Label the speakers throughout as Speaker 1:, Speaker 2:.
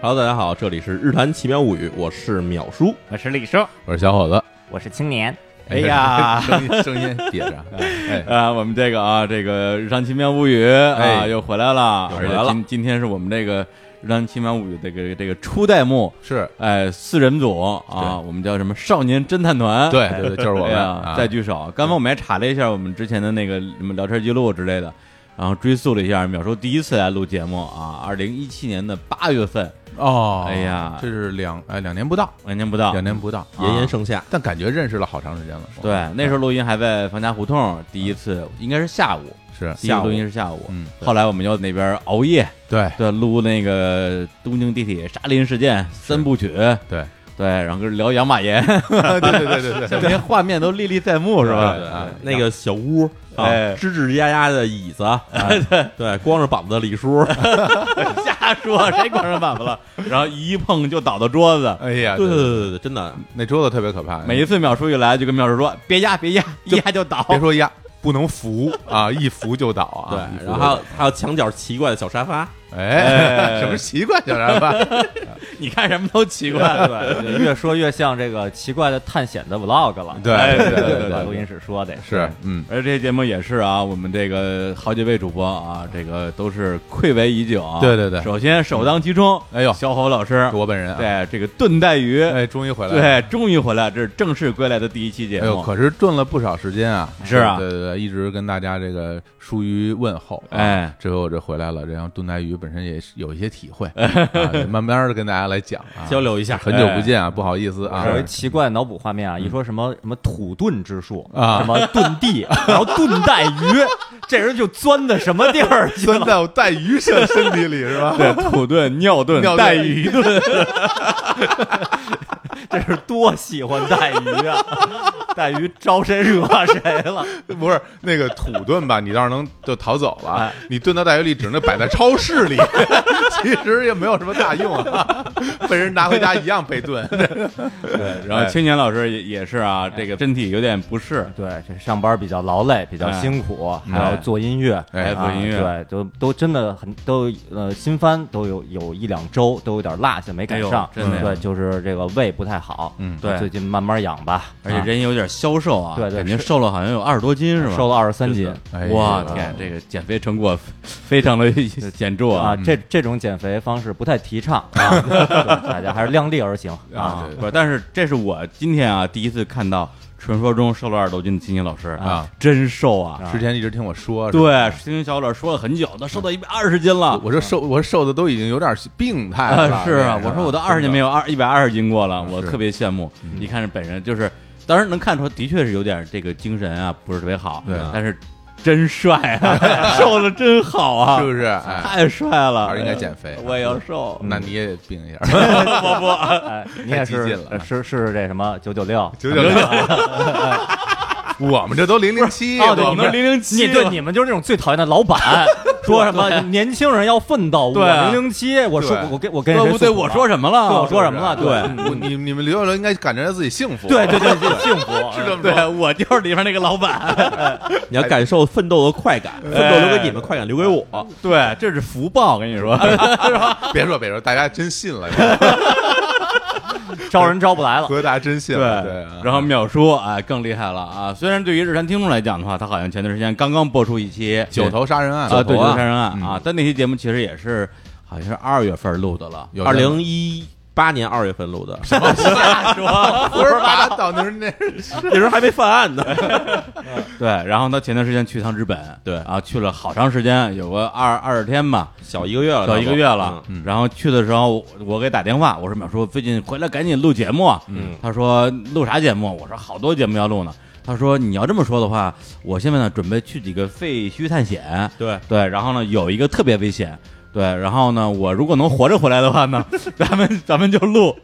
Speaker 1: Hello，大家好，这里是《日谈奇妙物语》，我是淼叔。
Speaker 2: 我是李叔，
Speaker 3: 我是小伙子。
Speaker 2: 我是青年，
Speaker 3: 哎
Speaker 4: 呀
Speaker 3: 声音声音 憋着，哎，
Speaker 4: 啊，我们这个啊，这个《日常奇妙物语》啊，
Speaker 3: 哎
Speaker 4: 又回来了，
Speaker 3: 又
Speaker 4: 而
Speaker 3: 回
Speaker 4: 且
Speaker 3: 来了
Speaker 4: 今今天是我们这个《日常奇妙物语》这个这个初代目，
Speaker 3: 是
Speaker 4: 哎，四人组啊，我们叫什么少年侦探团？
Speaker 3: 对对对，就是我
Speaker 4: 哎
Speaker 3: 们
Speaker 4: 呀，
Speaker 3: 啊
Speaker 4: 再聚首。刚刚我们还查了一下我们之前的那个什么聊天记录之类的，然后追溯了一下，淼叔第一次来录节目啊，二零一七年的八月份，
Speaker 3: 哦，
Speaker 4: 哎呀
Speaker 3: 这是两哎两年不到，
Speaker 4: 两年不到
Speaker 3: 两。年不到，
Speaker 1: 啊
Speaker 3: 啊
Speaker 1: 炎炎盛夏，
Speaker 3: 但感觉认识了好长时间了。
Speaker 4: 对，那时候录音还在房家胡同，第一次应该是下午，
Speaker 3: 是
Speaker 4: 第一次录音是下午。
Speaker 3: 嗯，
Speaker 4: 后来我们又那边熬夜，
Speaker 3: 对
Speaker 4: 对，录那个东京地铁杀林事件三部曲，
Speaker 3: 对
Speaker 4: 对，然后跟聊养马爷，
Speaker 3: 对对对对
Speaker 4: 这些画面都历历在目，是吧？
Speaker 3: 对
Speaker 1: 啊
Speaker 3: 啊，
Speaker 1: 那个小屋啊
Speaker 4: 哎，
Speaker 1: 吱吱呀呀的椅子，
Speaker 3: 哎
Speaker 1: 对，光着膀子的李叔，
Speaker 4: 啊瞎说，谁管上板子了？然后一碰就倒到桌子。
Speaker 2: 嗯
Speaker 3: 哎呀，
Speaker 1: 对对
Speaker 3: 对，
Speaker 1: 对对对，真的，
Speaker 3: 那桌子特别可怕，
Speaker 4: 每一次淼叔一来，就跟淼叔说：“别压，别压，一压就倒。
Speaker 3: 别说压，不能扶啊，一扶就倒
Speaker 1: 对
Speaker 3: 啊。一，扶
Speaker 1: 然后
Speaker 3: 就
Speaker 1: 还
Speaker 3: 倒
Speaker 1: 有还有墙角奇怪的小沙
Speaker 3: 啊
Speaker 1: 发，
Speaker 3: 哎，什么习惯小沙发？
Speaker 4: 你看什么都奇怪。
Speaker 2: 对，越说越像这个奇怪的探险的 vlog 了。
Speaker 3: 对
Speaker 2: 哎
Speaker 3: 对对对
Speaker 2: 对
Speaker 3: 对
Speaker 2: 录音室说的
Speaker 3: 是，嗯”，
Speaker 4: 而这些节目也是啊，我们这个好几位主播啊，这个都是愧为已久啊。
Speaker 3: 对对对
Speaker 4: 首先首当其冲，
Speaker 3: 哎呦
Speaker 4: 小侯老师
Speaker 3: 是，我本人啊，
Speaker 4: 对这个炖带鱼，
Speaker 3: 哎，终于回来了。
Speaker 4: 对，终于回来，这是正式归来的第一期节
Speaker 3: 哎呦，
Speaker 4: 目。
Speaker 3: 可是炖了不少时间啊！
Speaker 4: 是啊
Speaker 3: 对对对，一直跟大家这个疏于问候、啊。
Speaker 4: 哎，
Speaker 3: 这回我这回来了，这样炖带鱼本身也是有一些体会，啊、也慢慢的跟大家来讲啊，
Speaker 1: 交流一下，哎
Speaker 3: 很久不见啊，不好意思啊
Speaker 2: 我，有一奇怪的脑补画面啊，一说什么什么土遁之术
Speaker 3: 啊
Speaker 2: 什么遁地， 然后遁带鱼， 这人就钻到什么地 儿去
Speaker 3: 钻
Speaker 2: 了？
Speaker 3: 到带鱼身身体里是吧？
Speaker 4: 对，土遁、尿遁
Speaker 3: 尿、遁
Speaker 4: 带鱼遁，
Speaker 2: 这是多喜欢带鱼啊！ 带鱼招谁惹谁了？
Speaker 3: 不是那个土遁吧？你倒是能就逃走了，
Speaker 2: 哎
Speaker 3: 你炖到带鱼里只能摆在超市里， 其实也没有什么大用啊，被人拿回家一样被炖。
Speaker 4: 对，然后青年老师也也是啊，这个身体有点不适，
Speaker 2: 对，这上班比较劳累，比较
Speaker 4: 哎
Speaker 2: 辛苦，还
Speaker 4: 哎
Speaker 2: 要做音乐，
Speaker 3: 哎
Speaker 2: 啊
Speaker 4: 做音乐
Speaker 2: 对，都都真的很都呃新番都有有一两周都有点落下没赶上，
Speaker 4: 哎呦真的呀
Speaker 2: 对，就是这个胃不太好，
Speaker 3: 嗯
Speaker 4: 对
Speaker 2: 最近慢慢养吧，
Speaker 4: 而且人也有点消瘦啊，
Speaker 2: 对对
Speaker 4: 感觉
Speaker 2: 是
Speaker 4: 瘦了好像有二十多斤是
Speaker 2: 啊
Speaker 4: 吧？
Speaker 2: 瘦了二十三斤。
Speaker 3: 哎
Speaker 4: 哇
Speaker 3: 呀
Speaker 4: 天，这个减肥成果非常的显著
Speaker 2: 啊
Speaker 4: 啊！，
Speaker 3: 嗯
Speaker 2: 这这种减肥方式不太提倡啊， 对大家还是量力而行啊
Speaker 3: 啊。对
Speaker 4: 不，但是这是我今天啊第一次看到传说中瘦了二十多斤的青年老师
Speaker 3: 啊，
Speaker 4: 真瘦啊！
Speaker 3: 之前一直听我说，是吧
Speaker 4: 对，青年小老师说了很久，都瘦到一百二十斤了。
Speaker 3: 我这瘦，我瘦的都已经有点病态了。
Speaker 4: 啊，是啊，我说我都二十年没
Speaker 3: 有，
Speaker 4: 有二一百二十斤过了，我
Speaker 3: 啊是嗯
Speaker 4: 特别羡慕。你看这本人，就是当然能看出，的确是有点这个精神啊，不是特别好。
Speaker 3: 对啊
Speaker 4: 但是真帅 啊，瘦的真好啊，
Speaker 3: 是不是？哎，
Speaker 4: 太帅
Speaker 3: 还
Speaker 4: 了，
Speaker 3: 是应该减肥。啊嗯
Speaker 4: 我也要瘦。
Speaker 3: 那你也病一下，
Speaker 4: 我不，
Speaker 2: 哎，你也
Speaker 3: 太激
Speaker 2: 是
Speaker 3: 进了
Speaker 2: 呃是是这什么九九六，
Speaker 3: 九九六。我们这都零零七，
Speaker 2: 哦对
Speaker 3: 我
Speaker 2: 你们
Speaker 3: 们这
Speaker 4: 零零
Speaker 2: 你对你们就是那种最讨厌的老 板，说什么年轻人要奋斗，
Speaker 4: 对啊
Speaker 2: 我零零七，我说
Speaker 3: 对
Speaker 2: 我跟我跟
Speaker 4: 对
Speaker 2: 谁
Speaker 4: 不对？
Speaker 2: 诉苦
Speaker 4: 呃我
Speaker 2: 了
Speaker 4: 说什么了？
Speaker 2: 对我说什么了？
Speaker 3: 对
Speaker 2: 对，
Speaker 3: 我嗯你你们留下来应该感觉到自己幸福，
Speaker 2: 对对对对，幸福
Speaker 3: 是这么说
Speaker 4: 对，我 就是里面那个老板。
Speaker 1: 你要感受奋斗的快感，
Speaker 3: 哎
Speaker 1: 奋斗留给你们，快感留给我。
Speaker 4: 对，这是福报，我跟你说。
Speaker 3: 别说别说，大家真信了，
Speaker 2: 招人招不来了。
Speaker 3: 哥大家真信了，对啊。
Speaker 4: 然后淼叔啊，更厉害了啊！虽然对于日坛听众来讲的话，他好像前段时间刚刚播出一期
Speaker 3: 九头杀人案
Speaker 4: 啊，
Speaker 1: 九
Speaker 4: 对，九
Speaker 1: 头啊
Speaker 4: 杀人案啊，但那期节目其实也是好像是二月份录的了，
Speaker 3: 有
Speaker 1: 二零一八年二月份录的，
Speaker 3: 胡说八道，那是那
Speaker 1: 那时候还没犯案呢。
Speaker 4: 对。然后他前段时间去趟日本，
Speaker 1: 对
Speaker 4: 啊，去了好长时间，有个二二十天吧，
Speaker 1: 小一个月了，
Speaker 4: 小一个月了
Speaker 1: 嗯。。
Speaker 4: 然后去的时候，我我给打电话，我说淼叔最近回来赶紧录节目啊。
Speaker 1: 嗯
Speaker 4: 他说录啥节目？我说好多节目要录呢。他说你要这么说的话，我现在呢准备去几个废墟探险。
Speaker 1: 对，
Speaker 4: 对，然后呢，有一个特别危险。对，然后呢，我如果能活着回来的话呢， 咱们咱们就录。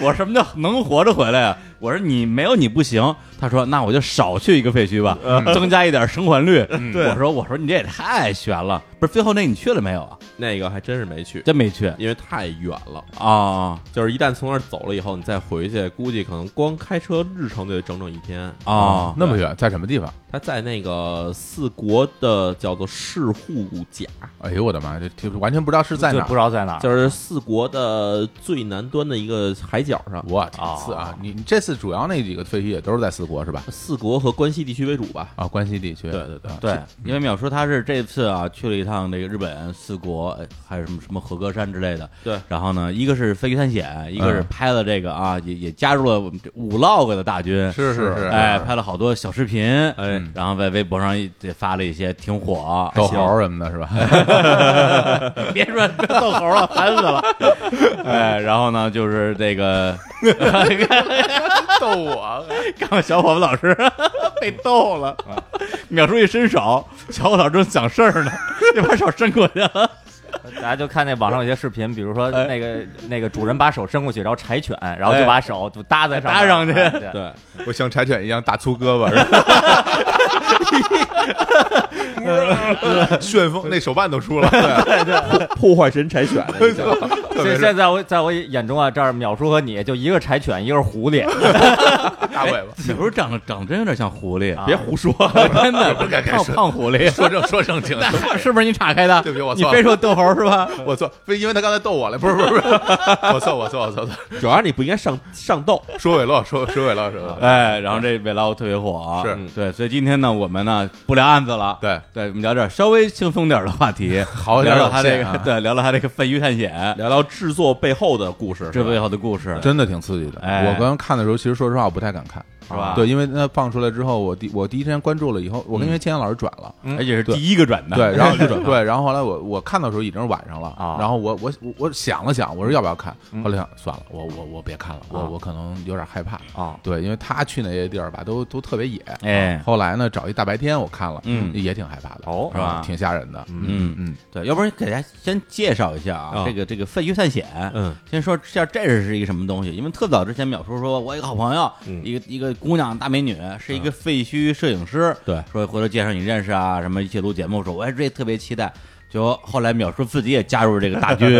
Speaker 4: 我什么叫能活着回来啊？我说你没有你不行。他他说那我就少去一个废墟吧，增加一点生还率。
Speaker 1: 对
Speaker 4: 我说我说你这也太悬了，不是最后那你去了没有啊？
Speaker 1: 那个还真是没去，
Speaker 4: 真没去
Speaker 1: 因为太远了。
Speaker 4: 啊
Speaker 1: 就是一旦从那儿走了以后，你再回去，估计可能光开车日程就得整整一天。
Speaker 4: 啊
Speaker 3: 哦那么远，在什么地方？
Speaker 1: 他在那个四国的叫做市户甲，
Speaker 3: 哎呦我的妈，这听完全不知道是在
Speaker 2: 就
Speaker 3: 哪
Speaker 2: 不
Speaker 3: 儿。
Speaker 2: 知道在哪儿。
Speaker 1: 就是四国的最南端的一个海角上。
Speaker 3: 我天次啊！你你这次主要那几个废墟也都是在四国是吧？
Speaker 1: 四国和关西地区为主吧。
Speaker 3: 啊，关西地区。
Speaker 1: 对对对
Speaker 3: 啊
Speaker 4: 对，因为淼叔他是这次啊去了一趟这个日本四国，哎还有什么什么和歌山之类的。
Speaker 1: 对
Speaker 4: 然后呢，一个是飞机探险，一个是
Speaker 3: 嗯
Speaker 4: 拍了这个啊，也也加入了我们这五 log 的大军。
Speaker 3: 是是是，
Speaker 4: 哎，拍了好多小视频，哎
Speaker 3: 嗯，
Speaker 4: 然后在微博上也发了一些，挺火。
Speaker 3: 逗猴儿什么的是吧？
Speaker 4: 别说逗猴了，烦死了。哎，然后呢，就是这个
Speaker 3: 逗我，啊
Speaker 4: 刚刚小伙子老师被逗了，淼叔一伸手，小伙子老师正想事儿呢， 就把手伸过去了。
Speaker 2: 大家就看那网上有些视频，比如说
Speaker 4: 哎
Speaker 2: 那个那个主人把手伸过去，然后柴犬，然后就
Speaker 4: 哎
Speaker 2: 把手就搭在上面
Speaker 4: 搭上去
Speaker 2: 哎对
Speaker 1: 对，
Speaker 3: 我像柴犬一样大粗胳膊是吧？旋风那手腕都出了，对啊
Speaker 1: 破坏神柴犬的一个，
Speaker 3: 特别
Speaker 2: 现
Speaker 3: 是
Speaker 2: 现在我在我眼中啊，这儿淼叔和你就一个柴犬，一个是狐狸，
Speaker 3: 大尾巴。
Speaker 4: 淼叔长得长得真有点像狐狸，
Speaker 2: 啊
Speaker 1: 别胡说。
Speaker 4: 真 的
Speaker 3: 不敢敢
Speaker 4: 胖
Speaker 3: 说
Speaker 4: 胖狐狸，
Speaker 3: 说正说正经，
Speaker 4: 是不是你岔开的？
Speaker 3: 对不起我
Speaker 4: 你
Speaker 3: 错了
Speaker 4: 非说逗猴是吧？
Speaker 3: 我错，非因为他刚才逗我了，不是不是不是，我错我错我错我错，
Speaker 1: 主要是你不应该上上斗，
Speaker 3: 说尾落说说尾落说尾落，
Speaker 4: 哎，然后这尾捞特别火啊，
Speaker 3: 是
Speaker 4: 嗯对，所以今天呢，我们呢不聊案子了，
Speaker 3: 对
Speaker 4: 对，我们聊点稍微轻松点的话题，
Speaker 3: 好
Speaker 4: 聊
Speaker 3: 点
Speaker 4: 聊
Speaker 3: 有
Speaker 4: 他这
Speaker 3: 限
Speaker 4: 个，
Speaker 3: 啊
Speaker 4: 对，聊聊他这个废墟探险，
Speaker 1: 聊聊制作背后的故事。
Speaker 4: 这
Speaker 1: 是吧
Speaker 4: 背后的故事，
Speaker 3: 真的挺刺激的。
Speaker 4: 哎
Speaker 3: 我刚刚看的时候，其实说实话我不太敢看，
Speaker 4: 是吧？
Speaker 2: 啊
Speaker 3: 对，因为那放出来之后，我第我第一时间关注了以后，我跟因为千阳老师转了。
Speaker 4: 而且是第一个转的，
Speaker 3: 对，然后
Speaker 4: 转
Speaker 3: 对，然后后来我我看到的时候已经是晚上了，
Speaker 2: 啊
Speaker 3: 然后我我我我想了想，我说要不要看？后来想算了，我我我别看了，我
Speaker 2: 啊
Speaker 3: 我可能有点害怕。
Speaker 2: 啊，
Speaker 3: 对，因为他去那些地儿吧，都都特别野。
Speaker 4: 哎
Speaker 3: 后来呢，找一大白天我看了，
Speaker 4: 嗯
Speaker 3: 也挺害怕的，
Speaker 2: 哦
Speaker 3: 是
Speaker 4: 是吧
Speaker 3: 吧？挺吓人的。
Speaker 4: 嗯，
Speaker 3: 嗯，
Speaker 4: 对，要不然给大家先介绍一下啊，
Speaker 1: 啊
Speaker 4: 这个这个废墟探险，
Speaker 1: 嗯，
Speaker 4: 先说一下这是一个什么东西，因为特早之前淼叔说，我有一个好朋友，
Speaker 1: 嗯
Speaker 4: 一个一个姑娘大美女，是一个废墟摄影师，
Speaker 1: 对
Speaker 4: 说回头介绍你认识啊，什么一起录节目，说我也这特别期待。就后来淼叔自己也加入这个 大军，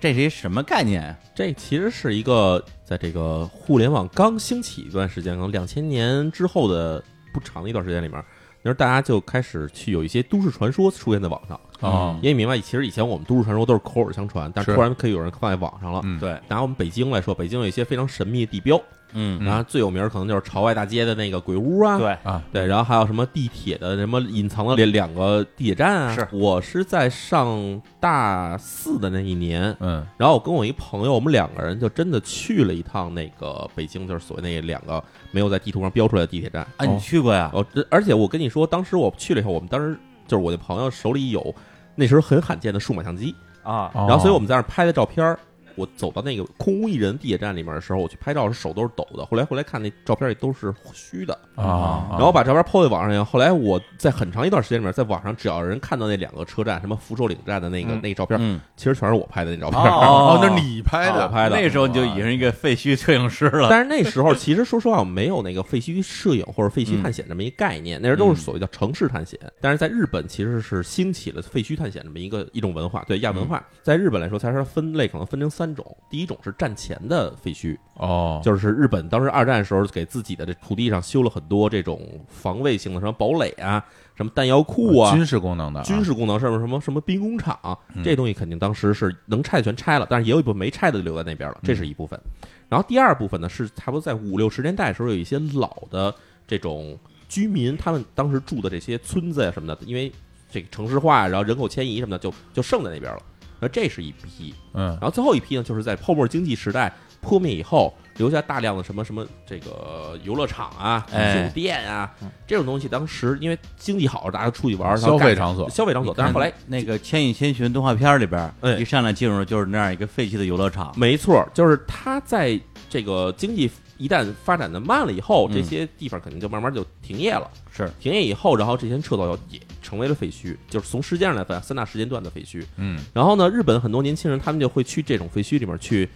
Speaker 4: 这是一什么概念？
Speaker 1: 这其实是一个在这个互联网刚兴起一段时间，可能两千年之后的不长的一段时间里面，那时候大家就开始去有一些都市传说出现在网上。
Speaker 3: 哦，
Speaker 1: 因为明白，其实以前我们都市传说都是口耳相传，但
Speaker 3: 是
Speaker 1: 突然可以有人放在网上了。
Speaker 3: 嗯
Speaker 4: 对，
Speaker 1: 拿我们北京来说，北京有一些非常神秘的地标，
Speaker 4: 嗯
Speaker 1: 然后最有名儿可能就是朝外大街的那个鬼屋啊，
Speaker 2: 对，
Speaker 3: 啊，
Speaker 1: 对，然后还有什么地铁的什么隐藏的两两个地铁站啊。
Speaker 2: 是
Speaker 1: 我是在上大四的那一年，
Speaker 3: 嗯
Speaker 1: 然后我跟我一朋友，我们两个人就真的去了一趟那个北京，就是所谓那两个没有在地图上标出来的地铁站。
Speaker 4: 啊，你去过呀？
Speaker 1: 哦，这而且我跟你说，当时我去了以后，我们当时就是我那朋友手里有那时候很罕见的数码相机，
Speaker 2: 啊，
Speaker 3: 然
Speaker 1: 然后所以我们在那儿拍的照片儿。我走到那个空无一人地铁站里面的时候，我去拍照，手都是抖的。后来回来看那照片也都是虚的，
Speaker 3: 啊，
Speaker 1: 然后把照片 PO 在网上以后，后来我在很长一段时间里面，在网上只要有人看到那两个车站，什么福寿岭站的那个、
Speaker 2: 嗯
Speaker 1: 那个照片，
Speaker 4: 嗯，
Speaker 1: 其实全是我拍的那照片。
Speaker 3: 哦
Speaker 4: 哦，
Speaker 3: 那是你拍
Speaker 1: 我
Speaker 3: 的，
Speaker 1: 拍的
Speaker 4: 那时候你就已经是一个废墟摄影师了。
Speaker 1: 但是那时候其实说实话，我们没有那个废墟摄影或者废墟探险这么一个概念，那时候都是所谓叫城市探险。但是在日本其实是兴起了废墟探险这么一个一种文化，对亚文化，在日本来说，它是分类可能分成三种，第一种是战前的废墟，
Speaker 3: 哦，
Speaker 1: 就是日本当时二战时候给自己的这土地上修了很多这种防卫性的什么堡垒啊，什么弹药库啊，
Speaker 3: 军事功能的啊，
Speaker 1: 军事功能上面什么什么兵工厂，
Speaker 3: 嗯
Speaker 1: 这东西肯定当时是能拆的全拆了，但是也有一部分没拆的留在那边了，这是一部分。然后第二部分呢，是差不多在五六十年代的时候，有一些老的这种居民，他们当时住的这些村子呀什么的，因为这个城市化，然后人口迁移什么的，就就剩在那边了。那这是一批，
Speaker 3: 嗯
Speaker 1: 然后最后一批呢，就是在泡沫经济时代破灭以后，留下大量的什么什么这个游乐场啊、
Speaker 4: 哎
Speaker 1: 酒店啊这种东西。当时因为经济好，大家出去玩，然
Speaker 3: 消
Speaker 1: 后
Speaker 3: 费
Speaker 1: 干
Speaker 3: 场所
Speaker 1: 消费场所。但是后来
Speaker 4: 那个《千与千寻》动画片里边，
Speaker 1: 哎
Speaker 4: 一上来进入就是那样一个废弃的游乐场，
Speaker 1: 没错，就是它在这个经济一旦发展的慢了以后，
Speaker 4: 嗯
Speaker 1: 这些地方肯定就慢慢就停业了。
Speaker 4: 是
Speaker 1: 停业以后，然后这些撤走以后也成为了废墟，就是从时间上来分三大时间段的废墟。
Speaker 3: 嗯
Speaker 1: 然后呢，日本很多年轻人他们就会去这种废墟里面去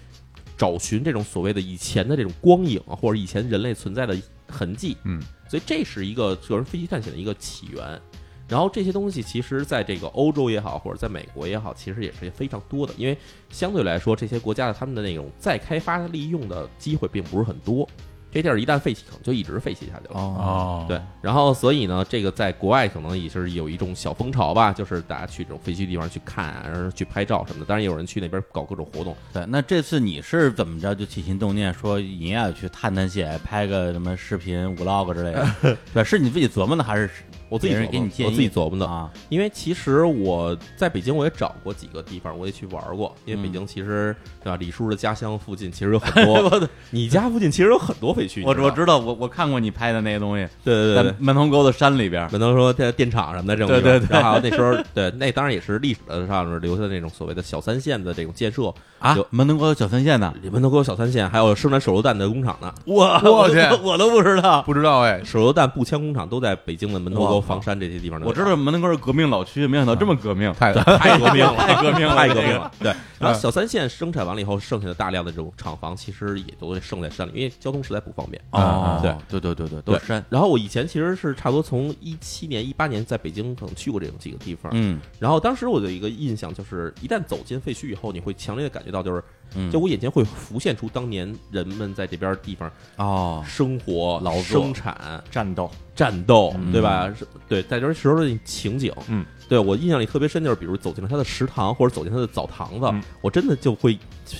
Speaker 1: 找寻这种所谓的以前的这种光影啊或者以前人类存在的痕迹，
Speaker 3: 嗯，
Speaker 1: 所以这是一个个人飞机探险的一个起源。然后这些东西其实在这个欧洲也好，或者在美国也好，其实也是非常多的，因为相对来说这些国家的他们的那种再开发利用的机会并不是很多。这地儿一旦废弃，可能就一直废弃下去了。
Speaker 4: 哦，
Speaker 3: 哦，
Speaker 1: 对，然后所以呢，这个在国外可能也是有一种小风潮吧，就是大家去这种废墟地方去看啊，然后去拍照什么的。当然，也有人去那边搞各种活动。
Speaker 4: 对，那这次你是怎么着就起心动念说你也去探探险，拍个什么视频 vlog 之类的？ 对，是你自己琢磨的还是
Speaker 1: 我自己
Speaker 4: 别人
Speaker 1: 琢
Speaker 4: 给
Speaker 1: 磨
Speaker 4: 你建
Speaker 1: 我自己
Speaker 4: 议
Speaker 1: 琢磨的。
Speaker 4: 啊？
Speaker 1: 因为其实我在北京我也找过几个地方，我也去玩过。因为
Speaker 4: 嗯
Speaker 1: 北京其实对吧，李叔的家乡附近其实有 很多，
Speaker 4: 我
Speaker 1: 你家附近其实有很多废墟。
Speaker 4: 我
Speaker 1: 你
Speaker 4: 我
Speaker 1: 知道
Speaker 4: 知道，我我看过你拍的那个东西，
Speaker 1: 对对对
Speaker 4: 在
Speaker 1: 对。
Speaker 4: 门头沟的山里边儿。
Speaker 1: 可能说在电厂什么的这种地方，
Speaker 4: 对对对
Speaker 1: 然后还有那时候，对，那当然也是历史的上面留下的那种所谓的小三线的这种建设，
Speaker 4: 啊
Speaker 1: 有，
Speaker 4: 门头沟有小三线呢？
Speaker 1: 里面都有小三线，还有生产手榴弹的工厂呢。
Speaker 4: 我
Speaker 3: 我去
Speaker 2: 哦
Speaker 4: 都我都不知道。
Speaker 3: 不知 道哎，
Speaker 1: 手榴弹、步枪工厂都在北京的门头沟、
Speaker 4: 哇
Speaker 1: 房山这些地方都有。
Speaker 4: 我知道门头沟是革命老区，没想到这么革命。
Speaker 3: 太
Speaker 1: 太革命了，
Speaker 4: 太革命了
Speaker 1: 太革命了。对，然后
Speaker 3: 嗯
Speaker 1: 小三线生产完了以后，剩下的大量的这种厂房其实也都剩在山里，因为交通实在不方便。
Speaker 4: 哦，
Speaker 1: 对
Speaker 4: 对对对对，都是山。
Speaker 1: 然后我以前其实是差不多从一七年、一八年在北京可能去过这种几个地方，
Speaker 4: 嗯，
Speaker 1: 然后当时我的一个印象就是，一旦走进废墟以后，你会强烈的感觉到，就是
Speaker 4: 嗯
Speaker 1: 就我眼前会浮现出当年人们在这边地方
Speaker 4: 哦，
Speaker 1: 生活、
Speaker 2: 劳作
Speaker 1: 生产、
Speaker 2: 战斗，
Speaker 1: 战斗，
Speaker 4: 嗯
Speaker 1: 对吧？是对，在这时候的情景，
Speaker 2: 嗯，
Speaker 1: 对我印象里特别深，就是比如走进了他的食堂或者走进他的澡堂子，
Speaker 2: 嗯
Speaker 1: 我真的就会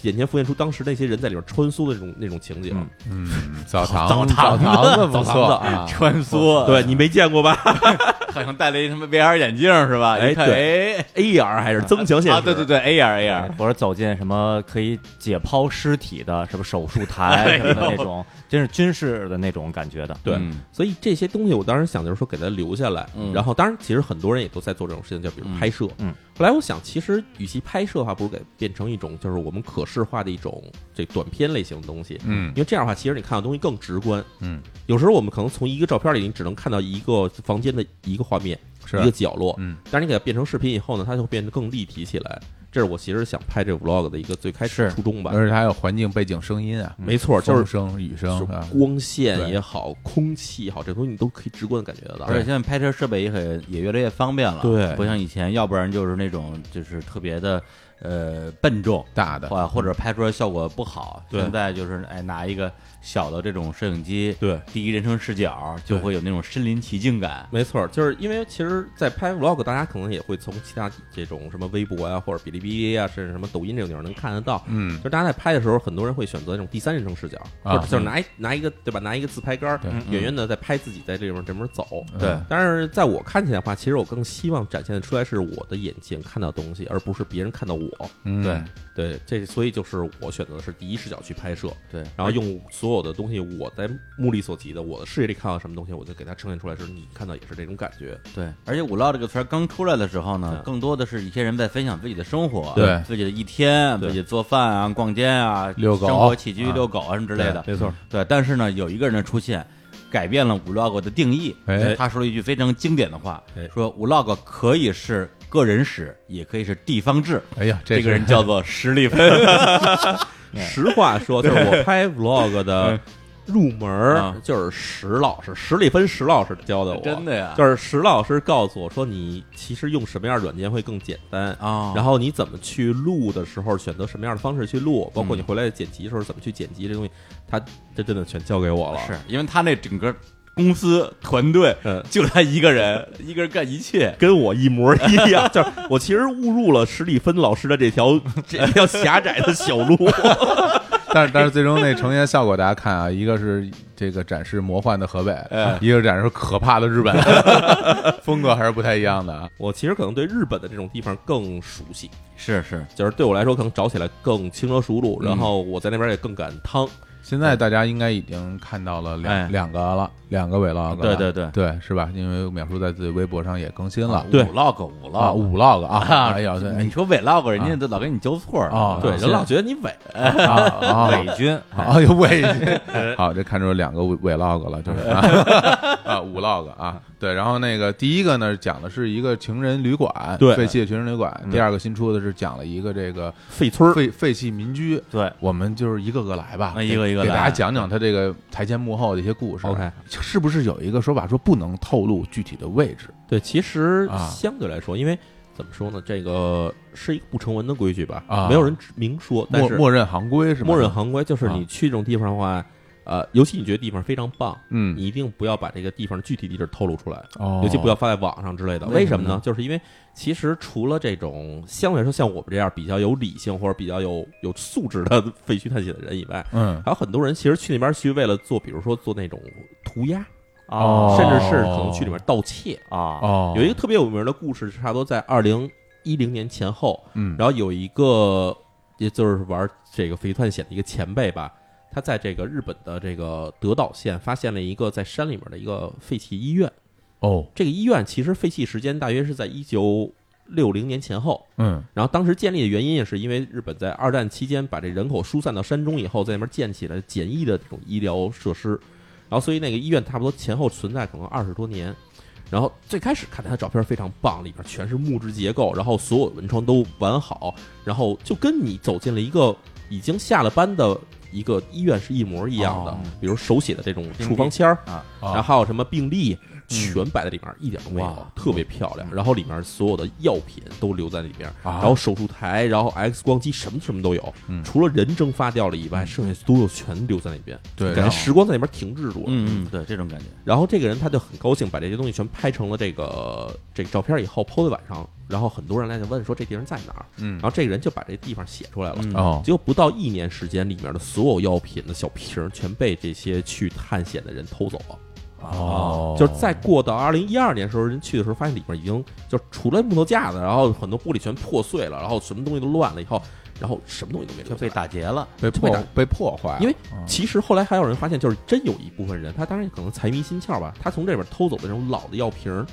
Speaker 1: 眼前浮现出当时那些人在里边穿梭的那种那种情景。
Speaker 2: 嗯
Speaker 3: 嗯，澡堂
Speaker 4: 澡
Speaker 3: 堂
Speaker 4: 堂子
Speaker 3: 子不
Speaker 1: 澡堂
Speaker 3: 错
Speaker 1: 子
Speaker 3: 啊，
Speaker 4: 穿梭，
Speaker 1: 呃对，你没见过吧
Speaker 4: 好像戴了一什么 VR 眼镜是吧？
Speaker 1: 哎
Speaker 4: 一看哎，
Speaker 1: ？AR 还是增强现实？
Speaker 4: 啊，对对对，AR AR，
Speaker 2: 哎或者走进什么可以解剖尸体的什么手术台什么的那种，真是军事的那种感觉的。
Speaker 1: 对
Speaker 4: 嗯
Speaker 1: 所以这些东西，我当时想就是说给它留下来。
Speaker 4: 嗯
Speaker 1: 然后，当然，其实很多人也都在做这种事情，就比如拍摄。
Speaker 2: 嗯嗯
Speaker 1: 后来我想，其实与其拍摄的话，不如给变成一种就是我们可视化的一种这短片类型的东西。
Speaker 3: 嗯
Speaker 1: 因为这样的话，其实你看到的东西更直观。
Speaker 3: 嗯，
Speaker 1: 有时候我们可能从一个照片里，你只能看到一个房间的一个画面，
Speaker 3: 是
Speaker 1: 一个角落。
Speaker 3: 嗯
Speaker 1: 但是你给它变成视频以后呢，它就会变得更立体起来。这是我其实想拍这 vlog 的一个最开始
Speaker 4: 是
Speaker 1: 初衷吧。
Speaker 3: 而且还有环境背景声音啊，
Speaker 1: 没错，就是
Speaker 3: 风声、雨声
Speaker 1: 是
Speaker 3: 啊，
Speaker 1: 光线也好，空气也好，这东西你都可以直观地感觉得到
Speaker 4: 而。且现在拍摄设备也很也越来越方便了，
Speaker 1: 对
Speaker 4: 不像以前，要不然就是那种就是特别的呃笨重，
Speaker 3: 大的，
Speaker 4: 或或者拍出来效果不好。
Speaker 1: 对
Speaker 4: 现在就是哎拿一个小的这种摄影机，
Speaker 1: 对，
Speaker 4: 第一人称视角就
Speaker 1: 对
Speaker 4: 会有那种身临其境感。
Speaker 1: 没错，就是因为其实，在拍 vlog，大家可能也会从其他这种什么微博呀、或者哔哩哔哩啊，甚至什么抖音这种地方能看得到。
Speaker 3: 嗯
Speaker 1: 就是大家在拍的时候，很多人会选择那种第三人称视角，
Speaker 3: 啊
Speaker 1: 或者就是拿一拿一个对吧，拿一个自拍杆儿
Speaker 3: 对，
Speaker 1: 远远的在拍自己在这边这边走。
Speaker 3: 嗯
Speaker 4: 对
Speaker 1: 但是在我看起来的话，其实我更希望展现的出来是我的眼睛看到东西，而不是别人看到我。
Speaker 3: 嗯
Speaker 4: 对
Speaker 1: 对，这所以就是我选择的是第一视角去拍摄，
Speaker 4: 对，
Speaker 1: 然后用所有的东西，我在目力所及的，我的视野里看到什么东西，我就给它呈现出来的时候，你看到也是这种感觉。
Speaker 4: 对，而且“五唠”这个词儿刚出来的时候呢
Speaker 1: 嗯，
Speaker 4: 更多的是一些人在分享自己的生活，
Speaker 3: 对
Speaker 4: 自己的一天，
Speaker 1: 对
Speaker 4: 自己做饭啊、逛街啊、
Speaker 3: 遛狗
Speaker 4: 生活起居、
Speaker 3: 啊
Speaker 4: 遛狗啊什么之类的。
Speaker 1: 没错，
Speaker 4: 对，但是呢，有一个人的出现改变了 vlog 的定义。
Speaker 3: 哎
Speaker 4: 他说了一句非常经典的话
Speaker 1: 哎，
Speaker 4: 说 vlog 可以是个人史，也可以是地方志。
Speaker 3: 哎呀，
Speaker 4: 这个
Speaker 3: 是
Speaker 4: 人叫做史蒂芬。哎
Speaker 1: 实话说，就是我拍 vlog 的入门儿
Speaker 4: 嗯
Speaker 1: 就是石老师，史里芬石老师教的我，
Speaker 4: 真的呀
Speaker 1: 就是石老师告诉我说，你其实用什么样的软件会更简单
Speaker 4: 哦
Speaker 1: 然后你怎么去录的时候，选择什么样的方式去录，包括
Speaker 4: 嗯
Speaker 1: 你回来剪辑的时候怎么去剪辑，这东西他这真的啊全教给我了，
Speaker 4: 是因为他那整个公司团队
Speaker 1: 嗯。
Speaker 4: 就他一个人，一个人干一切。
Speaker 1: 跟我一模一 样，就是我其实误入了史蒂芬老师的这 条这条狭窄的小 路。
Speaker 3: 但是但是最终那呈现效果，大家看啊，一个是这个展示魔幻的河北，
Speaker 4: 哎
Speaker 3: 一个展示可怕的 日本，风格还是不太一样的啊。
Speaker 1: 我其实可能对日本的这种地方更熟悉，
Speaker 4: 是是，
Speaker 1: 就是对我来说可能找起来更轻车熟路，
Speaker 4: 嗯
Speaker 1: 然后我在那边也更敢趟。
Speaker 3: 现在大家应该已经看到了两、
Speaker 4: 哎
Speaker 3: 两个了，两个 vlog，
Speaker 4: 对对对
Speaker 3: 对，是吧？因为淼叔在自己微博上也更新了
Speaker 4: 五 log 五 log
Speaker 3: 啊，五 log 啊，
Speaker 4: 啊
Speaker 3: 哎 呀，对，
Speaker 4: 你说伪 log，人家都老给你纠错儿
Speaker 3: 啊
Speaker 1: 对，
Speaker 3: 啊
Speaker 1: 人老觉得你伪，
Speaker 3: 哎啊啊，
Speaker 2: 伪军，
Speaker 3: 哎呦喂， 好，这看出两个 vlog 了，就是啊啊五 log 啊，对，然后那个第一个呢讲的是一个情人旅馆，
Speaker 1: 对嗯
Speaker 3: 废弃的情人旅馆，第二个新出的是讲了一个这个
Speaker 1: 废村儿，
Speaker 3: 废废弃民居，
Speaker 2: 对，
Speaker 3: 我们就是一个个来吧，
Speaker 4: 啊一个一个
Speaker 3: 给给大家
Speaker 4: 来
Speaker 3: 讲讲他这个台前幕后的一些故事。啊
Speaker 1: OK
Speaker 3: 是不是有一个说法说不能透露具体的位置？
Speaker 1: 对，其实
Speaker 3: 啊
Speaker 1: 相对来说，因为怎么说呢，这个是一个不成文的规矩吧，
Speaker 3: 啊
Speaker 1: 没有人指明说，但
Speaker 3: 默
Speaker 1: 是
Speaker 3: 默认行规是吗？
Speaker 1: 默认，行规就是
Speaker 3: 啊
Speaker 1: 你去这种地方的话，呃，尤其你觉得地方非常棒，
Speaker 3: 嗯，
Speaker 1: 你一定不要把这个地方的具体地址透露出来，
Speaker 3: 哦
Speaker 1: 尤其不要发在网上之类的。
Speaker 3: 为
Speaker 1: 为
Speaker 3: 什
Speaker 1: 什
Speaker 3: 么
Speaker 1: 么
Speaker 3: 呢
Speaker 1: 呢？就是因为其实除了这种相对来说像我们这样比较有理性或者比较有有素质的废墟探险的人以外，
Speaker 3: 嗯
Speaker 1: 还有很多人其实去那边去为了做，比如说做那种涂鸦，
Speaker 3: 哦
Speaker 2: 哦，
Speaker 1: 甚至是可能去里面盗窃。
Speaker 2: 啊，
Speaker 3: 哦，
Speaker 1: 有一个特别有名的故事，是差不多在二零一零年前后，
Speaker 3: 嗯
Speaker 1: 然后有一个也就是玩这个飞探险的一个前辈吧，他在这个日本的这个德岛县发现了一个在山里面的一个废弃医院。
Speaker 3: 哦
Speaker 1: 这个医院其实废弃时间大约是在一九六零年前后。
Speaker 3: 嗯
Speaker 1: 然后当时建立的原因也是因为日本在二战期间把这人口疏散到山中以后，在那边建起了简易的这种医疗设施，然后所以那个医院差不多前后存在可能二十多年。然后最开始看它的照片非常棒，里边全是木质结构，然后所有门窗都完好，然后就跟你走进了一个已经下了班的一个医院是一模一样的，
Speaker 2: 哦
Speaker 1: 比如手写的这种处方签儿，
Speaker 3: 啊嗯
Speaker 1: 然后还有什么病历，全摆在里面，一点都没有
Speaker 2: 哇，
Speaker 1: 特别漂亮。然后里面所有的药品都留在里面，
Speaker 3: 啊
Speaker 1: 然后手术台，然后 X 光机，什么什么都有
Speaker 3: 嗯，
Speaker 1: 除了人蒸发掉了以外，剩下所有全留在那边，
Speaker 3: 对
Speaker 1: 感
Speaker 3: 然
Speaker 1: 觉
Speaker 3: 后
Speaker 1: 时光在那边停滞住了。
Speaker 4: 嗯嗯，对，这种感觉，
Speaker 1: 然后这个人他就很高兴，把这些东西全拍成了这个这个照片以后抛在晚上，然后很多人来就问说这地方在哪儿，
Speaker 3: 嗯
Speaker 1: 然后这个人就把这地方写出来了。
Speaker 4: 嗯
Speaker 3: 哦
Speaker 1: 结果不到一年时间，里面的所有药品的小瓶儿全被这些去探险的人偷走了。
Speaker 3: 哦，
Speaker 1: 就是再过到二零一二年的时候，人去的时候发现里面已经就除了木头架子，然后很多玻璃全破碎了，然后什么东西都乱了，以后，然后什么东西都没留
Speaker 2: 就
Speaker 1: 下
Speaker 2: 被
Speaker 1: 来。
Speaker 2: 打劫了，
Speaker 3: 被
Speaker 1: 就被
Speaker 3: 破
Speaker 1: 打
Speaker 3: 被破坏了，
Speaker 1: 因为
Speaker 3: 嗯
Speaker 1: 其实后来还有人发现，就是真有一部分人，他当然可能财迷心窍吧，他从这边偷走的这种老的药瓶儿，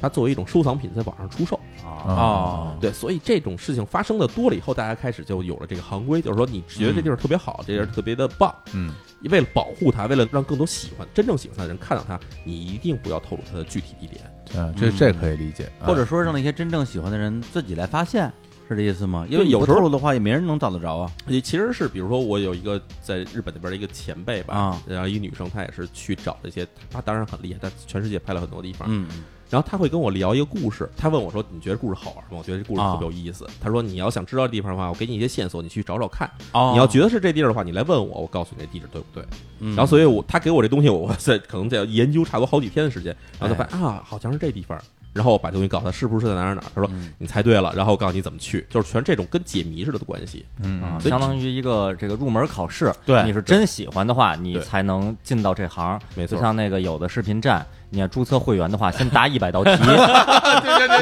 Speaker 1: 他作为一种收藏品在网上出售。
Speaker 2: 啊，
Speaker 3: 哦
Speaker 1: 对，所以这种事情发生的多了以后，大家开始就有了这个行规，就是说你觉得这地儿特别好，这地儿特别的棒，
Speaker 3: 嗯
Speaker 1: 为了保护它，为了让更多喜欢、真正喜欢它的人看到它，你一定不要透露它的具体地点。
Speaker 3: 嗯，这这可以理解，啊
Speaker 4: 或者说让那些真正喜欢的人自己来发现，是这意思吗？因为
Speaker 1: 对有
Speaker 4: 你不
Speaker 1: 时候
Speaker 4: 透露的话，也没人能找得着啊。
Speaker 1: 也其实是，比如说我有一个在日本那边的一个前辈吧，
Speaker 4: 啊
Speaker 1: 然后一女生，她也是去找这些，她当然很厉害，在全世界拍了很多地方。
Speaker 4: 嗯，
Speaker 1: 然后她会跟我聊一个故事，她问我说：“你觉得故事好玩吗？”我觉得这故事特别有意思。她说：“你要想知道地方的话，我给你一些线索，你去找找看。
Speaker 4: 哦
Speaker 1: 你要觉得是这地儿的话，你来问我，我告诉你这地址对不对。
Speaker 4: 嗯，
Speaker 1: 然后所以我她给我这东西，我在可能得研究差不多好几天的时间，然后才发现、啊，好像是这地方。然后我把东西告诉她是不是在哪儿哪儿，她说、
Speaker 4: 嗯
Speaker 1: 你猜对了，然后我告诉你怎么去，就是全是这种跟解谜似的的关系。
Speaker 3: 嗯
Speaker 2: 啊，
Speaker 1: 所以
Speaker 2: 相当于一个这个入门考试。
Speaker 1: 对
Speaker 2: 你是真喜欢的话，你
Speaker 1: 对
Speaker 2: 才能进到这行。
Speaker 1: 没错
Speaker 2: 就像那个有的视频站，你要注册会员的话，先答一百道题。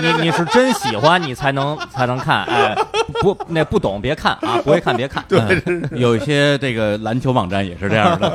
Speaker 2: 你你是真喜欢，你才能才能看。哎，不，那不懂别看啊，不会看别看。对，
Speaker 4: 有一些这个篮球网站也是这样的，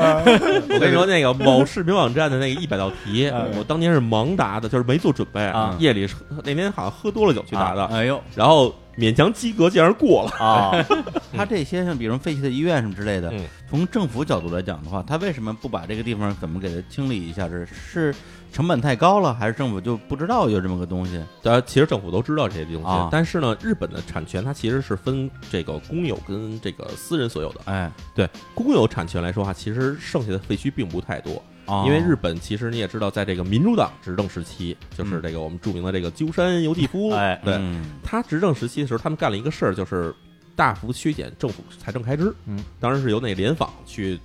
Speaker 1: 我跟你说，那个某视频网站的那个一百道题，我当年是盲答的，就是没做准备
Speaker 2: 啊
Speaker 1: 夜里是那天好像喝多了酒去答的，
Speaker 4: 哎呦，
Speaker 1: 然后勉强及格，竟然过了。
Speaker 2: 啊，
Speaker 4: 他这些像比如废弃的医院什么之类的
Speaker 1: 嗯，
Speaker 4: 从政府角度来讲的话，他为什么不把这个地方怎么给它清理一下？这是成本太高了，还是政府就不知道有这么个东西？
Speaker 1: 呃，其实政府都知道这些东西，
Speaker 4: 啊
Speaker 1: 但是呢，日本的产权它其实是分这个公有跟这个私人所有的。
Speaker 4: 哎，
Speaker 1: 对公有产权来说的话，其实剩下的废墟并不太多，
Speaker 4: 哦
Speaker 1: 因为日本其实你也知道，在这个民主党执政时期，就是这个我们著名的这个鸠山由纪 夫，
Speaker 2: 哎
Speaker 1: 对，
Speaker 4: 嗯
Speaker 1: 他执政时期的时候，他们干了一个事儿，就是大幅削减政府财政开支。
Speaker 2: 嗯，
Speaker 1: 当然是由那联访去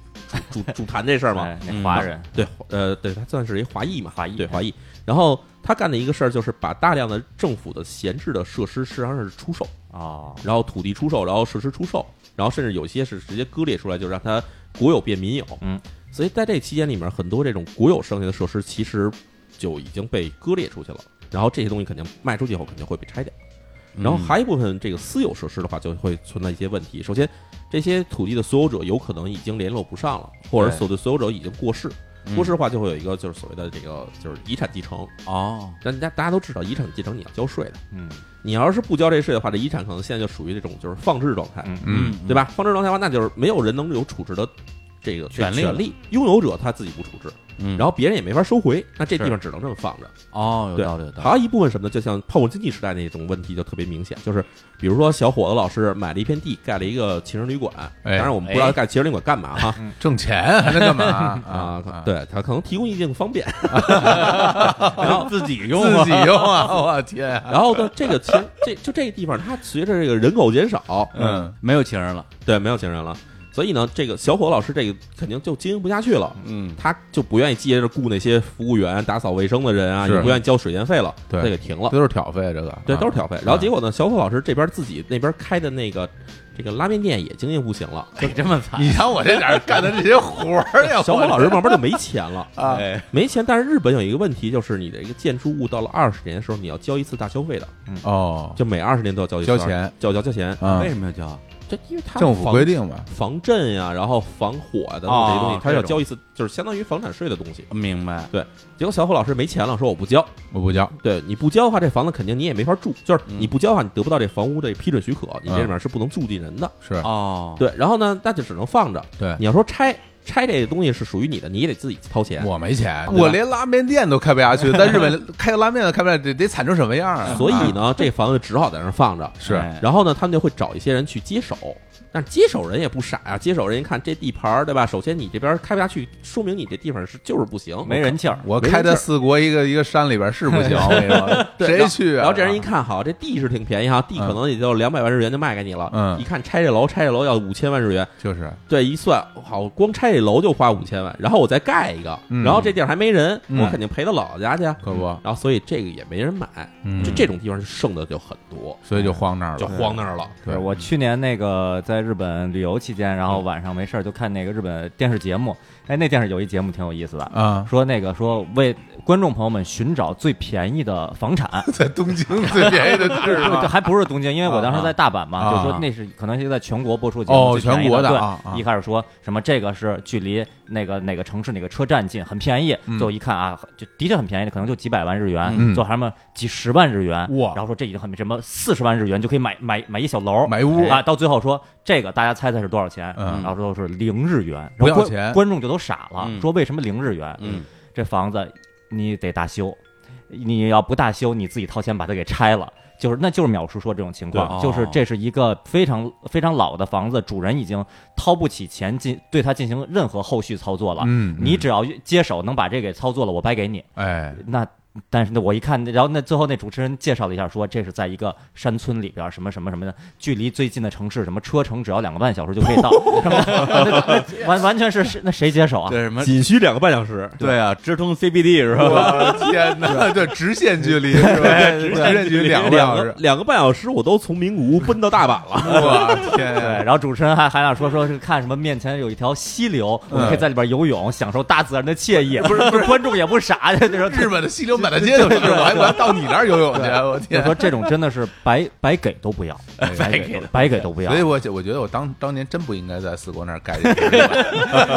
Speaker 1: 主主主谈这事儿嘛。嗯
Speaker 2: 哎那华人
Speaker 1: 对，呃，对他算是一华裔嘛，
Speaker 2: 华裔嗯
Speaker 1: 对华裔。然后他干的一个事儿就是把大量的政府的闲置的设施实际上是出售，
Speaker 2: 哦，
Speaker 1: 然后土地出售，然后设施出售，然后甚至有些是直接割裂出来，就让它国有变民有。
Speaker 2: 嗯，
Speaker 1: 所以在这期间里面，很多这种国有剩下的设施其实就已经被割裂出去了。然后这些东西肯定卖出去以后肯定会被拆掉。
Speaker 2: 嗯
Speaker 1: 然后还有一部分这个私有设施的话，就会存在一些问题。首先，这些土地的所有者有可能已经联络不上了，或者
Speaker 2: 对嗯
Speaker 1: 所有的所有者已经过世，说实话，就会有一个就是所谓的这个就是遗产继承，
Speaker 4: 哦，
Speaker 1: 但大家大家都知道，遗产继承你要交税的，
Speaker 2: 嗯
Speaker 1: 你要是不交这税的话，这遗产可能现在就属于这种就是放置状态，
Speaker 2: 嗯
Speaker 3: 嗯，
Speaker 1: 对吧？放置状态的话，那就是没有人能有处置的这个
Speaker 4: 权利
Speaker 1: 利，权拥有者他自己不处置，
Speaker 4: 嗯，
Speaker 1: 然后别人也没法收回，那这地
Speaker 4: 是
Speaker 1: 方只能这么放着。
Speaker 4: 哦，有
Speaker 1: 对
Speaker 4: 道理，有道理，
Speaker 1: 还有一部分什么呢？就像泡沫经济时代那种问题就特别明显，就是比如说小伙子老师买了一片地，盖了一个情人旅馆，
Speaker 3: 哎
Speaker 1: 当然我们不知道盖情人旅馆干嘛哈。
Speaker 3: 嗯挣钱还能干嘛
Speaker 1: 啊
Speaker 3: 啊，？
Speaker 1: 对他可能提供一定方便，
Speaker 4: 然后自己用
Speaker 3: 自
Speaker 4: 啊
Speaker 3: 己 用啊！我天啊，
Speaker 1: 然后呢，这个情这就这个地方，它随着这个人口减少，
Speaker 3: 嗯，
Speaker 4: 没有情 人了，
Speaker 1: 对，没有情人了，所以呢，这个小伙老师这个肯定就经营不下去了，
Speaker 4: 嗯，
Speaker 1: 他就不愿意接着雇那些服务员、打扫卫生的人啊，
Speaker 3: 是
Speaker 1: 也不愿意交水电费了，
Speaker 3: 对
Speaker 1: 他给停了，
Speaker 3: 都是挑费，这个
Speaker 1: 对，
Speaker 3: 啊
Speaker 1: 都是挑费。然后结果呢，小伙老师这边自己那边开的那个这个拉面店也经营不行了，
Speaker 4: 就这么惨，
Speaker 3: 你瞧我这哪儿干的这些活儿呀？
Speaker 1: 小
Speaker 3: 我
Speaker 1: 伙老师慢慢就没钱了，
Speaker 3: 哎 啊，
Speaker 4: 哎，
Speaker 1: 没钱。但是日本有一个问题，就是你的一个建筑物到了二十年的时候，你要交一次大消费的，
Speaker 3: 哦，
Speaker 1: 就每二十年都要交一次
Speaker 3: 交钱，
Speaker 1: 交交交钱。
Speaker 3: 啊
Speaker 4: 为，什么要交？
Speaker 1: 这因为他
Speaker 3: 政府规定嘛，
Speaker 1: 防震呀、然后防火呀等等这些东西
Speaker 4: 哦，
Speaker 1: 他
Speaker 4: 这
Speaker 1: 要
Speaker 4: 种
Speaker 1: 交一次，就是相当于房产税的东西。
Speaker 4: 明白，
Speaker 1: 结果小伙老师没钱了，说我不交。
Speaker 3: 我不交。
Speaker 1: 对，你不交的话，这房子肯定你也没法住，就是
Speaker 4: 嗯
Speaker 1: 你不交的话，你得不到这房屋的批准许可，你
Speaker 3: 嗯
Speaker 1: 这里面是不能住进人的。
Speaker 3: 是
Speaker 4: 哦，
Speaker 1: 对，然后呢，那就只能放着。
Speaker 3: 对
Speaker 1: 你要说拆拆这个东西是属于你的，你也得自己掏钱。
Speaker 3: 我没钱，
Speaker 1: 对吧
Speaker 3: 我连拉面店都开不下去，在日 本开个拉面都开不下去，得得惨成什么样啊？
Speaker 1: 所以呢，这房子只好在那儿放着。
Speaker 3: 是
Speaker 4: 哎
Speaker 1: 然后呢，他们就会找一些人去接手，但是接手人也不傻呀、接手人一看这地盘儿，对吧？首先你这边开不下去，说明你这地方是就是不行，
Speaker 2: 没人气儿，
Speaker 3: 我
Speaker 1: 没人
Speaker 3: 开在
Speaker 1: 气儿
Speaker 3: 四国一个一个山里边是不行，我跟你说，
Speaker 1: 对
Speaker 3: 谁去啊？
Speaker 1: 然后这人一看，好，这地是挺便宜哈，地可能也就两百万日元就卖给你了。
Speaker 3: 嗯
Speaker 1: 一看拆这楼，拆这楼要五千万日元，
Speaker 3: 就是
Speaker 1: 对，一算，好，光拆这楼就花五千万，然后我再盖一个，
Speaker 3: 嗯
Speaker 1: 然后这地儿还没人，
Speaker 3: 嗯
Speaker 1: 我肯定赔到姥姥家去啊。
Speaker 3: 可不，
Speaker 1: 然后所以这个也没人买，
Speaker 3: 嗯
Speaker 1: 就这种地方剩的就很多，
Speaker 3: 所以就荒那儿
Speaker 1: 就
Speaker 3: 了。
Speaker 1: 荒那儿了。
Speaker 3: 对嗯
Speaker 2: 对我去年那个在日本旅游期间，然后晚上没事儿就看那个日本电视节目，哎，那电视有一节目挺有意思的，
Speaker 3: 啊，
Speaker 2: 说那个说为观众朋友们寻找最便宜的房 产，
Speaker 3: 在东京最便宜的地儿
Speaker 2: 就
Speaker 3: 嘛，
Speaker 2: 还不是东京，因为我当时在大阪
Speaker 3: 啊
Speaker 2: 嘛，
Speaker 3: 啊
Speaker 2: 就说那是可能就在全国播出节目
Speaker 3: 哦
Speaker 2: 最便宜
Speaker 3: 全国的
Speaker 2: 对
Speaker 3: 啊啊
Speaker 2: 一开始说什么这个是距离那个哪个城市哪个车站近，很便宜
Speaker 3: 嗯，
Speaker 2: 就一看啊，就的确很便宜，可能就几百万日
Speaker 3: 嗯
Speaker 2: 元，就还什么几十万日元，
Speaker 3: 哇
Speaker 2: 然后说这已经很什么四十万日元就可以买买买一小楼，
Speaker 3: 买屋
Speaker 2: 啊，到最后说这个大家猜猜是多少钱？
Speaker 3: 哎嗯
Speaker 2: 然后说是零日元，
Speaker 3: 不
Speaker 2: 然后
Speaker 3: 要钱
Speaker 2: 观观众就都傻了
Speaker 4: 嗯，
Speaker 2: 说为什么零日元？
Speaker 4: 嗯，
Speaker 2: 这房子你得大修，你要不大修，你自己掏钱把它给拆了。就是，那就是淼叔说这种情
Speaker 4: 对
Speaker 2: 况，
Speaker 4: 哦
Speaker 2: 就是这是一个非常非常老的房子，主人已经掏不起钱进对它进行任何后续操作了。
Speaker 3: 嗯，
Speaker 2: 你只要接手能把这给操作了，我掰给你。
Speaker 3: 哎，
Speaker 2: 那但是呢，我一看，然后那最后那主持人介绍了一下说，这是在一个山村里边儿，什么什么什么的，距离最近的城市什么车程只要两个半小时就可以到，什么那那完完全是是那谁接手啊？
Speaker 4: 对什么？
Speaker 1: 仅需两个半小时，
Speaker 4: 对啊，直通 CBD 是吧？
Speaker 3: 我天哪，对，直线距离是吧？直线距离两个
Speaker 1: 两
Speaker 3: 小
Speaker 1: 个
Speaker 3: 时，
Speaker 1: 两个半小时，我都从名古屋奔到大阪了。
Speaker 3: 我天
Speaker 2: 对，
Speaker 3: 呀，
Speaker 2: 然后主持人还还想说说是看什么面前有一条溪流，我们可以在里边游泳，享受大自然的惬意。嗯不是，不是，观众也不傻，就说
Speaker 3: 日本的溪流满大街都是，我还我还到你那儿游泳去，我
Speaker 2: 就
Speaker 3: 天
Speaker 2: 说！这种真的是白白给都不要， 白给白给都不要
Speaker 3: 所以，，我我觉得我当当年真不应该在四国那儿盖一个，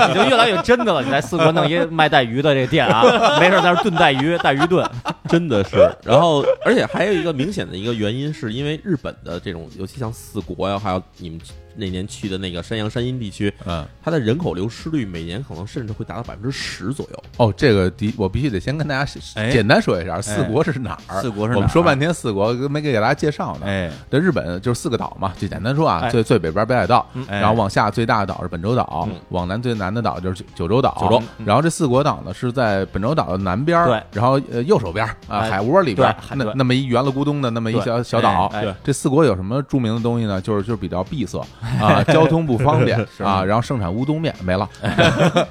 Speaker 2: 你就越来越真的了。你在四国弄一卖带鱼的这个店啊，没事在那炖带鱼，带鱼炖。
Speaker 1: 真的是。然后，而且还有一个明显的一个原因，是因为日本的这种，尤其像四国呀，还有你们那年去的那个山阳山阴地区，
Speaker 3: 嗯，
Speaker 1: 它的人口流失率每年可能甚至会达到百分之十左右。
Speaker 3: 哦，这个的我必须得先跟大家
Speaker 4: 哎
Speaker 3: 简单说一下，四国是哪儿？
Speaker 4: 四国是哪儿
Speaker 3: 我们说半天四国没给给大家介绍呢。
Speaker 4: 哎，
Speaker 3: 这日本就是四个岛嘛，就简单说啊，
Speaker 2: 哎嗯
Speaker 3: 最最北边北海道，
Speaker 4: 哎
Speaker 3: 然后往下最大的岛是本州岛
Speaker 1: 嗯，
Speaker 3: 往南最南的岛就是九九州岛。
Speaker 1: 九州
Speaker 2: 嗯
Speaker 3: 然后这四国岛呢是在本州岛的南边儿，
Speaker 2: 对
Speaker 3: 然后呃右手边儿啊
Speaker 2: 哎
Speaker 3: 海窝里边儿
Speaker 2: 对，海
Speaker 3: 那
Speaker 2: 对
Speaker 3: 那么一圆了咕咚的那么一
Speaker 2: 对
Speaker 3: 小小岛
Speaker 2: 哎哎对。
Speaker 3: 这四国有什么著名的东西呢？就是就是比较闭塞啊， 交通不方便啊，然后盛产乌冬面没了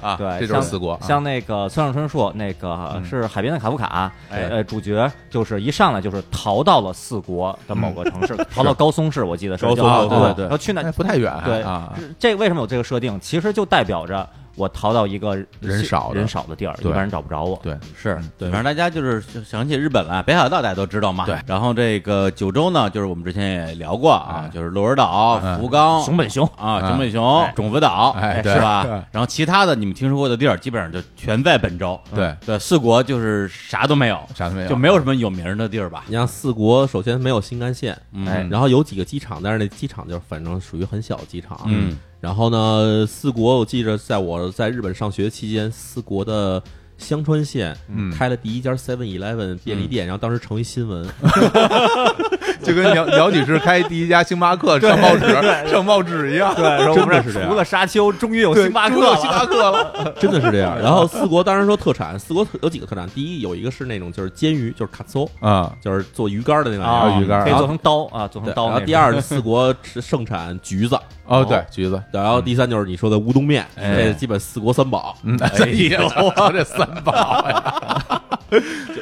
Speaker 3: 啊，
Speaker 2: 对
Speaker 3: 这就是四国啊。嗯
Speaker 2: 像那个村上春树，那个是《海边的卡夫卡》，
Speaker 4: 哎
Speaker 2: 呃，主角就是一上来就是逃到了四国的某个 城市，逃到高松市，我记得是
Speaker 1: 高松
Speaker 2: 叫
Speaker 1: 市
Speaker 2: 对
Speaker 1: 对
Speaker 2: 对
Speaker 1: 对
Speaker 2: 然后去那
Speaker 3: 哎不太远
Speaker 2: 对
Speaker 3: 啊，
Speaker 2: 这为什么有这个设定？其实就代表着我逃到一个
Speaker 3: 人少的
Speaker 2: 人少的地儿，一
Speaker 3: 对
Speaker 2: 般人找不着我。
Speaker 3: 嗯对，
Speaker 4: 是对，
Speaker 1: 对
Speaker 4: 反正大家就是想起日本了，北海道大家都知道嘛。
Speaker 3: 对
Speaker 4: 然后这个九州呢，就是我们之前也聊过啊
Speaker 3: 哎，
Speaker 4: 就是鹿儿岛、
Speaker 3: 哎
Speaker 4: 福冈、
Speaker 2: 熊本熊，
Speaker 4: 啊，
Speaker 3: 哎
Speaker 4: 熊本熊、种子岛，
Speaker 3: 哎对
Speaker 4: 是吧
Speaker 3: 对？
Speaker 4: 然后其他的你们听说过的地儿，基本上就全在本州。
Speaker 3: 对
Speaker 4: 对，四国就是啥都没有，
Speaker 3: 啥都没有，
Speaker 4: 就没有什么有名儿的地儿吧？
Speaker 1: 你像四国，首先没有新干线，
Speaker 3: 嗯
Speaker 2: 哎
Speaker 1: 然后有几个机场，但是那机场就是反正属于很小的机场。
Speaker 4: 嗯，
Speaker 1: 然后呢，四国我记着，在我在日本上学期间，四国的香川县
Speaker 3: 嗯
Speaker 1: 开了第一家 Seven Eleven 便利店，然后当时成为新闻。
Speaker 3: 就跟鸟鸟女士开第一家星巴克上报纸上报纸一样，
Speaker 2: 对，说我们
Speaker 1: 真的是这
Speaker 2: 这
Speaker 1: 样
Speaker 2: 除了沙丘，终于有
Speaker 3: 对
Speaker 2: 星巴克
Speaker 3: 终于有星
Speaker 2: 了。
Speaker 3: 巴克了，
Speaker 1: 真的是这 样。然后四国当然说特产，四国特有几个特产，第一有一个是那种就是煎鱼，就是卡搜，
Speaker 3: 啊，
Speaker 1: 就是做鱼干的那玩意
Speaker 3: 还
Speaker 1: 儿。
Speaker 3: 有鱼干儿
Speaker 2: 可以
Speaker 3: 啊
Speaker 2: 做成刀啊，做
Speaker 1: 对
Speaker 2: 成刀。
Speaker 1: 然后第，二是四国是盛产橘子，
Speaker 3: 哦，对，橘子，
Speaker 1: 然后第三就是你说的乌冬面，
Speaker 4: 哎
Speaker 1: 这基本四国三宝。
Speaker 3: 嗯，哎呦，这三宝呀，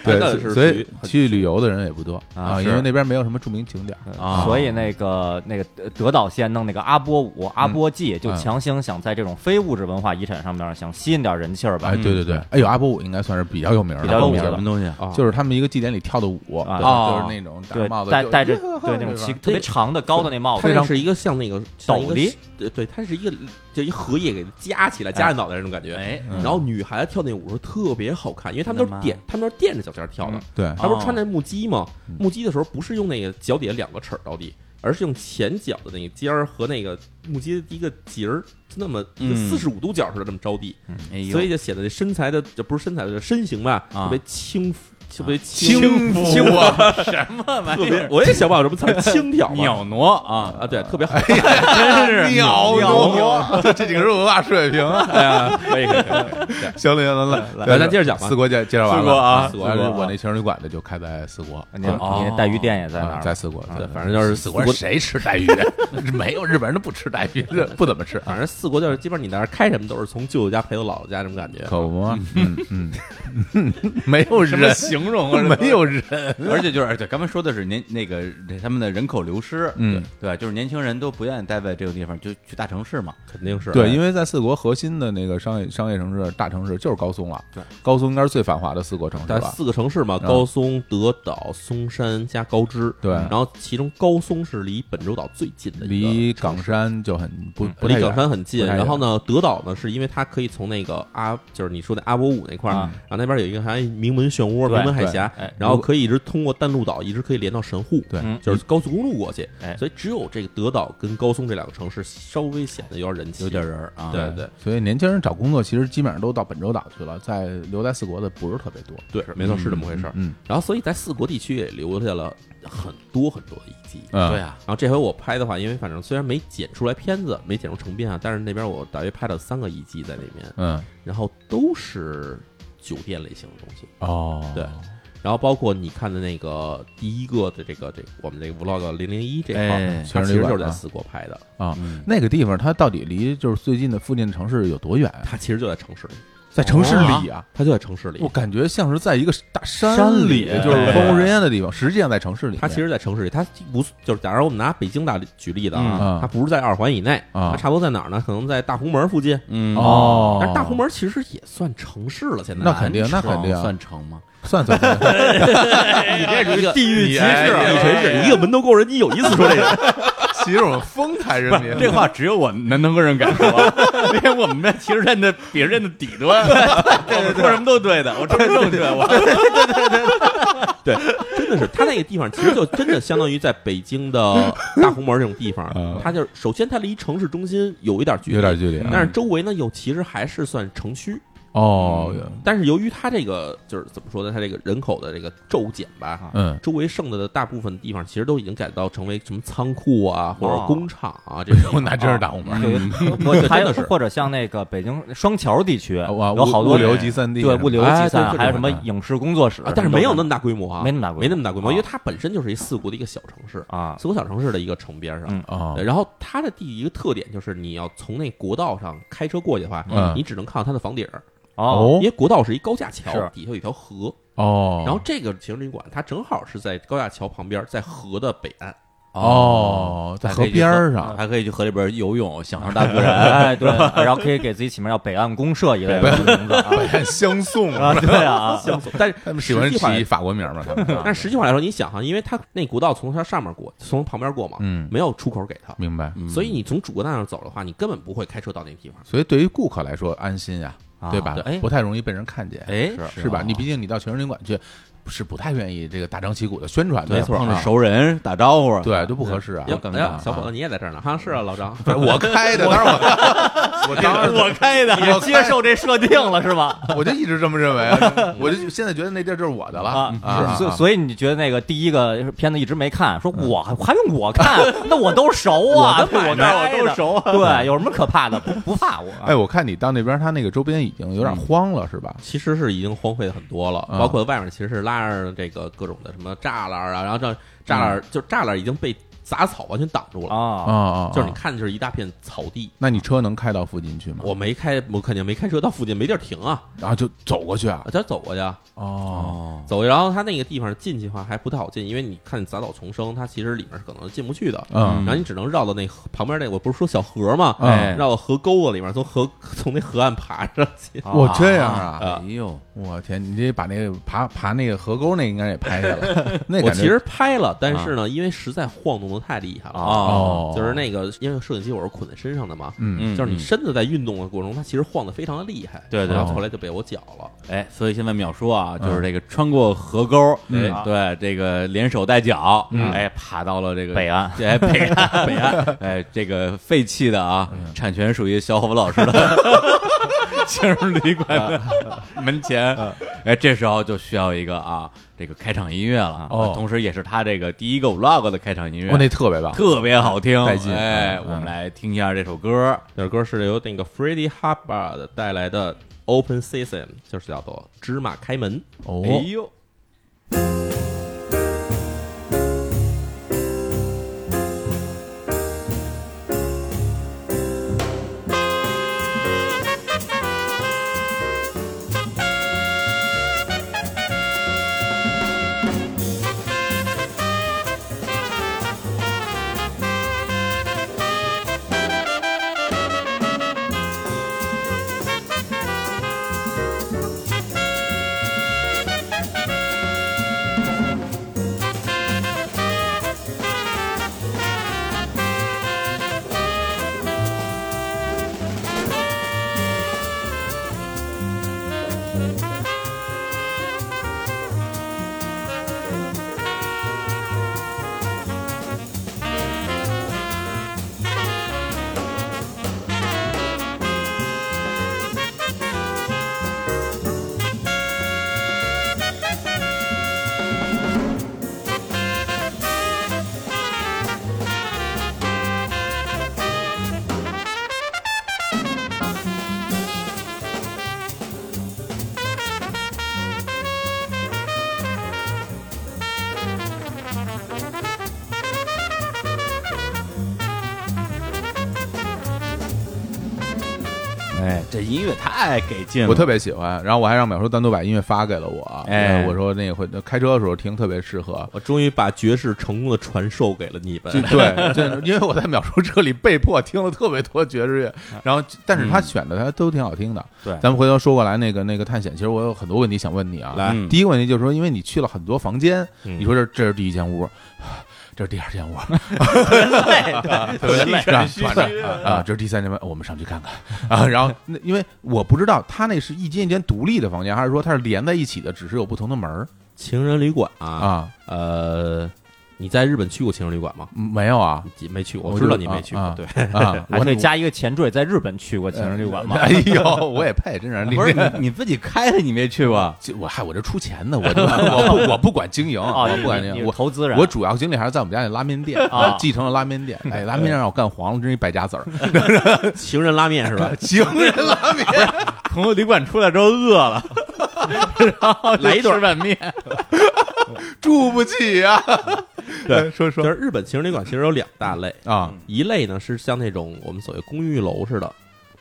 Speaker 1: 那
Speaker 3: 对，
Speaker 1: 是
Speaker 3: 所
Speaker 1: 属
Speaker 3: 以
Speaker 1: 于
Speaker 3: 去旅游的人也不多
Speaker 2: 啊
Speaker 3: 啊，
Speaker 2: 是
Speaker 3: 因为那边没有什么著名景点儿，
Speaker 4: 啊
Speaker 2: 所以那个那个德德岛县弄那个阿波舞、
Speaker 3: 嗯
Speaker 2: 阿波祭，就强行想在这种非物质文化遗产上面想吸引点人气儿吧
Speaker 3: 哎，。对对对，哎呦，阿波舞应该算是比较有名的，
Speaker 2: 比较有名
Speaker 4: 什
Speaker 2: 的
Speaker 4: 么东西啊？
Speaker 1: 啊
Speaker 3: 就是他们一个祭典里跳的舞，
Speaker 2: 啊
Speaker 3: 对就是那种
Speaker 2: 对
Speaker 3: 大帽，子
Speaker 2: 戴
Speaker 3: 就
Speaker 2: 戴着
Speaker 3: 是
Speaker 2: 对那种奇
Speaker 3: 吧
Speaker 2: 特别长的高的那帽子，
Speaker 1: 它是一个像那个
Speaker 2: 斗
Speaker 1: 像一个
Speaker 2: 笠
Speaker 1: 对对，它是一个就一荷叶给它夹起来，夹在脑袋上那种感觉。
Speaker 4: 哎，
Speaker 3: 嗯
Speaker 1: 然后女孩子跳那舞时候特别好看，因为她们都
Speaker 4: 真的
Speaker 1: 是
Speaker 4: 吗
Speaker 1: 垫，她们都是垫着脚尖儿跳的
Speaker 2: 嗯。
Speaker 3: 对
Speaker 1: 她不是穿那木屐吗？木屐的时候不是用那个脚底下两个齿儿着地，而是用前脚的那个尖儿和那个木屐的一个节儿，就那么
Speaker 4: 嗯
Speaker 1: 四十五度角似的这么着地，
Speaker 4: 哎呦
Speaker 1: 所以就显得这身材的这不是身材的身形吧，
Speaker 4: 啊
Speaker 1: 特别轻浮，特别轻，
Speaker 3: 轻浮啊，
Speaker 4: 什么玩
Speaker 1: 特
Speaker 4: 意
Speaker 1: 别
Speaker 4: 儿？
Speaker 1: 我也想不好什么词儿，轻佻嘛
Speaker 4: 哎鸟挪啊，
Speaker 1: 啊，对，特别好看。
Speaker 4: 真是
Speaker 3: 鸟多，这这几个是文化水平啊，
Speaker 1: 哎呀，可以可以，可以
Speaker 3: 行了行了行了，
Speaker 1: 来咱接着讲吧
Speaker 3: 四国介介绍完了
Speaker 4: 四国啊
Speaker 1: 四国
Speaker 3: 但是
Speaker 1: 啊
Speaker 3: 我那情人旅馆的就开在四国，
Speaker 2: 你
Speaker 3: 啊
Speaker 2: 你那带鱼店也在那
Speaker 3: 啊
Speaker 2: 儿，
Speaker 3: 在四国，
Speaker 1: 对，反正就是
Speaker 3: 四
Speaker 1: 四
Speaker 3: 国
Speaker 1: 国，
Speaker 3: 谁吃带鱼？没有日本人都不吃带鱼，这不怎么吃啊。
Speaker 1: 反正四国就是基本上你在那儿开什么都是从舅舅家陪到姥姥家这种感觉。
Speaker 3: 可不嘛，嗯嗯，没有
Speaker 4: 什么
Speaker 3: 人，
Speaker 4: 形 容啊？
Speaker 3: 没有人，
Speaker 4: 而且就是，而且刚才说的是年那个他们的人口流失，
Speaker 3: 嗯
Speaker 4: 对，对，就是年轻人都不愿意待在这个地方，就去大城市嘛。
Speaker 1: 肯定是哎
Speaker 3: 对，因为在四国核心的那个商业商业城市、大城市就是高松了。
Speaker 1: 对，
Speaker 3: 高松应该是最繁华的四国城市
Speaker 1: 但
Speaker 3: 吧？
Speaker 1: 四个城市嘛，
Speaker 3: 嗯
Speaker 1: 高松、德岛、松山加高知。
Speaker 3: 对
Speaker 1: 然后其中高松是离本州岛最近的一
Speaker 3: 离冈山就很不
Speaker 1: 个，
Speaker 3: 不太
Speaker 1: 离
Speaker 3: 远
Speaker 1: 冈山很近。
Speaker 3: 不太远
Speaker 1: 然后呢，德岛呢，是因为它可以从那个阿，就是你说的阿波舞那块儿，
Speaker 2: 啊
Speaker 1: 然后那边有一个还名门漩涡、
Speaker 2: 对
Speaker 1: 名门海峡
Speaker 2: 对哎，
Speaker 1: 然后可以一直通过淡路岛，一直可以连到神户。
Speaker 3: 对
Speaker 2: 嗯
Speaker 1: 就是高速公路过去
Speaker 2: 哎，
Speaker 1: 所以只有这个德岛跟高松这两个城市稍微显得有点人气，
Speaker 4: 有点人儿啊，
Speaker 1: 对对
Speaker 3: 所以年轻人找工作其实基本上都到本州岛去了，在留在四国的不是特别多。
Speaker 1: 对，没错，是这么回事儿。
Speaker 3: 嗯，
Speaker 1: 然后，所以在四国地区也留下了很多很多的遗迹。
Speaker 3: 嗯
Speaker 4: 对，啊，
Speaker 1: 然后这回我拍的话，因为反正虽然没剪出来片子，没剪出成片啊，但是那边我大约拍了三个遗迹在里面，
Speaker 3: 嗯，
Speaker 1: 然后都是酒店类型的东西。
Speaker 3: 哦，
Speaker 1: 对，然后包括你看的那个第一个的这个这个我们这个 vlog 零零一这块儿，
Speaker 4: 哎
Speaker 1: 它其实就是在四国拍的，
Speaker 3: 啊，
Speaker 4: 嗯
Speaker 3: 那个地方它到底离就是最近的附近的城市有多远啊？
Speaker 1: 它其实就在城市里，
Speaker 3: 在城市里啊，
Speaker 1: 它就在城市里
Speaker 3: 我，感觉像是在一个大
Speaker 4: 山
Speaker 3: 里，
Speaker 4: 里
Speaker 3: 就是荒无人烟的地方，实际上在城市里面。
Speaker 1: 它其实在城市里，它不就是假如我们拿北京打举例子
Speaker 3: 嗯
Speaker 1: 啊，它不是在二环以内，
Speaker 3: 啊
Speaker 1: 它差不多在哪儿呢？可能在大红门附近，
Speaker 4: 嗯
Speaker 3: 哦，
Speaker 1: 但是大红门其实也算城市了，现在
Speaker 3: 那肯定那肯定啊
Speaker 4: 算成吗？
Speaker 3: 算算算，
Speaker 1: 你这是一个
Speaker 2: 地域歧
Speaker 1: 歧
Speaker 2: 视
Speaker 1: 你真是一个门头沟人，你有一次说这个，
Speaker 3: 其实我们丰台人民啊
Speaker 4: 这话只有我南通个人敢说，因为我们那其实认的别人的底端，我们说什么都对的，我这正确，我
Speaker 1: 真的是他那个地方，其实就真的相当于在北京的大红门这种地方
Speaker 3: 啊，
Speaker 1: 它就是首先它离城市中心有一点距离，
Speaker 3: 有点距离啊，
Speaker 1: 但是周围呢又其实还是算城区，
Speaker 3: 哦，
Speaker 1: 但是由于它这个就是怎么说呢，它这个人口的这个骤减吧。
Speaker 3: 嗯，
Speaker 1: 周围剩的的大部分地方，其实都已经改造成为什么仓库啊，或者
Speaker 2: 哦
Speaker 1: 工厂啊这种。
Speaker 3: 那真是大红门。
Speaker 2: 对，
Speaker 1: 我觉得
Speaker 2: 还有
Speaker 1: 真的是
Speaker 2: 或者像那个北京双桥地区，
Speaker 3: 啊 哇，
Speaker 2: 嗯有好
Speaker 3: 物
Speaker 2: 多
Speaker 3: 流
Speaker 2: 人
Speaker 3: 集散地，啊
Speaker 2: 对物流集
Speaker 1: 哎对
Speaker 2: 散，
Speaker 1: 对
Speaker 2: 还有什么
Speaker 3: 对对
Speaker 2: 影视工作室
Speaker 1: 啊，，但是没有那么大规模啊，
Speaker 2: 没那么大规模
Speaker 1: 没那么大规模，
Speaker 2: 啊
Speaker 1: 因为它本身就是一四国的一个小城市，
Speaker 2: 啊，
Speaker 1: 四国小城市的一个城边上。
Speaker 2: 嗯
Speaker 3: 啊
Speaker 1: 对，然后它的第一个特点就是，你要从那国道上开车过去的话，
Speaker 3: 嗯
Speaker 1: 你只能看到它的房顶儿，
Speaker 2: 哦，
Speaker 1: 因为国道是一高架桥
Speaker 2: 是，
Speaker 1: 底下有一条河。
Speaker 3: 哦，
Speaker 1: 然后这个情侣馆它正好是在高架桥旁边，在河的北岸，
Speaker 3: 哦，在河边儿上，
Speaker 4: 还可以去河里边游泳，享受大自然。
Speaker 2: 哎，对，然后可以给自己起名叫北岸公社一类的名字啊，
Speaker 3: 相送
Speaker 2: 啊，对 啊，
Speaker 1: 但是
Speaker 3: 他们喜欢
Speaker 1: 实际上
Speaker 3: 起法国名儿嘛？他们啊
Speaker 1: 但实际上来说，你想哈，因为它那古道从它上面过，从旁边过嘛，
Speaker 3: 嗯
Speaker 1: 没有出口给它，
Speaker 3: 明白。
Speaker 4: 嗯
Speaker 1: 所以你从主国道上走的话，你根本不会开车到那个地方。
Speaker 3: 所以对于顾客来说，安心呀，啊对吧
Speaker 2: 对哎？
Speaker 3: 不太容易被人看见，
Speaker 4: 哎
Speaker 3: 是啊吧？你毕竟你到全人旅馆去，是不太愿意这个大张旗鼓的宣传的，
Speaker 4: 没错，碰
Speaker 3: 啊
Speaker 4: 着熟人打招呼，
Speaker 3: 对都不合适啊
Speaker 4: 要
Speaker 1: 哟
Speaker 4: 干
Speaker 1: 哎呀
Speaker 4: 嘛？
Speaker 1: 小伙 子，你也在这儿呢哈？是啊，老张，
Speaker 3: 不是我开的，当然我 啊我当然
Speaker 2: 我开的，也接受这设定了是 吧？
Speaker 3: 我就一直这么 认为啊，我就现在觉得那地儿就是我的了
Speaker 2: 啊，
Speaker 3: 啊
Speaker 2: 所所以你觉得那个第一个片子一直没看，说我还还用我看？那我都熟啊，对我
Speaker 4: 买卖
Speaker 2: 开的
Speaker 4: 嗯我都熟啊
Speaker 2: 对，有什么可怕的？不不怕我。
Speaker 3: 哎，我看你到那边，他那个周边已经有点荒了，是吧？
Speaker 1: 其实是已经荒废很多了，
Speaker 3: 啊
Speaker 1: 包括外面其实是拉着这个各种的什么栅栏啊，然后这栅
Speaker 3: 嗯
Speaker 1: 栏就栅栏已经被杂草完全挡住了，
Speaker 3: 啊
Speaker 2: 啊，
Speaker 3: 啊，啊
Speaker 1: 就是你，看就是一大片草地。
Speaker 3: 那你车能开到附近去吗？
Speaker 1: 我没开，我肯定没开车到附近，没地儿停啊，
Speaker 3: 然后就走过去啊
Speaker 1: 啊，咱走过去啊，
Speaker 3: 哦，
Speaker 4: 哦，
Speaker 1: 走过去。然后它那个地方进去的话还不太好进，因为你看杂草丛生，它其实里面是可能进不去的。
Speaker 3: 嗯
Speaker 1: 然后你只能绕到那河旁边那，我不是说小河吗？
Speaker 4: 哎
Speaker 1: 绕到河沟子里面，从河 从那河岸爬上去。
Speaker 3: 我这样啊，
Speaker 1: 啊
Speaker 4: 哎呦，
Speaker 3: 我天，你这把那个爬爬那个河沟那应该也拍下来，那
Speaker 1: 我
Speaker 3: 感觉啊
Speaker 1: 其实拍了，但是呢，因为实在晃动的太厉害了
Speaker 4: 啊
Speaker 3: 哦，
Speaker 1: 就是那个，因为摄影机我是捆在身上的嘛，
Speaker 3: 嗯
Speaker 4: 嗯，
Speaker 1: 就是你
Speaker 4: 嗯
Speaker 1: 身子在运动的过程中，它其实晃得非常的厉害，
Speaker 4: 对对
Speaker 1: 然后
Speaker 3: 对
Speaker 1: 后来就被我绞了。
Speaker 4: 哎，所以现在淼说啊，就是这个穿过河沟，
Speaker 3: 嗯
Speaker 4: 哎对，这个连手带脚，
Speaker 3: 嗯
Speaker 4: 哎，爬到了这个
Speaker 2: 北岸
Speaker 4: 哎，北 岸，北岸，哎，这个废弃的啊，产权属于小伙子老师的 情人旅馆门前，哎，这时候就需要一个啊，这个开场音乐了，啊
Speaker 3: 哦
Speaker 4: 同时也是他这个第一个 vlog 的开场音乐，
Speaker 3: 哦，那特别棒，
Speaker 4: 特别好听，
Speaker 3: 带劲
Speaker 4: 哎，
Speaker 3: 嗯
Speaker 4: 我们来听一下这首歌，
Speaker 1: 这首歌是由那个 Freddie Hubbard 带来的 Open Season，就是叫做《芝麻开门》。
Speaker 3: 哦，
Speaker 4: 哎呦。哎，这音乐太给劲了，
Speaker 3: 我特别喜欢，然后我还让淼叔单独把音乐发给了我，
Speaker 4: 哎
Speaker 3: 我说那个会开车的时候听特别适合。
Speaker 1: 我终于把爵士成功的传授给了你们
Speaker 3: 就。对，真的因为我在淼叔这里被迫听了特别多爵士乐，然后但是他选的他都挺好听的。
Speaker 2: 对
Speaker 3: 咱们回头说过来那个那个探险，其实我有很多问题想问你啊。
Speaker 4: 来
Speaker 3: 第一个问题就是说，因为你去了很多房间，
Speaker 1: 嗯
Speaker 3: 你说这这是第一间屋， 这是第二间屋，
Speaker 2: 对，特别 累！
Speaker 3: 是。吧？反正啊啊，这是第三间房，我们上去看看啊。然后那因为我不知道他那是一间一间独立的房间，还是说它是连在一起的，只是有不同的门儿
Speaker 1: 情人旅馆啊，
Speaker 3: 啊？
Speaker 1: 呃，你在日本去过情人旅馆吗？
Speaker 3: 没有啊
Speaker 1: 没去过，
Speaker 3: 我
Speaker 1: 知道
Speaker 3: 就
Speaker 1: 你没去
Speaker 3: 啊
Speaker 1: 过
Speaker 3: 啊。
Speaker 1: 对，
Speaker 3: 啊
Speaker 2: 还可以加一个前缀，在日本去过情人旅 馆吗？
Speaker 3: 哎呦，我也配，真是
Speaker 4: 不是 你你自己开的，你没去过？
Speaker 3: 这我嗨，我这出钱的，我就我不我不管经营，
Speaker 2: 哦，
Speaker 3: 我
Speaker 2: 你
Speaker 3: 不管
Speaker 2: 你
Speaker 3: 经
Speaker 2: 你
Speaker 3: 营，
Speaker 2: 是
Speaker 3: 我
Speaker 2: 投资人，
Speaker 3: 我主要精力还是在我们家那拉面店，
Speaker 2: 啊
Speaker 3: 继承了拉面店。哎，拉面店让我干黄了，真是一败家子儿。？
Speaker 1: 情人拉面是吧
Speaker 3: 情人拉面，
Speaker 4: 朋友旅馆出来之后饿 了，然后就
Speaker 1: 来一顿
Speaker 4: 吃碗面，
Speaker 3: 住不起啊！
Speaker 1: 对，
Speaker 3: 说
Speaker 1: 就
Speaker 3: 说
Speaker 1: 是日本情人旅馆其实有两大类，
Speaker 3: 啊，
Speaker 1: 一类呢是像那种我们所谓公寓楼似的，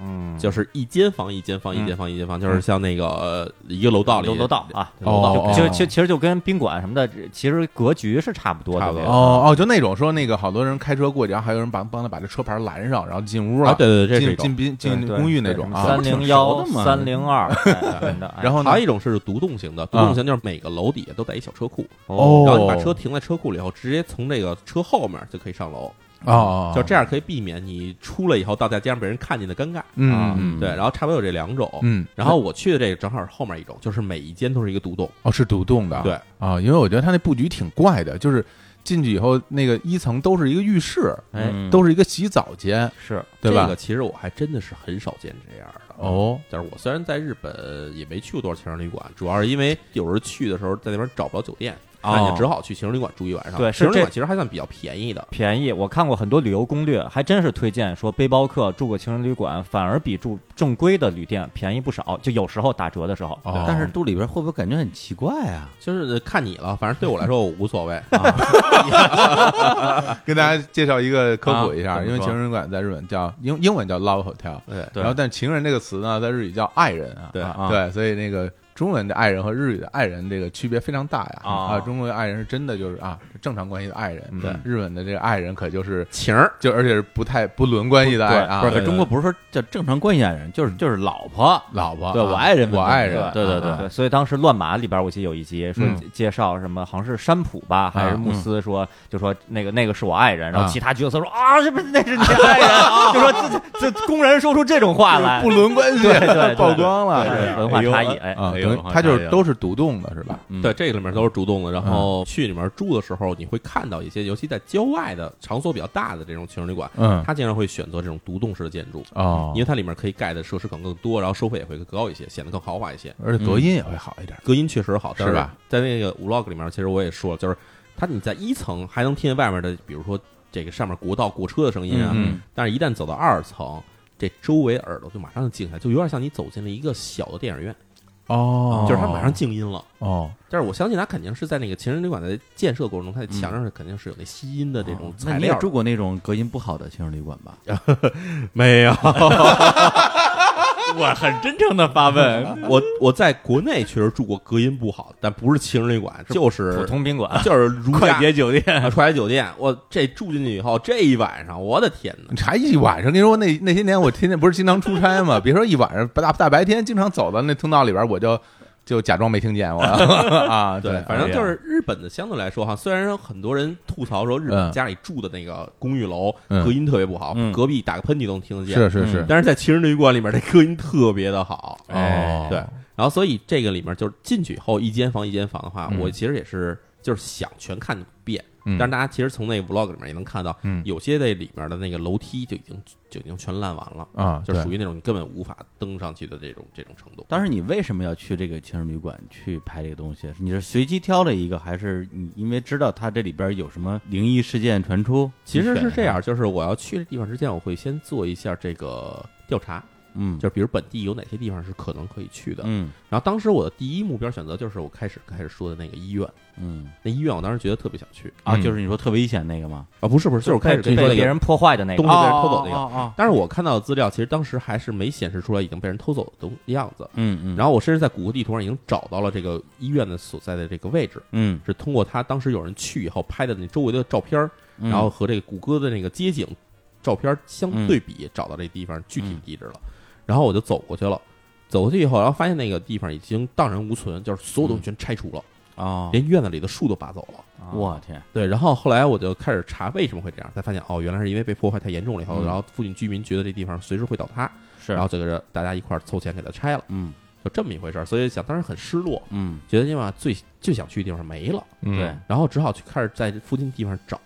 Speaker 2: 嗯，
Speaker 1: 就是一间房一间房
Speaker 3: 嗯
Speaker 1: 一间房一间房，就是像那个呃一个楼道里
Speaker 2: 楼楼道啊，
Speaker 1: 楼道
Speaker 3: 哦
Speaker 2: 就其其实就跟宾馆什么的，其实格局是差不多的，
Speaker 1: 差不多
Speaker 2: 对吧
Speaker 3: 哦哦，就那种说那个好多人开车过去，然后还有人帮帮他把这车牌拦上，然后进屋了，
Speaker 1: 啊，对对对，这是一
Speaker 3: 进
Speaker 1: 种
Speaker 3: 进。宾进
Speaker 2: 对
Speaker 3: 公寓
Speaker 2: 对
Speaker 3: 那种
Speaker 2: 什么
Speaker 3: 啊
Speaker 2: 三。零
Speaker 4: 熟
Speaker 2: 幺、
Speaker 4: 的嘛
Speaker 2: 三零二，哎真的哎
Speaker 3: 然后呢
Speaker 1: 还？有一种是独栋型的，独栋型就是每个楼底下都带一小车库，
Speaker 3: 啊哦
Speaker 1: 然后你把车停在车库里以后，直接从这个车后面就可以上楼，
Speaker 3: 哦哦，
Speaker 1: 就这样可以避免你出来以后到大街上被人看见的尴尬。
Speaker 2: 啊
Speaker 3: 嗯，嗯
Speaker 1: 对，然后差不多有这两种。
Speaker 3: 嗯，
Speaker 1: 然后我去的这个正好是后面一种，就是每一间都是一个独栋，
Speaker 3: 哦，是独栋的，
Speaker 1: 对
Speaker 3: 啊，因为我觉得它那布局挺怪的，就是进去以后，那个一层都是一个浴室，
Speaker 2: 哎
Speaker 4: 嗯
Speaker 3: 都是一个洗澡间，
Speaker 2: 是
Speaker 3: 对吧
Speaker 1: 这个？其实我还真的是很少见这样的。
Speaker 3: 哦，
Speaker 1: 但是我虽然在日本也没去过多少情人旅馆，主要是因为有时候去的时候在那边找不着酒店，
Speaker 4: 哦
Speaker 1: 那也只好去情人旅馆住一晚上。
Speaker 2: 对是
Speaker 1: 情人旅
Speaker 2: 这
Speaker 1: 馆其实还算比较便宜的。
Speaker 2: 便宜。我看过很多旅游攻略，还真是推荐说背包客住个情人旅馆，反而比住正规的旅店便宜不少，就有时候打折的时候。
Speaker 3: 哦
Speaker 4: 但是肚里边会不会感觉很奇怪啊？
Speaker 1: 就是呃看你了，反正对我来说我无所谓。
Speaker 3: 跟大家介绍一个科普一
Speaker 4: 啊
Speaker 3: 下，
Speaker 4: 怎么
Speaker 3: 因为
Speaker 4: 说
Speaker 3: 情人旅馆在日本叫英英文叫 love hotel，
Speaker 1: 对，
Speaker 4: 对
Speaker 3: 然后但情人这个词呢，在日语叫爱人啊，
Speaker 1: 对
Speaker 4: 啊，
Speaker 3: 对，所以那个中文的爱人和日语的爱人这个区别非常大呀。
Speaker 4: 啊嗯
Speaker 3: 啊，中国的爱人是真的就是啊正常关系的爱人，
Speaker 4: 对
Speaker 3: 日本的这个爱人可就是
Speaker 1: 情儿
Speaker 3: 就而且是不太不伦关系的爱啊，
Speaker 4: 不是
Speaker 3: 对
Speaker 4: 可中国不是说叫正常关系爱人，就是就是老婆，
Speaker 3: 老婆，
Speaker 4: 对
Speaker 3: 啊
Speaker 4: 我爱人们
Speaker 3: 我爱人
Speaker 4: 对，对对对
Speaker 2: 对，所以当时《乱马》里边，我记得有一集说
Speaker 3: 嗯啊
Speaker 2: 介绍什么，好像是山普吧，还是慕斯说，就说那个那个是我爱人，然后其他角色说啊，这不是那是你爱 人，就说这这公然说出这种话来，
Speaker 3: 不伦关系
Speaker 2: 对对对
Speaker 3: 曝光了
Speaker 2: 对对文化差异，哎，
Speaker 3: 啊，
Speaker 4: 哎
Speaker 3: 等
Speaker 4: 呦
Speaker 3: 于
Speaker 4: 好
Speaker 3: 他就
Speaker 4: 哎
Speaker 3: 是
Speaker 4: 呦
Speaker 3: 都是独栋的是吧？
Speaker 4: 嗯
Speaker 1: 对，这个里面都是主动的。然后去里面住的时候，你会看到一些，尤其在郊外的场所比较大的这种情人旅馆，
Speaker 3: 嗯
Speaker 1: 它经常会选择这种独栋式的建筑，
Speaker 3: 哦
Speaker 1: 因为它里面可以盖的设施可能更多，然后收费也会更高一些，显得更豪华一些。
Speaker 3: 而
Speaker 4: 嗯
Speaker 3: 且隔音也会好一点。
Speaker 1: 隔音确实好，但
Speaker 3: 是吧？
Speaker 1: 在那个 vlog 里面，其实我也说了，就是它你在一层还能听见外面的，比如说这个上面国道过车的声音啊，
Speaker 4: 嗯嗯
Speaker 1: 但是一旦走到二层。这周围耳朵就马上就静下来，就有点像你走进了一个小的电影院，
Speaker 3: 哦
Speaker 1: 就是它马上静音了。
Speaker 3: 哦，
Speaker 1: 但是我相信它肯定是在那个情人旅馆的建设过程中，它的墙上肯定是有那吸音的这种
Speaker 4: 哦那
Speaker 1: 材
Speaker 4: 你也
Speaker 1: 料的。
Speaker 4: 住过那种隔音不好的情人旅馆吧？
Speaker 1: 没有，
Speaker 4: 我很真诚的发
Speaker 2: 嗯
Speaker 4: 问，
Speaker 1: 我 我在国内确实住过隔音不好，但不是情人旅馆，就是
Speaker 2: 普通宾馆，
Speaker 1: 就是如
Speaker 4: 快
Speaker 1: 家
Speaker 4: 捷酒店
Speaker 1: 啊，快捷酒店，我这住进去以后，这一晚上，我的天哪！
Speaker 3: 你还一晚上，跟你说那那些年我天天不是经常出差 嘛，别说一晚上，大大白天经常走到那通道里边，我就就假装没听 见我啊，
Speaker 1: 对，反正就是日本的相对来说哈，虽然说很多人吐槽说日
Speaker 3: 嗯
Speaker 1: 本家里住的那个公寓楼
Speaker 3: 嗯
Speaker 1: 隔音特别不好
Speaker 4: 嗯，
Speaker 1: 隔壁打个喷嚏都能听得见，
Speaker 3: 是是是，
Speaker 1: 但是在情人旅馆里面，这隔音特别的好。
Speaker 3: 哦，
Speaker 1: 对，然后所以这个里面就是进去以后一间房一间房的话
Speaker 3: 嗯，
Speaker 1: 我其实也是就是想全看一遍，
Speaker 3: 嗯
Speaker 1: 但是大家其实从那个 vlog 里面也能看到
Speaker 3: 嗯，
Speaker 1: 有些那里面的那个楼梯就已经就已经全烂完了。
Speaker 3: 啊，
Speaker 1: 就
Speaker 3: 对
Speaker 1: 属于那种你根本无法登上去的这种这种程度。
Speaker 4: 当时你为什么要去这个情人旅馆去拍这个东西？你是随机挑了一个，还是你因为知道它这里边有什么灵异事件传出？
Speaker 1: 其实
Speaker 4: 你选
Speaker 1: 是
Speaker 4: 的
Speaker 1: 这，样，就是我要去的地方之前，我会先做一下这个调查，
Speaker 4: 嗯，
Speaker 1: 就是比如本地有哪些地方是可能可以去的。
Speaker 4: 嗯
Speaker 1: 然后当时我的第一目标选择就是我开始开始说的那个医院，
Speaker 4: 嗯
Speaker 1: 那医院我当时觉得特别想去
Speaker 4: 啊，
Speaker 3: 嗯
Speaker 4: 就是你说特危险那个吗？
Speaker 1: 啊，不是不是，就是我开始跟
Speaker 2: 被
Speaker 1: 你说
Speaker 2: 被
Speaker 1: 那
Speaker 2: 别
Speaker 1: 个
Speaker 2: 人破坏的那
Speaker 1: 东
Speaker 2: 个
Speaker 1: 西，被人偷走那个。
Speaker 4: 哦哦哦
Speaker 1: 但是我看到的资料，其实当时还是没显示出来已经被人偷走的东样子。
Speaker 4: 嗯嗯，
Speaker 1: 然
Speaker 4: 后
Speaker 1: 后我甚至在谷歌地图上已经找到了这个医院的所在的这个位置，
Speaker 4: 嗯，
Speaker 1: 是通过他当时有人去以后拍的那周围的照片儿
Speaker 4: 嗯
Speaker 1: 然后和这个谷歌的那个街景照片相对比，找到这地方具体地址
Speaker 4: 嗯
Speaker 1: 了。然后我就走过去了，走过去以后，然后发现那个地方已经荡然无存，就是所有东西全拆除了，
Speaker 4: 哦，
Speaker 1: 连院子里的树都拔走了。
Speaker 3: 哦
Speaker 4: 我天，
Speaker 1: 对，然后后来我就开始查为什么会这样，才发现哦，原来是因为被破坏太严重了以后，
Speaker 4: 嗯
Speaker 1: 然后附近居民觉得这地方随时会倒塌，
Speaker 4: 是，
Speaker 1: 然后这个大家一块儿凑钱给它拆了，
Speaker 4: 嗯
Speaker 1: 就这么一回事儿。所以想当时很失落，
Speaker 4: 嗯，
Speaker 1: 觉得今晚最最想去的地方没了。
Speaker 3: 嗯
Speaker 4: 对，
Speaker 1: 然后只好去开始在附近地方找，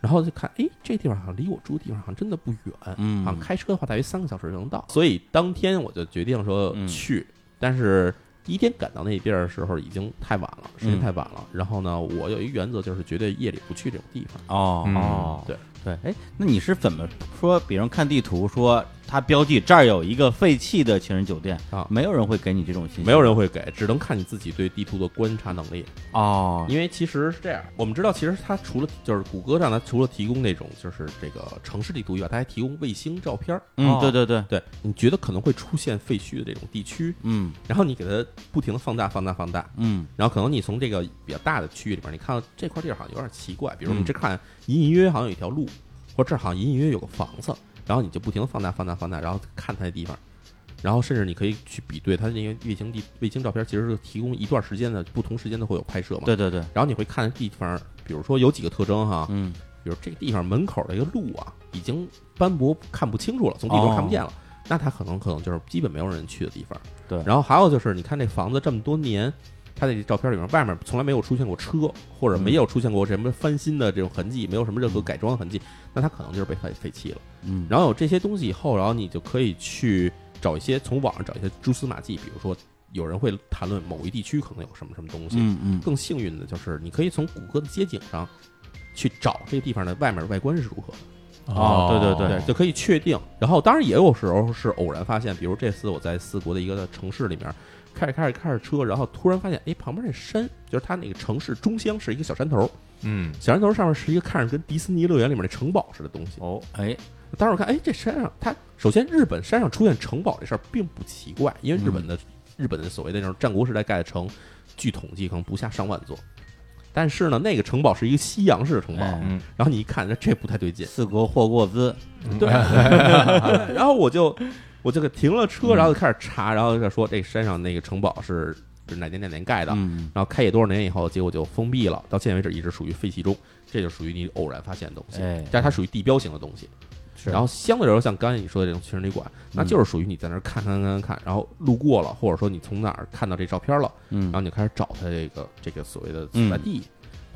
Speaker 1: 然后就看，哎，这地方好像离我住的地方好像真的不远，
Speaker 4: 嗯
Speaker 1: 好像开车的话大约三个小时就能到。所以当天我就决定说
Speaker 4: 嗯
Speaker 1: 去，但是第一天赶到那地儿的时候已经太晚了，时间
Speaker 4: 嗯
Speaker 1: 太晚了。然后呢，我有一个原则就是绝对夜里不去这种地方。
Speaker 4: 哦
Speaker 3: 嗯
Speaker 4: 哦，
Speaker 1: 对，
Speaker 4: 对，哎，那你是怎么说？比如看地图说它标记这儿有一个废弃的情人酒店
Speaker 1: 啊
Speaker 4: 没有人会给你这种信息，
Speaker 1: 没有人会给，只能看你自己对地图的观察能力。
Speaker 4: 哦，
Speaker 1: 因为其实是这样，我们知道，其实它除了就是谷歌上，它除了提供那种就是这个城市地图以外，它还提供卫星照片儿。
Speaker 4: 嗯
Speaker 2: 哦，
Speaker 4: 对对对，
Speaker 1: 对，你觉得可能会出现废墟的这种地区，
Speaker 4: 嗯
Speaker 1: 然后你给它不停的放大、放大、放大，
Speaker 4: 嗯
Speaker 1: 然后可能你从这个比较大的区域里边，你看到这块地儿好像有点奇怪，比如
Speaker 4: 嗯
Speaker 1: 你这看隐隐约约好像有一条路，或者这儿好像隐隐约约有个房子，然后你就不停的放大、放大、放大，然后看它的地方，然后甚至你可以去比对它的那些卫星地卫星照片，其实是提供一段时间的不同时间都会有拍摄嘛。
Speaker 4: 对对对，
Speaker 1: 然后你会看地方，比如说有几个特征哈，
Speaker 4: 嗯
Speaker 1: 比如这个地方门口的一个路啊，已经斑驳看不清楚了，从地图上看不见了，那它可能可能就是基本没有人去的地方。
Speaker 4: 对
Speaker 1: 然后还有就是，你看这房子这么多年，它这照片里面外面从来没有出现过车，或者没有出现过什么翻新的这种痕迹，没有什么任何改装痕迹，那它可能就是被废废弃了。
Speaker 4: 嗯，
Speaker 1: 然后有这些东西以后，然后你就可以去找一些从网上找一些蛛丝马迹，比如说有人会谈论某一地区可能有什么什么东西，
Speaker 4: 嗯嗯
Speaker 1: 更幸运的就是，你可以从谷歌的街景上去找这个地方的外面外观是如何，
Speaker 4: 哦对对
Speaker 1: 对，就可以确定。然后当然也有时候是偶然发现，比如这次我在四国的一个城市里面开着开着开着车，然后突然发现，哎，旁边那山就是它那个城市中央是一个小山头，
Speaker 3: 嗯，
Speaker 1: 小山头上面是一个看着跟迪士尼乐园里面那城堡似的东西。
Speaker 2: 哦，
Speaker 4: 哎，
Speaker 1: 当时我看，哎，这山上它首先日本山上出现城堡这事儿并不奇怪，因为日本的、日本的所谓的那种战国时代盖的城，据统计可能不下上万座。但是呢，那个城堡是一个西洋式的城堡，
Speaker 4: 哎
Speaker 2: 嗯
Speaker 1: 然后你一看，这这不太对劲。
Speaker 4: 四国霍沃兹，
Speaker 1: 对， 然后我就我就给停了车，然后就开始查，然后就说这山上那个城堡是是哪年哪年盖的，
Speaker 4: 嗯
Speaker 1: 然后开业多少年以后，结果就封闭了，到现在为止一直属于废弃中，这就属于你偶然发现的东西，
Speaker 4: 哎
Speaker 1: 但是它属于地标型的东西。
Speaker 4: 是
Speaker 1: 然后相对来嗯说，像刚才你说的这种情人旅馆，那就是属于你在那儿看看看看看，然后路过了，或者说你从哪儿看到这照片了，
Speaker 4: 嗯
Speaker 1: 然后你就开始找它这个这个所谓的所在地，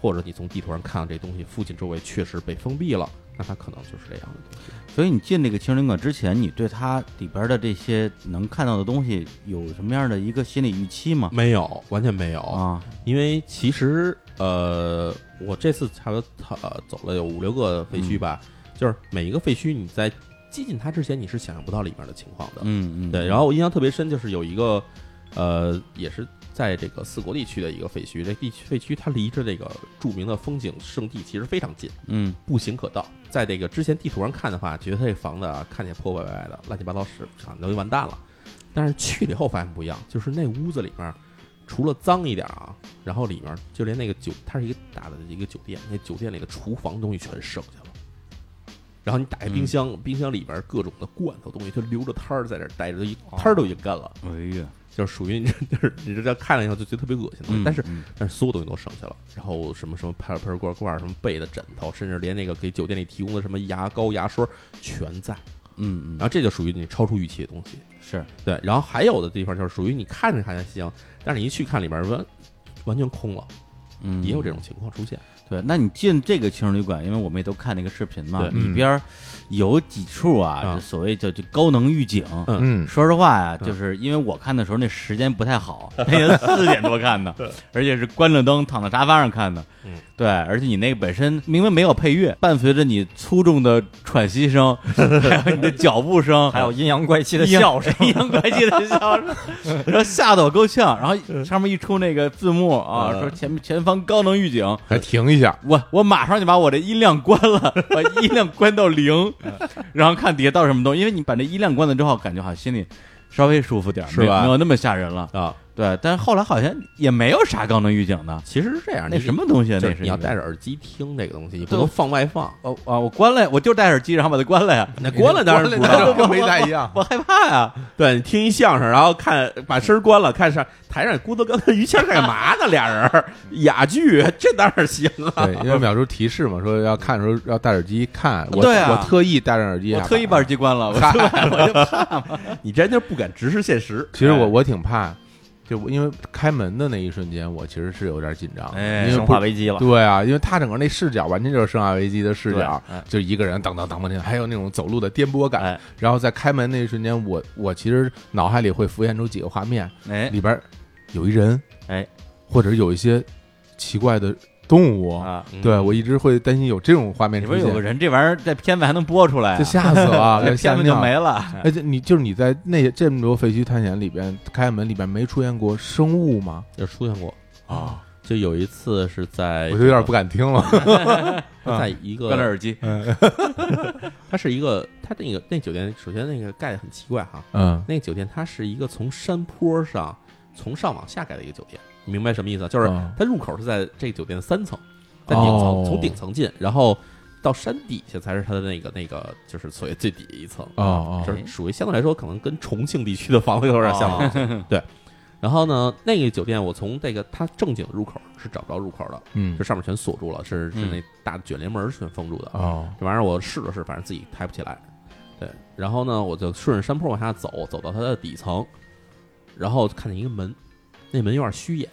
Speaker 1: 或者你从地图上看到这东西附近周围确实被封闭了，那它可能就是这样的东西。
Speaker 4: 所以你进这个情人旅馆之前，你对它里边的这些能看到的东西有什么样的一个心理预期吗？
Speaker 1: 没有，完全没有，
Speaker 4: 啊，
Speaker 1: 因为其实呃，我这次差不多呃走了有五六个废墟吧，就是每一个废墟你在接近它之前，你是想象不到里面的情况的。
Speaker 4: 嗯嗯，
Speaker 1: 对，然后我印象特别深，就是有一个呃，也是在这个四国地区的一个废墟，这地区废墟它离着这个著名的风景胜地其实非常近，
Speaker 4: 嗯
Speaker 1: 步行可到。在这个之前地图上看的话，觉得这房子啊看起来破破败败的，乱七八糟是厂子就完蛋了。但是去了以后发现不一样，就是那屋子里面除了脏一点啊，然后里面就连那个酒，它是一个大的一个酒店，那酒店里的厨房东西全省下了。然后你打开冰箱，冰箱里边各种的罐头东西，就留着摊儿在这儿待着，都一摊儿都已经干了，
Speaker 4: 哎呀，
Speaker 1: 就是属于你 这就是你这叫看了以后就觉得特别恶心的东西。但是
Speaker 4: 嗯
Speaker 1: 但是所有东西都省下了，然后什么什么盆盆罐罐、什么被的枕头，甚至连那个给酒店里提供的什么牙膏、牙刷全在。
Speaker 4: 嗯
Speaker 1: 然
Speaker 4: 嗯
Speaker 1: 后这就属于你超出预期的东西。
Speaker 4: 是
Speaker 1: 对，然后还有的地方就是属于你看着看着行，但是你一去看里面完完全空了，
Speaker 4: 嗯
Speaker 1: 也有这种情况出现。
Speaker 4: 对，那你进这个情人旅馆，因为我们也都看那个视频嘛，
Speaker 1: 对
Speaker 4: 里边儿有几处嗯啊，
Speaker 1: 嗯
Speaker 4: 就所谓叫就高能预警。
Speaker 1: 嗯
Speaker 3: 嗯，
Speaker 4: 说实话呀，
Speaker 1: 嗯
Speaker 4: 就是因为我看的时候那时间不太好，那个四点多看的，而且是关着灯躺在沙发上看的。
Speaker 1: 嗯，
Speaker 4: 对，而且你那个本身明明没有配乐，伴随着你粗重的喘息声，还有你的脚步声，
Speaker 2: 还有阴阳怪气的
Speaker 4: 阴阳
Speaker 2: 笑声，
Speaker 4: 阴阳怪气的笑声，然后吓得我够呛。然后上面一出那个字幕啊，
Speaker 1: 嗯
Speaker 4: 说前前方高能预警，
Speaker 3: 还停一 下，
Speaker 4: 我我马上就把我这音量关了，把音量关到零，
Speaker 1: 嗯
Speaker 4: 然后看底下到底什么东西。因为你把这音量关了之后，感觉好像心里稍微舒服点儿，
Speaker 1: 是吧
Speaker 4: 没没有那么吓人了。
Speaker 1: 啊，
Speaker 4: 对，但是后来好像也没有啥高能预警的，
Speaker 1: 其实是这样，
Speaker 4: 那
Speaker 1: 你
Speaker 4: 什么东西啊？
Speaker 1: 就
Speaker 4: 那
Speaker 1: 是
Speaker 4: 是
Speaker 1: 你要
Speaker 4: 一个
Speaker 1: 戴着耳机听这个东西，你不
Speaker 4: 对
Speaker 1: 能放外放。
Speaker 4: 哦啊！我关了，我就戴耳机，然后把它关了呀。
Speaker 1: 那关了当然不知
Speaker 3: 关
Speaker 1: 道，
Speaker 3: 了跟没戴一样。
Speaker 4: 我害怕呀、
Speaker 1: 对你听一相声，然后看把声儿关了，看上台上郭德纲跟于谦儿干嘛呢？俩人儿哑剧，这当然行啊。
Speaker 3: 对，因为淼叔提示嘛，说要看的时候要戴耳机看。我
Speaker 4: 对啊
Speaker 3: 我特意戴上耳机，
Speaker 4: 我特意 把耳。机关了，我就我就怕嘛。
Speaker 1: 你真就不敢直视现实。哎
Speaker 3: 其实我我挺怕，就我因为开门的那一瞬间，我其实是有点紧张的，
Speaker 4: 哎
Speaker 3: 因为
Speaker 2: 生
Speaker 3: 不
Speaker 2: 化危机了。
Speaker 3: 对啊，因为他整个那视角完全就是《生化危机》的视角
Speaker 4: 对哎，
Speaker 3: 就一个人当当当当，还有那种走路的颠簸感
Speaker 2: 哎。
Speaker 3: 然后在开门那一瞬间，我我其实脑海里会浮现出几个画面，
Speaker 4: 哎，
Speaker 3: 里边有一人，
Speaker 2: 哎，
Speaker 3: 或者有一些奇怪的动物，
Speaker 2: 啊，
Speaker 1: 嗯
Speaker 3: 对我一直会担心有这种画面
Speaker 4: 里
Speaker 3: 出
Speaker 4: 边有个
Speaker 3: 现，
Speaker 4: 人这玩意儿在片子还能播出来啊，
Speaker 3: 这吓死 了，
Speaker 4: 这
Speaker 3: 给吓
Speaker 4: 片子就
Speaker 3: 尿
Speaker 4: 没了。
Speaker 3: 而且你就是你在那这么多废墟探险里边，开门里边没出现过生物吗？
Speaker 1: 就出现过，
Speaker 3: 啊，
Speaker 1: 就有一次是在，
Speaker 3: 我就有点不嗯敢听了。
Speaker 1: 他在一
Speaker 4: 关了
Speaker 1: 个，
Speaker 4: 耳机，
Speaker 1: 它是一个，它那个那酒店首先那个盖的很奇怪哈，
Speaker 3: 嗯，
Speaker 1: 那个酒店它是一个从山坡上从上往下盖的一个酒店，你明白什么意思啊？就是
Speaker 3: 嗯
Speaker 1: 它入口是在这个酒店三层，在顶层
Speaker 3: 哦
Speaker 1: 从顶层进，然后到山底下才是它的那个那个就是所谓最底一层
Speaker 3: 哦哦
Speaker 1: 就是属于相对来说可能跟重庆地区的房子有点像
Speaker 4: 哦
Speaker 1: 啊，对。然后呢，那个酒店我从那个它正经入口是找不着入口的，
Speaker 3: 嗯
Speaker 1: 这上面全锁住了，是是
Speaker 4: 嗯
Speaker 1: 那大卷帘门全封住的。啊
Speaker 3: 哦
Speaker 1: 这玩意儿我试了试，反正自己抬不起来。对，然后呢，我就顺着山坡往下走，走到它的底层，然后看见一个门，那门有点虚掩，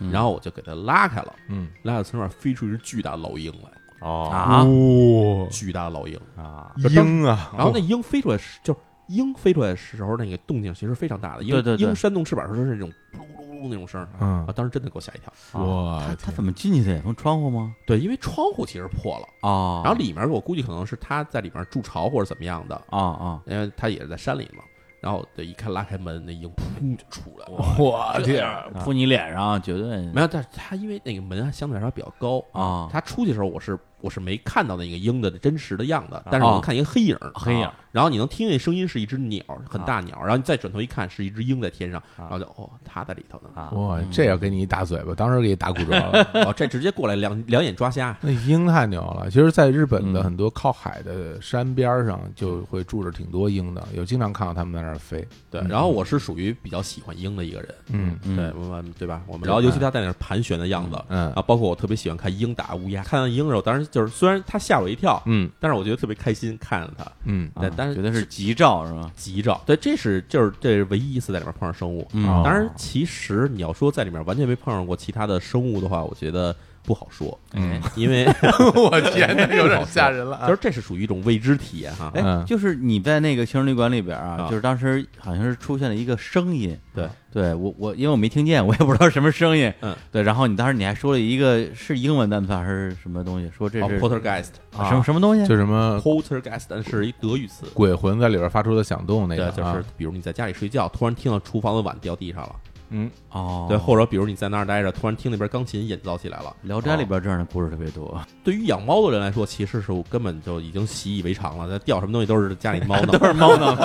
Speaker 4: 嗯
Speaker 1: 然后我就给它拉开了，
Speaker 3: 嗯
Speaker 1: 拉开从那儿飞出一只巨大的老鹰来，
Speaker 2: 哦
Speaker 1: 啊
Speaker 3: 哦
Speaker 1: 巨大的老鹰。
Speaker 2: 啊，
Speaker 1: 就当
Speaker 3: 鹰啊，
Speaker 1: 然后那鹰飞出来时，就是鹰飞出来的时候，那个动静其实非常大的，因为
Speaker 2: 对对对
Speaker 1: 鹰扇动翅膀的时候是那种咕噜咕噜那种声儿
Speaker 3: 嗯
Speaker 1: 啊，，当时真的给我吓一跳。
Speaker 3: 哇
Speaker 1: 啊
Speaker 4: 他他怎么进去的？从窗户吗？
Speaker 1: 对，因为窗户其实破了，
Speaker 4: 哦，
Speaker 1: 然后里面我估计可能是它在里面筑巢或者怎么样的，
Speaker 4: 啊啊，
Speaker 1: 因为它也是在山里嘛。然后对，一看拉开门，那鹰噗就出来了。
Speaker 3: 我
Speaker 4: 这样扑你脸上绝对
Speaker 1: 没有，但是它因为那个门啊相对来说比较高，
Speaker 4: 啊，
Speaker 1: 它出去的时候我是我是没看到那个鹰的真实的样子，但是我能看一个黑影，
Speaker 4: 黑影
Speaker 1: 啊。然后你能听见声音是一只鸟，很大鸟。然后你再转头一看，是一只鹰在天上，然后就哦，它在里头呢。
Speaker 2: 啊
Speaker 3: 哇，这要给你一大嘴巴，当时给你打骨折了。
Speaker 1: 哦，这直接过来两两眼抓瞎。
Speaker 3: 那鹰太牛了！其实，在日本的
Speaker 4: 嗯
Speaker 3: 很多靠海的山边儿上，就会住着挺多鹰的，有经常看到它们在那儿飞。
Speaker 1: 对，然后我是属于比较喜欢鹰的一个人，
Speaker 3: 嗯
Speaker 4: 嗯
Speaker 1: 对，我们对吧？我们然后尤其它在那儿盘旋的样子，
Speaker 3: 嗯
Speaker 1: 啊，包括我特别喜欢看鹰打乌鸦，看到鹰的时候，当时就是虽然它吓我一跳，
Speaker 3: 嗯
Speaker 1: 但是我觉得特别开心看着它，
Speaker 3: 嗯
Speaker 1: 对
Speaker 4: 啊，
Speaker 1: 但是
Speaker 4: 绝对是吉兆是吧？
Speaker 1: 急兆。对，这是就是这是唯一一次在里面碰上生物。
Speaker 4: 嗯
Speaker 3: 哦
Speaker 1: 当然，其实你要说在里面完全没碰上过其他的生物的话，我觉得不好说，
Speaker 4: 哎
Speaker 3: 嗯，
Speaker 1: 因为
Speaker 3: 我天哪，有点吓人了 啊
Speaker 1: 就是这是属于一种未知体验哈。
Speaker 4: 哎
Speaker 3: 嗯，
Speaker 4: 就是你在那个情人旅馆里边
Speaker 1: 啊
Speaker 4: 啊，就是当时好像是出现了一个声音，
Speaker 1: 对，
Speaker 4: 对我我因为我没听见，我也不知道什么声音，
Speaker 1: 嗯，
Speaker 4: 对，然后你当时你还说了一个是英文单词啊还是什么东西，说这
Speaker 1: 哦
Speaker 4: 是
Speaker 1: ，poltergeist，poltergeist
Speaker 4: 啊什么什么东西
Speaker 3: 就什么
Speaker 1: poltergeist 是一德语词，
Speaker 3: 鬼魂在里边发出的响动那
Speaker 1: 对
Speaker 3: 个，，啊
Speaker 1: 就是比如你在家里睡觉，突然听到厨房的碗掉地上了，
Speaker 3: 嗯，
Speaker 4: 哦，
Speaker 1: 对，或者比如你在那儿待着，突然听那边钢琴演奏起来了。
Speaker 4: 《聊斋》里边这样的故事特别多，
Speaker 1: 对于养猫的人来说，其实是我根本就已经习以为常了，它掉什么东西都是家里猫弄
Speaker 4: 都是猫呢，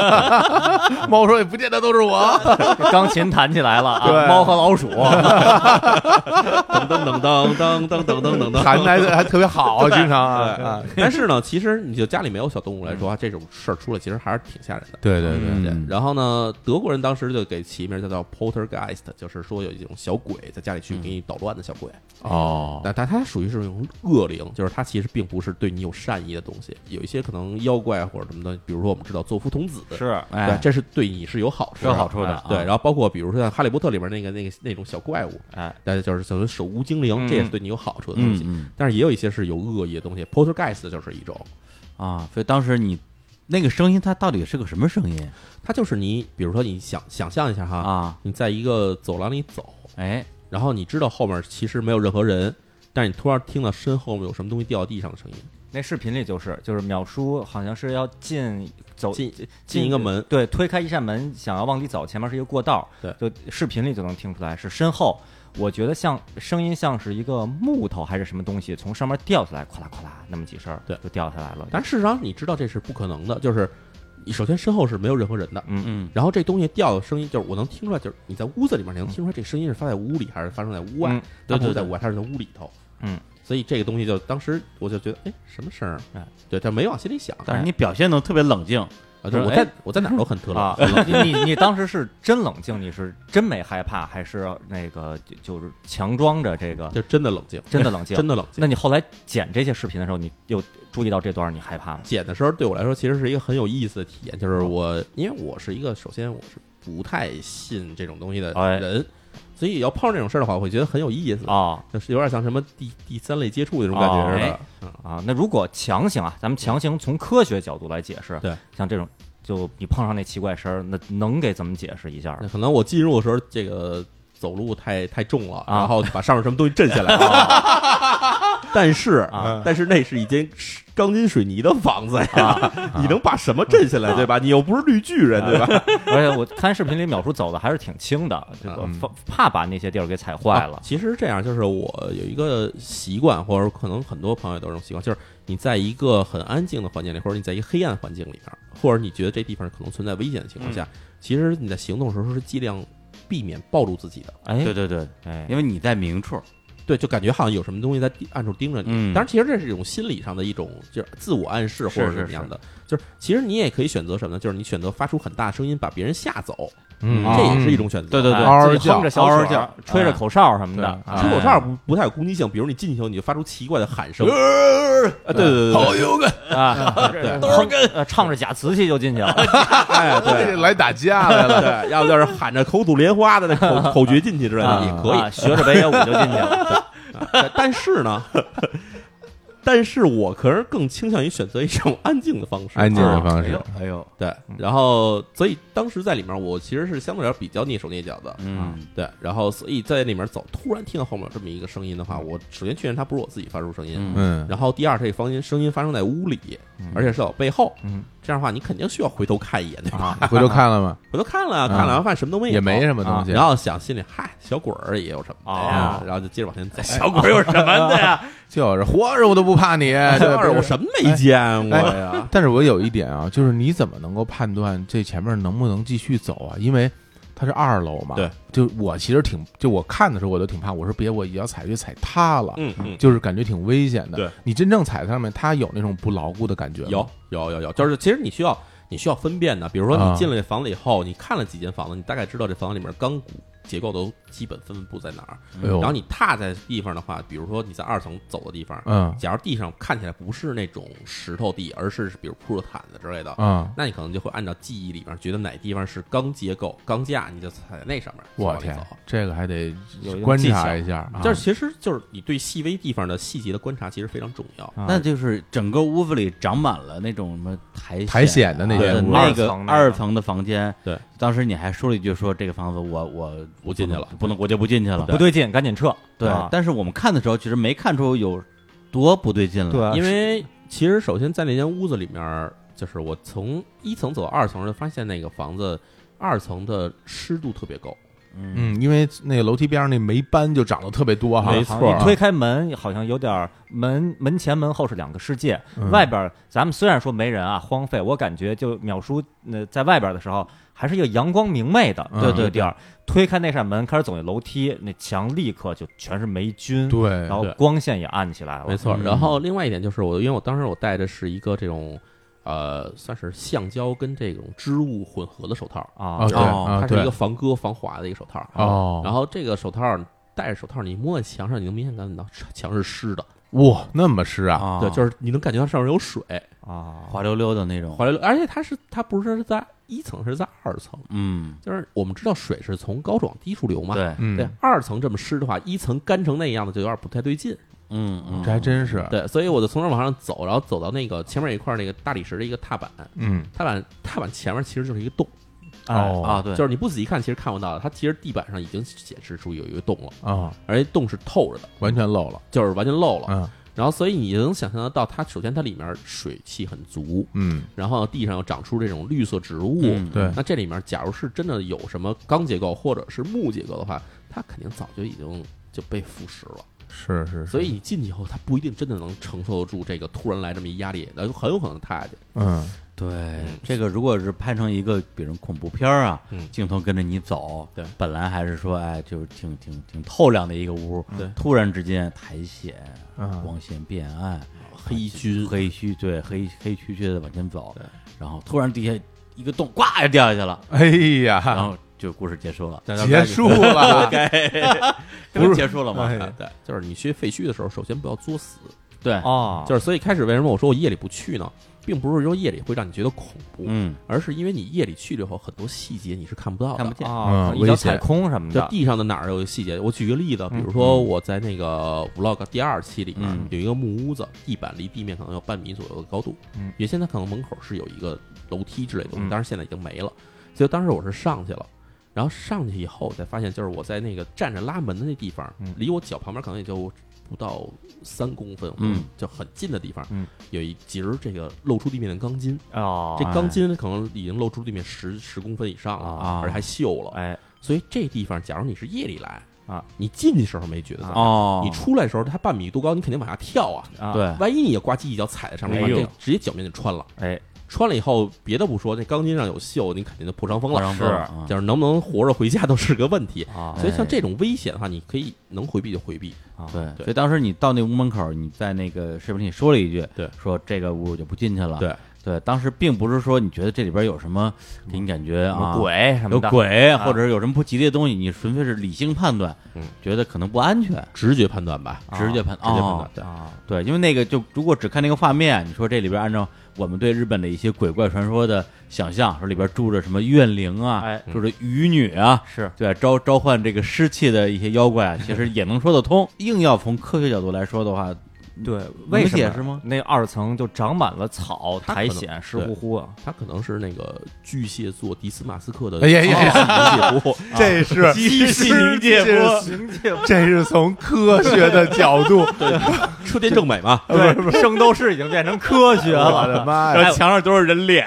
Speaker 3: 猫说也不见得都 是我，
Speaker 2: 钢琴弹起来了啊，
Speaker 3: 对
Speaker 2: 猫和老鼠，
Speaker 1: 噔噔噔噔噔噔噔噔噔噔。
Speaker 3: 弹的还特别好，经常啊，
Speaker 1: 但是呢，其实你就家里没有小动物来说，啊这种事儿出了，其实还是挺吓人的。
Speaker 3: 对对对，
Speaker 4: 嗯
Speaker 1: 对，然后呢，德国人当时就给起名叫做 poltergeist，就是说有一种小鬼在家里去给你捣乱的小鬼。
Speaker 2: 嗯
Speaker 3: 哦，
Speaker 1: 但但它属于是那种恶灵，就是它其实并不是对你有善意的东西。有一些可能妖怪或者什么的，比如说我们知道作夫童子，
Speaker 2: 是
Speaker 1: 对
Speaker 4: 哎，，
Speaker 1: 这是对你是有好处
Speaker 2: 有
Speaker 1: 的，
Speaker 2: 好处的，
Speaker 1: 啊
Speaker 2: 嗯
Speaker 1: 对，然后包括比如说像《哈利波特》里面那个那个那种小怪物，
Speaker 2: 哎，
Speaker 1: 大家就是所谓手无精灵，
Speaker 2: 嗯
Speaker 1: 这也是对你有好处的东
Speaker 4: 嗯
Speaker 1: 西。
Speaker 4: 嗯
Speaker 1: 但是也有一些是有恶意的东西，poltergeist 就是一种，
Speaker 4: 啊，所以当时你那个声音它到底是个什么声音
Speaker 1: 它就是你，比如说你想想象一下哈，
Speaker 4: 啊？
Speaker 1: 你在一个走廊里走，
Speaker 4: 哎，
Speaker 1: 然后你知道后面其实没有任何人，但是你突然听到身后面有什么东西掉到地上的声音，
Speaker 2: 那视频里就是，就是秒叔好像是要进
Speaker 4: 哦
Speaker 2: 走
Speaker 1: 进进一个门，
Speaker 2: 对，推开一扇门，想要往里走，前面是一个过道，
Speaker 1: 对
Speaker 2: 就视频里就能听出来是身后，我觉得像声音像是一个木头还是什么东西从上面掉下来，咵啦咵啦那么几声儿，
Speaker 1: 对
Speaker 2: 就掉下来了。
Speaker 1: 但
Speaker 2: 是，
Speaker 1: 事实上你知道这是不可能的，就是你首先身后是没有任何人的。
Speaker 2: 嗯，
Speaker 4: 嗯
Speaker 1: 然后这东西掉的声音，就是我能听出来，就是你在屋子里面，你能听出来这声音是发在屋里还是发生在屋外？
Speaker 2: 嗯
Speaker 1: 它不
Speaker 4: 对
Speaker 1: 是
Speaker 4: 对
Speaker 1: 在屋外，它是在屋里头。
Speaker 2: 嗯，
Speaker 1: 所以这个东西就当时我就觉得，哎，什么声儿？
Speaker 4: 嗯
Speaker 2: 哎，
Speaker 1: 对，但没往心里想。
Speaker 4: 但是你表现的特别冷静，
Speaker 1: 啊，对，
Speaker 4: 哎
Speaker 1: 我在我在哪儿都很特
Speaker 2: 啊
Speaker 1: 冷。，
Speaker 2: 你你你当时是真冷静，你是真没害怕，还是那个就就是强装着这个
Speaker 1: 就真的冷静，
Speaker 2: 真的冷 静？
Speaker 1: 真的冷静
Speaker 2: 那。你后来剪这些视频的时候，你有注意到这段儿你害怕吗？
Speaker 1: 剪的时候对我来说其实是一个很有意思的体验，就是我因为我是一个首先我是不太信这种东西的
Speaker 2: 哎
Speaker 1: 人，所以要碰上这种事儿的话，我会觉得很有意思，
Speaker 2: 啊
Speaker 1: 就是有点像什么第第三类接触那种感觉
Speaker 2: 哦
Speaker 1: 似的。嗯
Speaker 2: 啊，那如果强行啊，咱们强行从科学角度来解释，
Speaker 1: 对，
Speaker 2: 像这种就你碰上那奇怪声儿，那能给怎么解释一下
Speaker 1: 那可能我进入的时候，这个走路太太重了，
Speaker 2: 啊
Speaker 1: 然后把上面什么东西震下来了， 但是
Speaker 2: 啊
Speaker 1: 但是那是一间钢筋水泥的房子呀，
Speaker 2: 啊
Speaker 1: 你能把什么震下来，对吧？你又不是绿巨人，对吧？
Speaker 2: 而且我看视频里淼叔走的还是挺轻的，这个
Speaker 3: 嗯
Speaker 2: 怕怕把那些地儿给踩 坏
Speaker 1: 啊
Speaker 2: 了。
Speaker 1: 其实是这样就是我有一个习惯，或者可能很多朋友都有这种习惯，就是你在一个很安静的环境里，或者你在一个黑暗环境里面，或者你觉得这地方可能存在危险的情况下，
Speaker 2: 嗯
Speaker 1: 其实你在行动的时候是尽量避免暴露自己的。
Speaker 2: 哎，
Speaker 4: 啊对对对，
Speaker 2: 哎，
Speaker 4: 因为你在明处，
Speaker 1: 对，就感觉好像有什么东西在地暗处盯着你。
Speaker 4: 嗯
Speaker 1: 当然，其实这是一种心理上的一种，就是自我暗示或
Speaker 4: 是
Speaker 1: 者
Speaker 4: 是
Speaker 1: 怎么样的。就是其实你也可以选择什么呢？就是你选择发出很大声音把别人吓走，
Speaker 2: 嗯
Speaker 3: 啊
Speaker 1: 这也是一种选择。
Speaker 4: 对对对
Speaker 2: 哎
Speaker 3: 嗷嗷
Speaker 2: 自己哼着
Speaker 3: 叫
Speaker 2: 小
Speaker 4: 嗷嗷
Speaker 2: 曲儿
Speaker 4: 叫
Speaker 2: 吹着
Speaker 4: 哎
Speaker 2: 口哨什么的，
Speaker 3: 对
Speaker 2: 哎
Speaker 1: 啊吹口哨不不太有攻击性，比如你进去以后，你就发出奇怪的喊声，
Speaker 3: 嗯
Speaker 1: 啊，对对对对，
Speaker 3: 好有个，
Speaker 2: 啊， 都是跟呃唱着假瓷器就进去了，
Speaker 1: 哎对
Speaker 3: 来打架来了，
Speaker 1: 对，要不就是喊着口吐莲花的那口口诀进去之类的
Speaker 2: 啊
Speaker 1: 也可以
Speaker 2: 啊，学着北野武就进去 了。
Speaker 1: 但但是呢， 但是我可是更倾向于选择一种安静的方式，啊
Speaker 3: 安静的方
Speaker 4: 哎
Speaker 3: 式
Speaker 4: 呦，哎呦，
Speaker 1: 对，然后所以当时在里面，我其实是相对来说比较蹑手蹑脚的，
Speaker 2: 啊
Speaker 4: 嗯，
Speaker 1: 对，然后所以在里面走，突然听到后面有这么一个声音的话，我首先确认它不是我自己发出声音，
Speaker 4: 嗯
Speaker 3: 嗯，
Speaker 1: 然后第二，这房间声音发生在屋里，而且是在我背后，
Speaker 2: 嗯
Speaker 1: 这样的话你肯定需要回头看一眼，对吧？
Speaker 2: 啊，
Speaker 3: 回头看了吗？
Speaker 1: 回头看了，
Speaker 3: 嗯
Speaker 1: 看了完发现什么都没有，
Speaker 3: 也没什么东
Speaker 2: 啊
Speaker 3: 西，
Speaker 1: 然后想心里嗨，小鬼儿也有什么的呀
Speaker 2: 哦，
Speaker 1: 然后就接着往
Speaker 3: 哎
Speaker 1: 前走。
Speaker 4: 小鬼 有什么的呀？
Speaker 3: 就是活着我都不怕 你，
Speaker 1: 哎小
Speaker 3: 对
Speaker 1: 鬼儿，我什么没见过
Speaker 3: 哎
Speaker 1: 呀？
Speaker 3: 但是我有一点啊，就是你怎么能够判断这前面能不能继续走啊？因为它是二楼嘛。
Speaker 1: 对，
Speaker 3: 就我其实挺，就我看的时候我都挺怕，我说别我一脚踩去踩塌了，
Speaker 1: 嗯嗯，
Speaker 3: 就是感觉挺危险的。
Speaker 1: 对，
Speaker 3: 你真正踩上面，它有那种不牢固的感觉吗
Speaker 1: 嗯有有有有，就是其实你需要你需要分辨的，比如说
Speaker 3: 啊
Speaker 1: 你进了这房子以后，你看了几间房子，你大概知道这房子里面钢骨结构都基本分布在哪儿。
Speaker 3: 哎呦，
Speaker 1: 然后你踏在地方的话，比如说你在二层走的地方，
Speaker 3: 嗯
Speaker 1: 假如地上看起来不是那种石头地，而是比如铺着毯子之类的，
Speaker 3: 啊，
Speaker 1: 那你可能就会按照记忆里面觉得哪地方是钢结构、钢架，你就踩在那上面
Speaker 3: 我
Speaker 1: 往里
Speaker 3: 天
Speaker 1: 走。，
Speaker 3: 这个还得
Speaker 2: 有一种
Speaker 3: 观
Speaker 2: 技
Speaker 3: 察
Speaker 2: 巧
Speaker 3: 一下，啊
Speaker 1: 就是其实就是你对细微地方的细节的观察，其实非常重要。
Speaker 4: 那就是整个屋子里长满了那种什么苔藓啊
Speaker 3: 苔藓的那些
Speaker 4: 对
Speaker 3: 屋
Speaker 4: 那
Speaker 2: 二
Speaker 4: 个
Speaker 2: 层那个
Speaker 4: 二层的房间。
Speaker 1: 对，
Speaker 4: 当时你还说了一句说这个房子我我
Speaker 1: 不进去了
Speaker 4: 不能我就不进去了。
Speaker 2: 不对劲，赶紧撤。
Speaker 4: 对
Speaker 2: 啊，
Speaker 4: 但是我们看的时候其实没看出有多不对劲了。
Speaker 3: 啊
Speaker 2: 对，啊
Speaker 1: 因为其实首先在那间屋子里面，就是我从一层走到二层，就发现那个房子二层的湿度特别高，
Speaker 4: 嗯，
Speaker 3: 嗯，因为那个楼梯边上那霉斑就长得特别多哈，
Speaker 1: 没
Speaker 2: 好
Speaker 1: 错
Speaker 2: 像
Speaker 1: 啊
Speaker 2: 一推开门，好像有点儿门门前门后是两个世界。
Speaker 3: 嗯
Speaker 2: 外边儿咱们虽然说没人啊，荒废，我感觉就秒叔呃在外边儿的时候，还是一个阳光明媚的
Speaker 3: 嗯
Speaker 2: 这个地儿。推开那扇门，开始走进楼梯，那墙立刻就全是霉菌，
Speaker 3: 对
Speaker 2: 然，后
Speaker 1: 对
Speaker 3: 哦
Speaker 2: 光线也暗起来了。
Speaker 1: 没错。
Speaker 3: 嗯
Speaker 1: 然后另外一点就是我，因为我当时我戴的是一个这种。呃，算是橡胶跟这种织物混合的手套，
Speaker 2: 啊
Speaker 3: 啊，对
Speaker 4: 哦
Speaker 3: 啊
Speaker 1: 它是一
Speaker 3: 对
Speaker 1: 个防割防滑的一个手套。
Speaker 3: 哦
Speaker 1: 然后这个手套戴着手套，你摸在墙上，你能明显感觉到墙是湿的，
Speaker 3: 哇，那么湿啊，
Speaker 4: 啊
Speaker 1: 对，就是你能感觉到上面有水
Speaker 2: 啊，
Speaker 4: 滑溜溜的那种。
Speaker 1: 滑溜溜，而且它是它不是在一层，是在二层，
Speaker 4: 嗯，
Speaker 1: 就是我们知道水是从高处往低处流嘛，
Speaker 4: 对，
Speaker 3: 嗯，
Speaker 1: 对，二层这么湿的话，一层干成那样的就有点不太对劲。
Speaker 4: 嗯嗯，
Speaker 3: 这还真是，
Speaker 1: 对，所以我就从这儿往上走，然后走到那个前面有一块那个大理石的一个踏板，
Speaker 3: 嗯，哦
Speaker 1: 踏板踏板前面其实就是一个洞，
Speaker 2: 哎
Speaker 4: 啊，对，
Speaker 1: 就是是你不仔细看其实看不到的，它其实地板上已经显示出有一个洞了，
Speaker 3: 啊，
Speaker 1: 而且洞是透着的，
Speaker 3: 完全漏了，
Speaker 1: 就是完全漏了。
Speaker 3: 嗯
Speaker 1: 然后所以你就能想象得到，它首先它里面水汽很足，
Speaker 3: 嗯，
Speaker 1: 然后地上又长出这种绿色植物。
Speaker 4: 嗯
Speaker 3: 对
Speaker 1: 那这里面，假如是真的有什么钢结构或者是木结构的话，它肯定早就已经就被腐蚀了。
Speaker 3: 是是，是
Speaker 1: 所以你进去以后，他不一定真的能承受得住这个突然来这么一压力，那很有可能塌下去。
Speaker 3: 嗯，
Speaker 4: 对，这个如果是拍成一个，比如恐怖片儿啊，
Speaker 1: 嗯
Speaker 4: 镜头跟着你走，
Speaker 1: 对
Speaker 4: 本来还是说，哎，就是挺挺挺透亮的一个屋，
Speaker 1: 嗯对
Speaker 4: 突然之间苔藓，
Speaker 3: 嗯
Speaker 4: 光线变暗，
Speaker 1: 黑鲟
Speaker 4: 黑黢，对，黑黑黢黢的往前走
Speaker 1: 嗯对，
Speaker 4: 然后突然底下一个洞，呱就掉下去了，
Speaker 3: 哎
Speaker 4: 然
Speaker 3: 呀，
Speaker 4: 后就故事结束了，
Speaker 3: 结束了，
Speaker 4: 这不是结束了吗？
Speaker 3: 哎
Speaker 1: 对，就是你去废墟的时候，首先不要作死。
Speaker 4: 对，
Speaker 2: 哦，
Speaker 1: 就是所以开始为什么我说我夜里不去呢？并不是说夜里会让你觉得恐怖，
Speaker 4: 嗯，
Speaker 1: 而是因为你夜里去了以后，很多细节你是看不到的。
Speaker 4: 看不见，
Speaker 2: 啊，
Speaker 3: 嗯
Speaker 2: 一
Speaker 3: 危
Speaker 2: 脚
Speaker 3: 险
Speaker 2: 踩空什么
Speaker 1: 就
Speaker 2: 的，
Speaker 1: 地上的哪儿有细节？我举个例子，比如说我在那个 vlog 第二期里面、
Speaker 4: 嗯
Speaker 1: 有一个木屋子，地板离地面可能有半米左右的高度。
Speaker 3: 嗯
Speaker 1: 原先它可能门口是有一个楼梯之类的东西，
Speaker 3: 嗯
Speaker 1: 但是现在已经没了。所以当时我是上去了，然后上去以后我才发现，就是我在那个站着拉门的那地方，
Speaker 3: 嗯
Speaker 1: 离我脚旁边可能也就不到三公分，
Speaker 4: 嗯，
Speaker 1: 就很近的地方，
Speaker 2: 嗯，
Speaker 1: 有一节儿这个露出地面的钢筋，
Speaker 2: 哦，
Speaker 1: 这钢筋可能已经露出地面十十公分以上了，
Speaker 2: 啊
Speaker 1: 而且还锈了，
Speaker 2: 哎
Speaker 1: 所以这地方，假如你是夜里来
Speaker 2: 啊，
Speaker 1: 你进去时候没觉得脏，
Speaker 4: 哦，
Speaker 1: 啊你出来的时候它半米多高，你肯定往下跳啊，
Speaker 2: 啊
Speaker 4: 对
Speaker 1: 万一你也呱唧一脚踩在上面，
Speaker 2: 哎呦
Speaker 1: 这直接脚面就穿了。
Speaker 2: 哎
Speaker 1: 穿了以后，别的不说，那钢筋上有锈，你肯定就破伤风了。
Speaker 4: 是啊
Speaker 1: 就是能不能活着回家都是个问题。
Speaker 2: 啊
Speaker 1: 所以像这种危险的话，你可以能回避就回避。
Speaker 2: 啊
Speaker 4: 对，
Speaker 1: 对
Speaker 4: 所以当时你到那屋门口，你在那个视频里说了一句，
Speaker 1: 对
Speaker 4: 说这个屋我就不进去了。
Speaker 1: 对
Speaker 4: 对，当时并不是说你觉得这里边有什么给你感觉
Speaker 2: 有
Speaker 4: 啊
Speaker 2: 鬼什么
Speaker 4: 有
Speaker 2: 的，
Speaker 4: 鬼，
Speaker 2: 啊
Speaker 4: 或者是有什么不吉利的东西，你纯粹是理性判断
Speaker 1: 嗯，
Speaker 4: 觉得可能不安全，
Speaker 1: 直觉判断吧，
Speaker 2: 啊
Speaker 4: 直接判
Speaker 1: 直接判
Speaker 4: 哦
Speaker 1: 断。对，
Speaker 2: 啊
Speaker 4: 对，因为那个就如果只看那个画面，你说这里边按照我们对日本的一些鬼怪传说的想象，说里边住着什么怨灵啊，
Speaker 2: 哎
Speaker 4: 住着鱼女啊，
Speaker 2: 是
Speaker 4: 对召召唤这个湿气的一些妖怪啊，其实也能说得通。硬要从科学角度来说的话，
Speaker 2: 对，
Speaker 4: 能
Speaker 2: 为什
Speaker 4: 解
Speaker 2: 么
Speaker 4: 释吗？
Speaker 2: 那二层就长满了草、
Speaker 1: 它可
Speaker 2: 苔
Speaker 1: 能
Speaker 2: 藓、湿乎乎啊？
Speaker 1: 他可能是那个巨蟹座迪斯马斯克的
Speaker 3: 哎呀呀
Speaker 1: 呀，巨蟹座
Speaker 3: 这 是
Speaker 2: 鸡
Speaker 3: 是凝结波
Speaker 2: 凝结波，
Speaker 3: 这是从科学的角度，
Speaker 1: 车间正美嘛，
Speaker 2: 对，圣斗士已经变成科学
Speaker 3: 我
Speaker 2: 了。
Speaker 3: 的妈
Speaker 4: 然
Speaker 3: 呀！
Speaker 4: 后墙上都是人脸，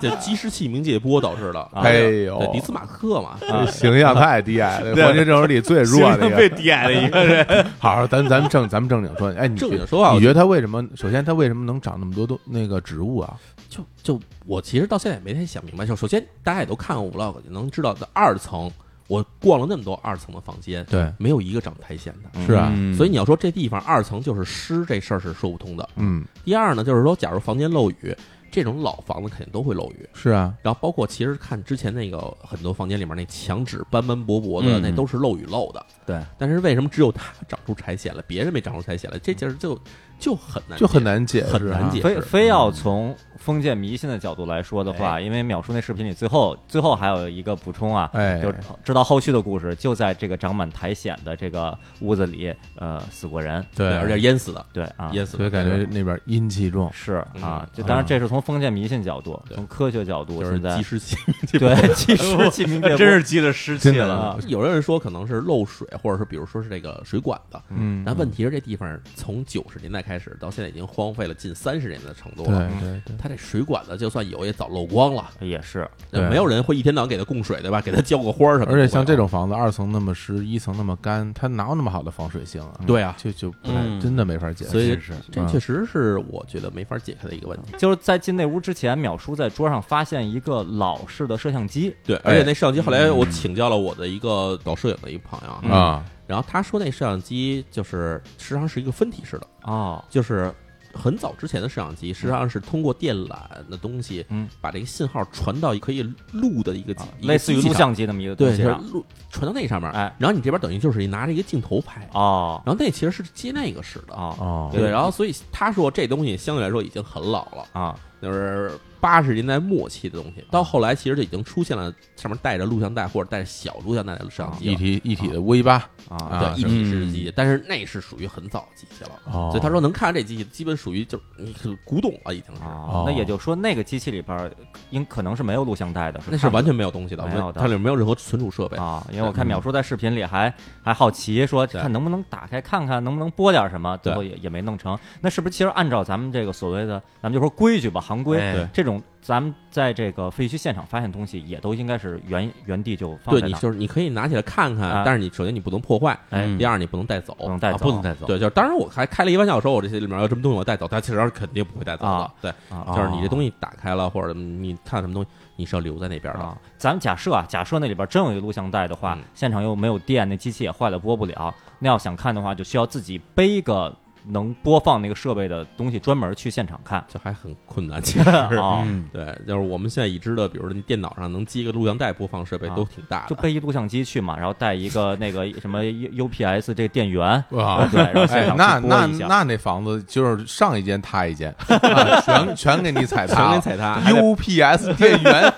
Speaker 1: 这鸡湿气冥界波导致的。啊
Speaker 3: 哎呦啊
Speaker 1: 对迪斯马克嘛，
Speaker 3: 这形象太低矮了，
Speaker 4: 对
Speaker 3: 黄金正史里最弱的一
Speaker 4: 被
Speaker 3: 啊个。
Speaker 4: 点了一个人。
Speaker 3: 好好，咱咱们正咱们正经说，哎，你
Speaker 1: 正经说啊
Speaker 3: 你
Speaker 1: 我
Speaker 3: 觉得它为什么？首先，它为什么能长那么多多那个植物啊？
Speaker 1: 就就我其实到现在也没太想明白。就首先大家也都看过 vlog，也能知道的二层，我逛了那么多二层的房间，
Speaker 3: 对，
Speaker 1: 没有一个长苔藓的。
Speaker 3: 是啊，
Speaker 4: 嗯
Speaker 1: 所以你要说这地方二层就是湿这事儿是说不通的。
Speaker 3: 嗯，
Speaker 1: 第二呢，就是说假如房间漏雨，这种老房子肯定都会漏雨。
Speaker 3: 是啊，
Speaker 1: 然后包括其实看之前那个很多房间里面那墙纸斑斑驳驳的，
Speaker 4: 嗯
Speaker 1: 那都是漏雨漏的。
Speaker 4: 对，
Speaker 1: 但是为什么只有它长出苔藓了，别人没长出苔藓了？这件儿就就很难
Speaker 3: 就很难解释，
Speaker 1: 很难解
Speaker 2: 非
Speaker 1: 释。
Speaker 2: 非要从封建迷信的角度来说的
Speaker 3: 哎
Speaker 2: 话，因为淼叔那视频里最后最后还有一个补充啊，
Speaker 3: 哎
Speaker 2: 就知道后续的故事，就在这个长满苔藓的这个屋子里，呃，死过人，
Speaker 3: 对，
Speaker 1: 而且淹死的，
Speaker 2: 对啊，
Speaker 1: 淹死
Speaker 3: 所
Speaker 1: 的。
Speaker 3: 以感觉那边阴气重，
Speaker 2: 是啊
Speaker 1: 嗯，
Speaker 2: 就当然这是从封建迷信角度，
Speaker 1: 对
Speaker 2: 从科学角度，
Speaker 1: 就是
Speaker 2: 现在
Speaker 1: 及时性。
Speaker 2: 对其实起 名
Speaker 4: 真是积了湿气
Speaker 3: 真的
Speaker 4: 了。
Speaker 2: 啊
Speaker 1: 有的人说可能是漏水，或者是比如说是这个水管子。
Speaker 3: 嗯
Speaker 1: 但问题是这地方从九十年代开始到现在已经荒废了近三十年的程度
Speaker 3: 对
Speaker 1: 了。
Speaker 3: 对对，
Speaker 1: 它这水管子就算有，也早漏光了。
Speaker 2: 也是
Speaker 1: 那
Speaker 3: 对
Speaker 1: 没有人会一天到晚给它供水，对吧？给它浇个花儿什么的。
Speaker 3: 而且像这，种房子，二层那么湿，一层那么干，它哪有那么好的防水性啊？
Speaker 1: 对啊，
Speaker 3: 就就不太
Speaker 4: 嗯
Speaker 3: 真的没法解
Speaker 1: 所
Speaker 3: 释。
Speaker 1: 以
Speaker 4: 是是
Speaker 2: 嗯
Speaker 1: 这
Speaker 3: 嗯
Speaker 1: 确实是我觉得没法解开的一个问题。
Speaker 2: 就是在进那屋之前，淼叔在桌上发现一个老式的摄像机，
Speaker 1: 对，而且那摄像机后
Speaker 2: 嗯
Speaker 1: 来我请教了我的一个搞摄影的一个朋友啊，
Speaker 3: 啊，
Speaker 1: 然后他说那摄像机就是实际上是一个分体式的，
Speaker 2: 哦，
Speaker 1: 就是很早之前的摄像机实际上是通过电缆的东西，
Speaker 2: 嗯，
Speaker 1: 把这个信号传到可以录的一个机
Speaker 2: 啊，
Speaker 1: 一个
Speaker 2: 类似于
Speaker 1: 机器
Speaker 2: 录
Speaker 1: 上
Speaker 2: 像机那么一个东
Speaker 1: 对，
Speaker 2: 西啊
Speaker 1: 就是
Speaker 2: 上，
Speaker 1: 录传到那上面，
Speaker 2: 哎，
Speaker 1: 然后你这边等于就是拿着一个镜头拍，
Speaker 2: 哦
Speaker 1: 然后那其实是接那个使的。
Speaker 2: 哦
Speaker 3: 哦，
Speaker 1: 对，然后所以他说这东西相对来说已经很老了，
Speaker 2: 啊，
Speaker 1: 就是八十年代末期的东西。到后来其实就已经出现了上面带着录像带或者带着小录像带的摄像机
Speaker 3: 一
Speaker 1: 了，
Speaker 3: 体一体的 V 八
Speaker 2: 啊
Speaker 3: 啊
Speaker 1: 对，一体式的机器。但是那是属于很早的机器了，
Speaker 3: 哦，
Speaker 1: 所以他说能看这机器，基本属于就是你是古董了，已经是。
Speaker 2: 哦，那也就是说那个机器里边儿应可能是没有录像带的，
Speaker 1: 那是
Speaker 2: 看不
Speaker 1: 完全没有东西的，
Speaker 2: 没
Speaker 1: 我们
Speaker 2: 有的
Speaker 1: 它里面没有任何存储设备。
Speaker 2: 啊，因为我看淼叔在视频里还还好奇说，
Speaker 1: 嗯对
Speaker 2: 看能不能打开看看，能不能播点什么，最
Speaker 1: 对
Speaker 2: 后也也没弄成。那是不是其实按照咱们这个所谓的，咱们就说规矩吧，行规，
Speaker 4: 哎对
Speaker 2: 这种咱们在这个废墟现场发现东西，也都应该是原原地就放
Speaker 1: 对
Speaker 2: 在
Speaker 1: 你
Speaker 2: 那儿，
Speaker 1: 就是你可以拿起来看
Speaker 2: 啊
Speaker 1: 看，但是你首先你不能破坏，
Speaker 2: 哎
Speaker 1: 第二你不能带走，
Speaker 2: 不能带
Speaker 4: 啊
Speaker 2: 走，
Speaker 4: 不能带走。
Speaker 1: 对，就是当然我还开了一玩笑说，我这些里面要这么东西我带走，但其实肯定不会带走的。
Speaker 2: 啊
Speaker 1: 对，
Speaker 2: 啊
Speaker 1: 就是你这东西打开了或者你看什么东西，你是要留在那边的。
Speaker 2: 啊，咱们假设啊，假设那里边真有一个录像带的话，
Speaker 1: 嗯
Speaker 2: 现场又没有电，那机器也坏了，播不了。那要想看的话，就需要自己背一个能播放那个设备的东西，专门去现场看。
Speaker 1: 这还很困难， 其实。
Speaker 2: 啊、
Speaker 4: 嗯，
Speaker 1: 对，就是我们现在已知的，比如说你电脑上能接个录像带播放设备
Speaker 2: 啊
Speaker 1: 都挺大
Speaker 2: 就
Speaker 1: 的。
Speaker 2: 背一录像机去嘛，然后带一个那个什么 U P S 这个电源，
Speaker 1: 啊
Speaker 3: 哇。
Speaker 2: 对，然后现
Speaker 3: 哎，
Speaker 2: 场
Speaker 3: 那
Speaker 2: 去播
Speaker 3: 那
Speaker 2: 一下。
Speaker 3: 那那房子就是上一间塌一间，啊全全给你踩
Speaker 1: 全
Speaker 3: 塌
Speaker 1: 给
Speaker 3: 了，
Speaker 1: 踩踏，
Speaker 3: UPS 电源，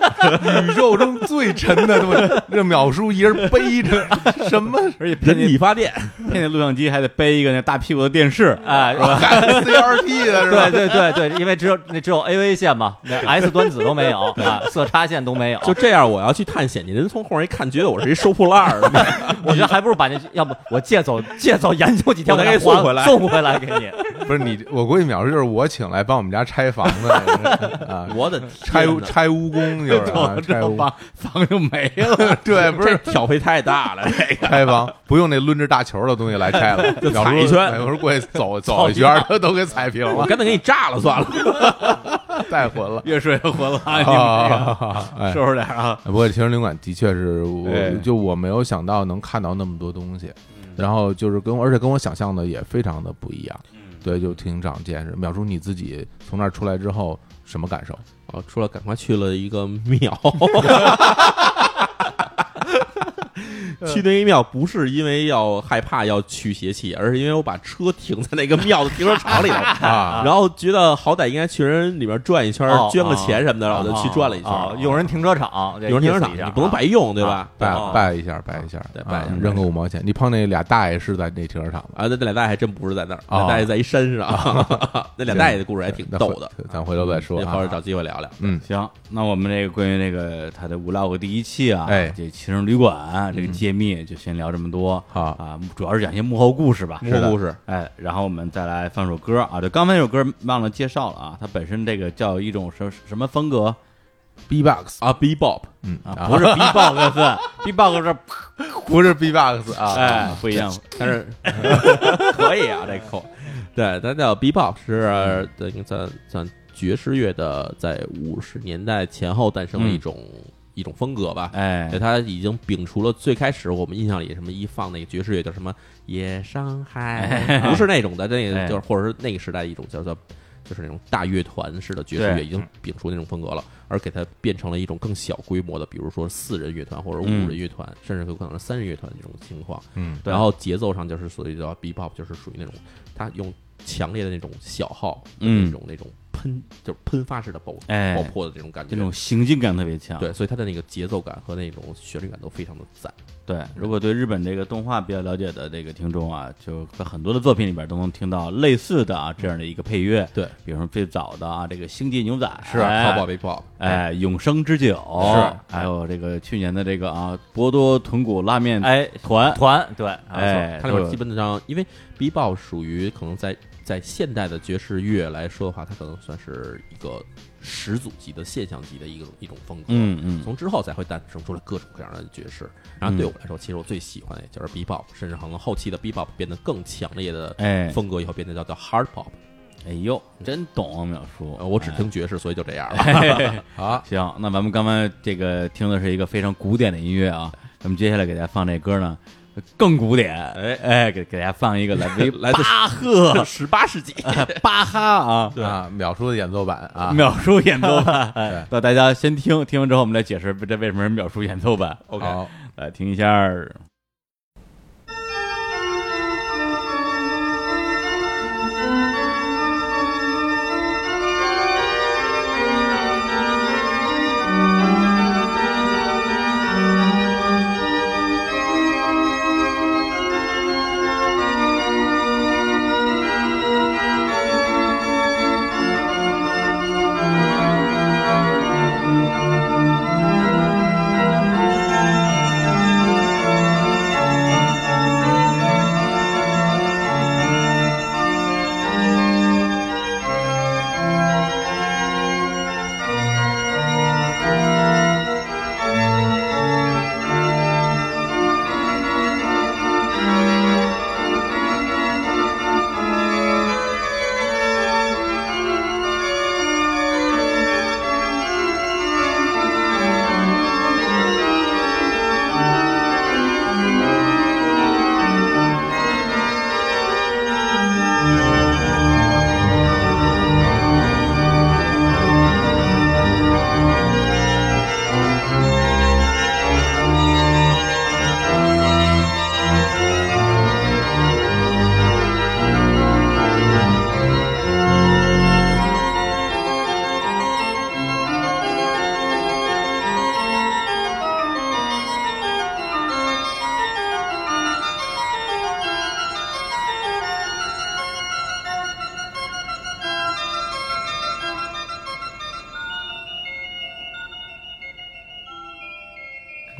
Speaker 3: 宇宙中最沉的东西，这秒叔一人背着什么？
Speaker 4: 而且配
Speaker 1: 人
Speaker 4: 那
Speaker 1: 体发电，
Speaker 4: 配那录像机还得背一个那大屁股的电视，
Speaker 3: 儿，
Speaker 2: 哎，是 吧？
Speaker 3: 改 CRT 的是吧？
Speaker 2: 对对对对，因为只有那只有 AV 线嘛 那，S 端子都没有啊，色差线都没有，
Speaker 1: 就这样，我要去探险，你人从后面一看，觉得我是一收破烂儿的。
Speaker 2: 我觉得还不如把那，要不我借走借走研究几天，
Speaker 1: 我
Speaker 2: 我
Speaker 1: 再给
Speaker 2: 它还
Speaker 1: 送回来
Speaker 2: 送回来给你。
Speaker 3: 不是你，我估计秒叔就是我请来帮我们家拆房子啊，
Speaker 1: 我的天
Speaker 3: 拆
Speaker 1: 哪
Speaker 3: 屋拆屋工就是啊
Speaker 4: 走，
Speaker 3: 拆
Speaker 4: 这
Speaker 3: 屋，
Speaker 4: 房 房就没了。
Speaker 3: 对，不
Speaker 1: 这
Speaker 3: 是
Speaker 1: 挑费太大了，这 个
Speaker 3: 拆房，不用那抡着大球的东西来拆了，
Speaker 1: 就
Speaker 3: 秒
Speaker 1: 踩
Speaker 3: 叔
Speaker 1: 一圈
Speaker 3: 秒叔过去走走一圈，他都给踩平
Speaker 1: 我
Speaker 3: 了，
Speaker 1: 干脆给你炸了算了。
Speaker 3: 太混了。
Speaker 4: 越说越混了，你们
Speaker 3: 啊，
Speaker 4: 这
Speaker 3: 哎
Speaker 4: 个收拾点啊！
Speaker 3: 不过情人旅馆的确是我
Speaker 4: 哎，
Speaker 3: 就我没有想到能看到那么多东西，然后就是跟我而且跟我想象的也非常的不一样，对，就挺长见识。淼叔你自己从那儿出来之后什么感受？
Speaker 1: 哦，出来赶快去了一个庙， 去那一庙不是因为要害怕要驱邪气，而是因为我把车停在那个庙的停车场 里头
Speaker 3: 啊
Speaker 1: 然后觉得好歹应该去人里面转一圈
Speaker 2: 哦，
Speaker 1: 捐个钱什么的，然后 我就去转了一
Speaker 2: 啊，
Speaker 1: 圈。哦
Speaker 2: 用人停车场，
Speaker 1: 有人停车场，
Speaker 2: 这意思一下啊
Speaker 1: 你不能白用，对吧？哎
Speaker 3: 拜
Speaker 2: 哦
Speaker 3: 拜一下，拜一下，
Speaker 1: 对拜一下
Speaker 3: 啊扔个五毛钱。你碰那俩大爷是在那停车场吧？
Speaker 1: 啊，那那俩大爷还真不是在那儿，
Speaker 3: 哦
Speaker 1: 俩大爷在一山
Speaker 2: 哦
Speaker 1: 上。 那俩大爷的故事还挺
Speaker 3: 那
Speaker 1: 逗
Speaker 3: 回
Speaker 1: 的，，
Speaker 3: 咱回头再说
Speaker 1: 一会
Speaker 3: 啊。
Speaker 1: 儿找机会聊聊。
Speaker 3: 嗯，
Speaker 4: 行，那我们这个关于这个他的 vlog 第一期啊，
Speaker 3: 哎
Speaker 4: 这情人旅馆这个揭秘就先聊这么多。
Speaker 3: 好
Speaker 4: 啊，主要是讲一些幕后故事吧，
Speaker 1: 幕后故事，
Speaker 4: 哎，然后我们再来放首歌啊，对，刚才那首歌忘了介绍了啊，它本身这个叫一种什么什么风格
Speaker 3: B box，
Speaker 1: 啊，B-Bob，
Speaker 3: 嗯
Speaker 4: 啊， 不是 B-box，B-box 是
Speaker 3: 不是 B box 啊，
Speaker 4: 哎不一 样，
Speaker 1: 但是可以啊，这口。对，它叫 B-pop，是呃对咱咱爵士乐的在五十年代前后诞生的一种、
Speaker 4: 嗯
Speaker 1: 一种风格吧。
Speaker 4: 哎
Speaker 1: 对，，它已经摒除了最开始我们印象里什么一放那个爵士乐叫什么“野上海”，不是那种的，那个
Speaker 4: 哎
Speaker 1: 就是或者是那个时代一种叫做就是那种大乐团式的爵士乐，
Speaker 4: 对
Speaker 1: 已经摒除那种风格了，而给它变成了一种更小规模的，比如说四人乐团或者五人乐
Speaker 4: 嗯
Speaker 1: 团，甚至有可能是三人乐团这种情况。
Speaker 3: 嗯，
Speaker 4: 对
Speaker 1: 然后节奏上就是所谓叫 B-pop，就是属于那种它用强烈的那种小号的
Speaker 4: 嗯
Speaker 1: 那种、那种喷就是喷发式的爆、
Speaker 4: 哎
Speaker 1: 爆破的这种感觉，
Speaker 4: 这种行进感特别强，
Speaker 1: 对，所以它的那个节奏感和那种旋律感都非常的赞。
Speaker 4: 对，如果对日本这个动画比较了解的这个听众啊，就在很多的作品里边都能听到类似的啊这样的一个配乐。
Speaker 1: 嗯对，
Speaker 4: 比如说最早的啊这个《星际牛仔》
Speaker 1: 泡泡
Speaker 4: 哎，
Speaker 1: 被泡，
Speaker 4: 哎，《永生之酒》
Speaker 1: 是
Speaker 4: 还有这个去年的这个啊博多豚骨拉面
Speaker 2: 哎
Speaker 4: 团，
Speaker 2: 团对，啊
Speaker 4: 哎，
Speaker 1: 它里面基本上因为 B-bop 属于可能在在现代的爵士乐来说的话，它可能算是一个始祖级的现象级的一个一种风格。
Speaker 4: 嗯嗯
Speaker 1: 从之后才会诞生出来各种各样的爵士。然后对我来说，其实我最喜欢的也就是 B-bop，甚至可能后期的 B-bop 变得更强烈的
Speaker 4: 哎
Speaker 1: 风格以后变得叫叫 Hard Pop。
Speaker 4: 哎呦，真懂啊，淼叔，
Speaker 1: 呃我只
Speaker 4: 哎
Speaker 1: 听爵士，所以就这样了。
Speaker 3: 好，
Speaker 4: 行，那咱们刚刚这个听的是一个非常古典的音乐啊，咱们接下来给大家放这歌呢，更古典，哎哎，给给大家放一个来自于
Speaker 1: 来自
Speaker 4: 巴 赫
Speaker 1: 十八世纪，
Speaker 4: 巴哈啊，
Speaker 3: 啊，秒叔的演奏版啊，
Speaker 4: 秒叔演奏版， 哎那大家先听，听完之后我们来解释这为什么是秒叔演奏版。
Speaker 1: OK
Speaker 3: 好，
Speaker 4: 来听一下儿。
Speaker 5: 啊。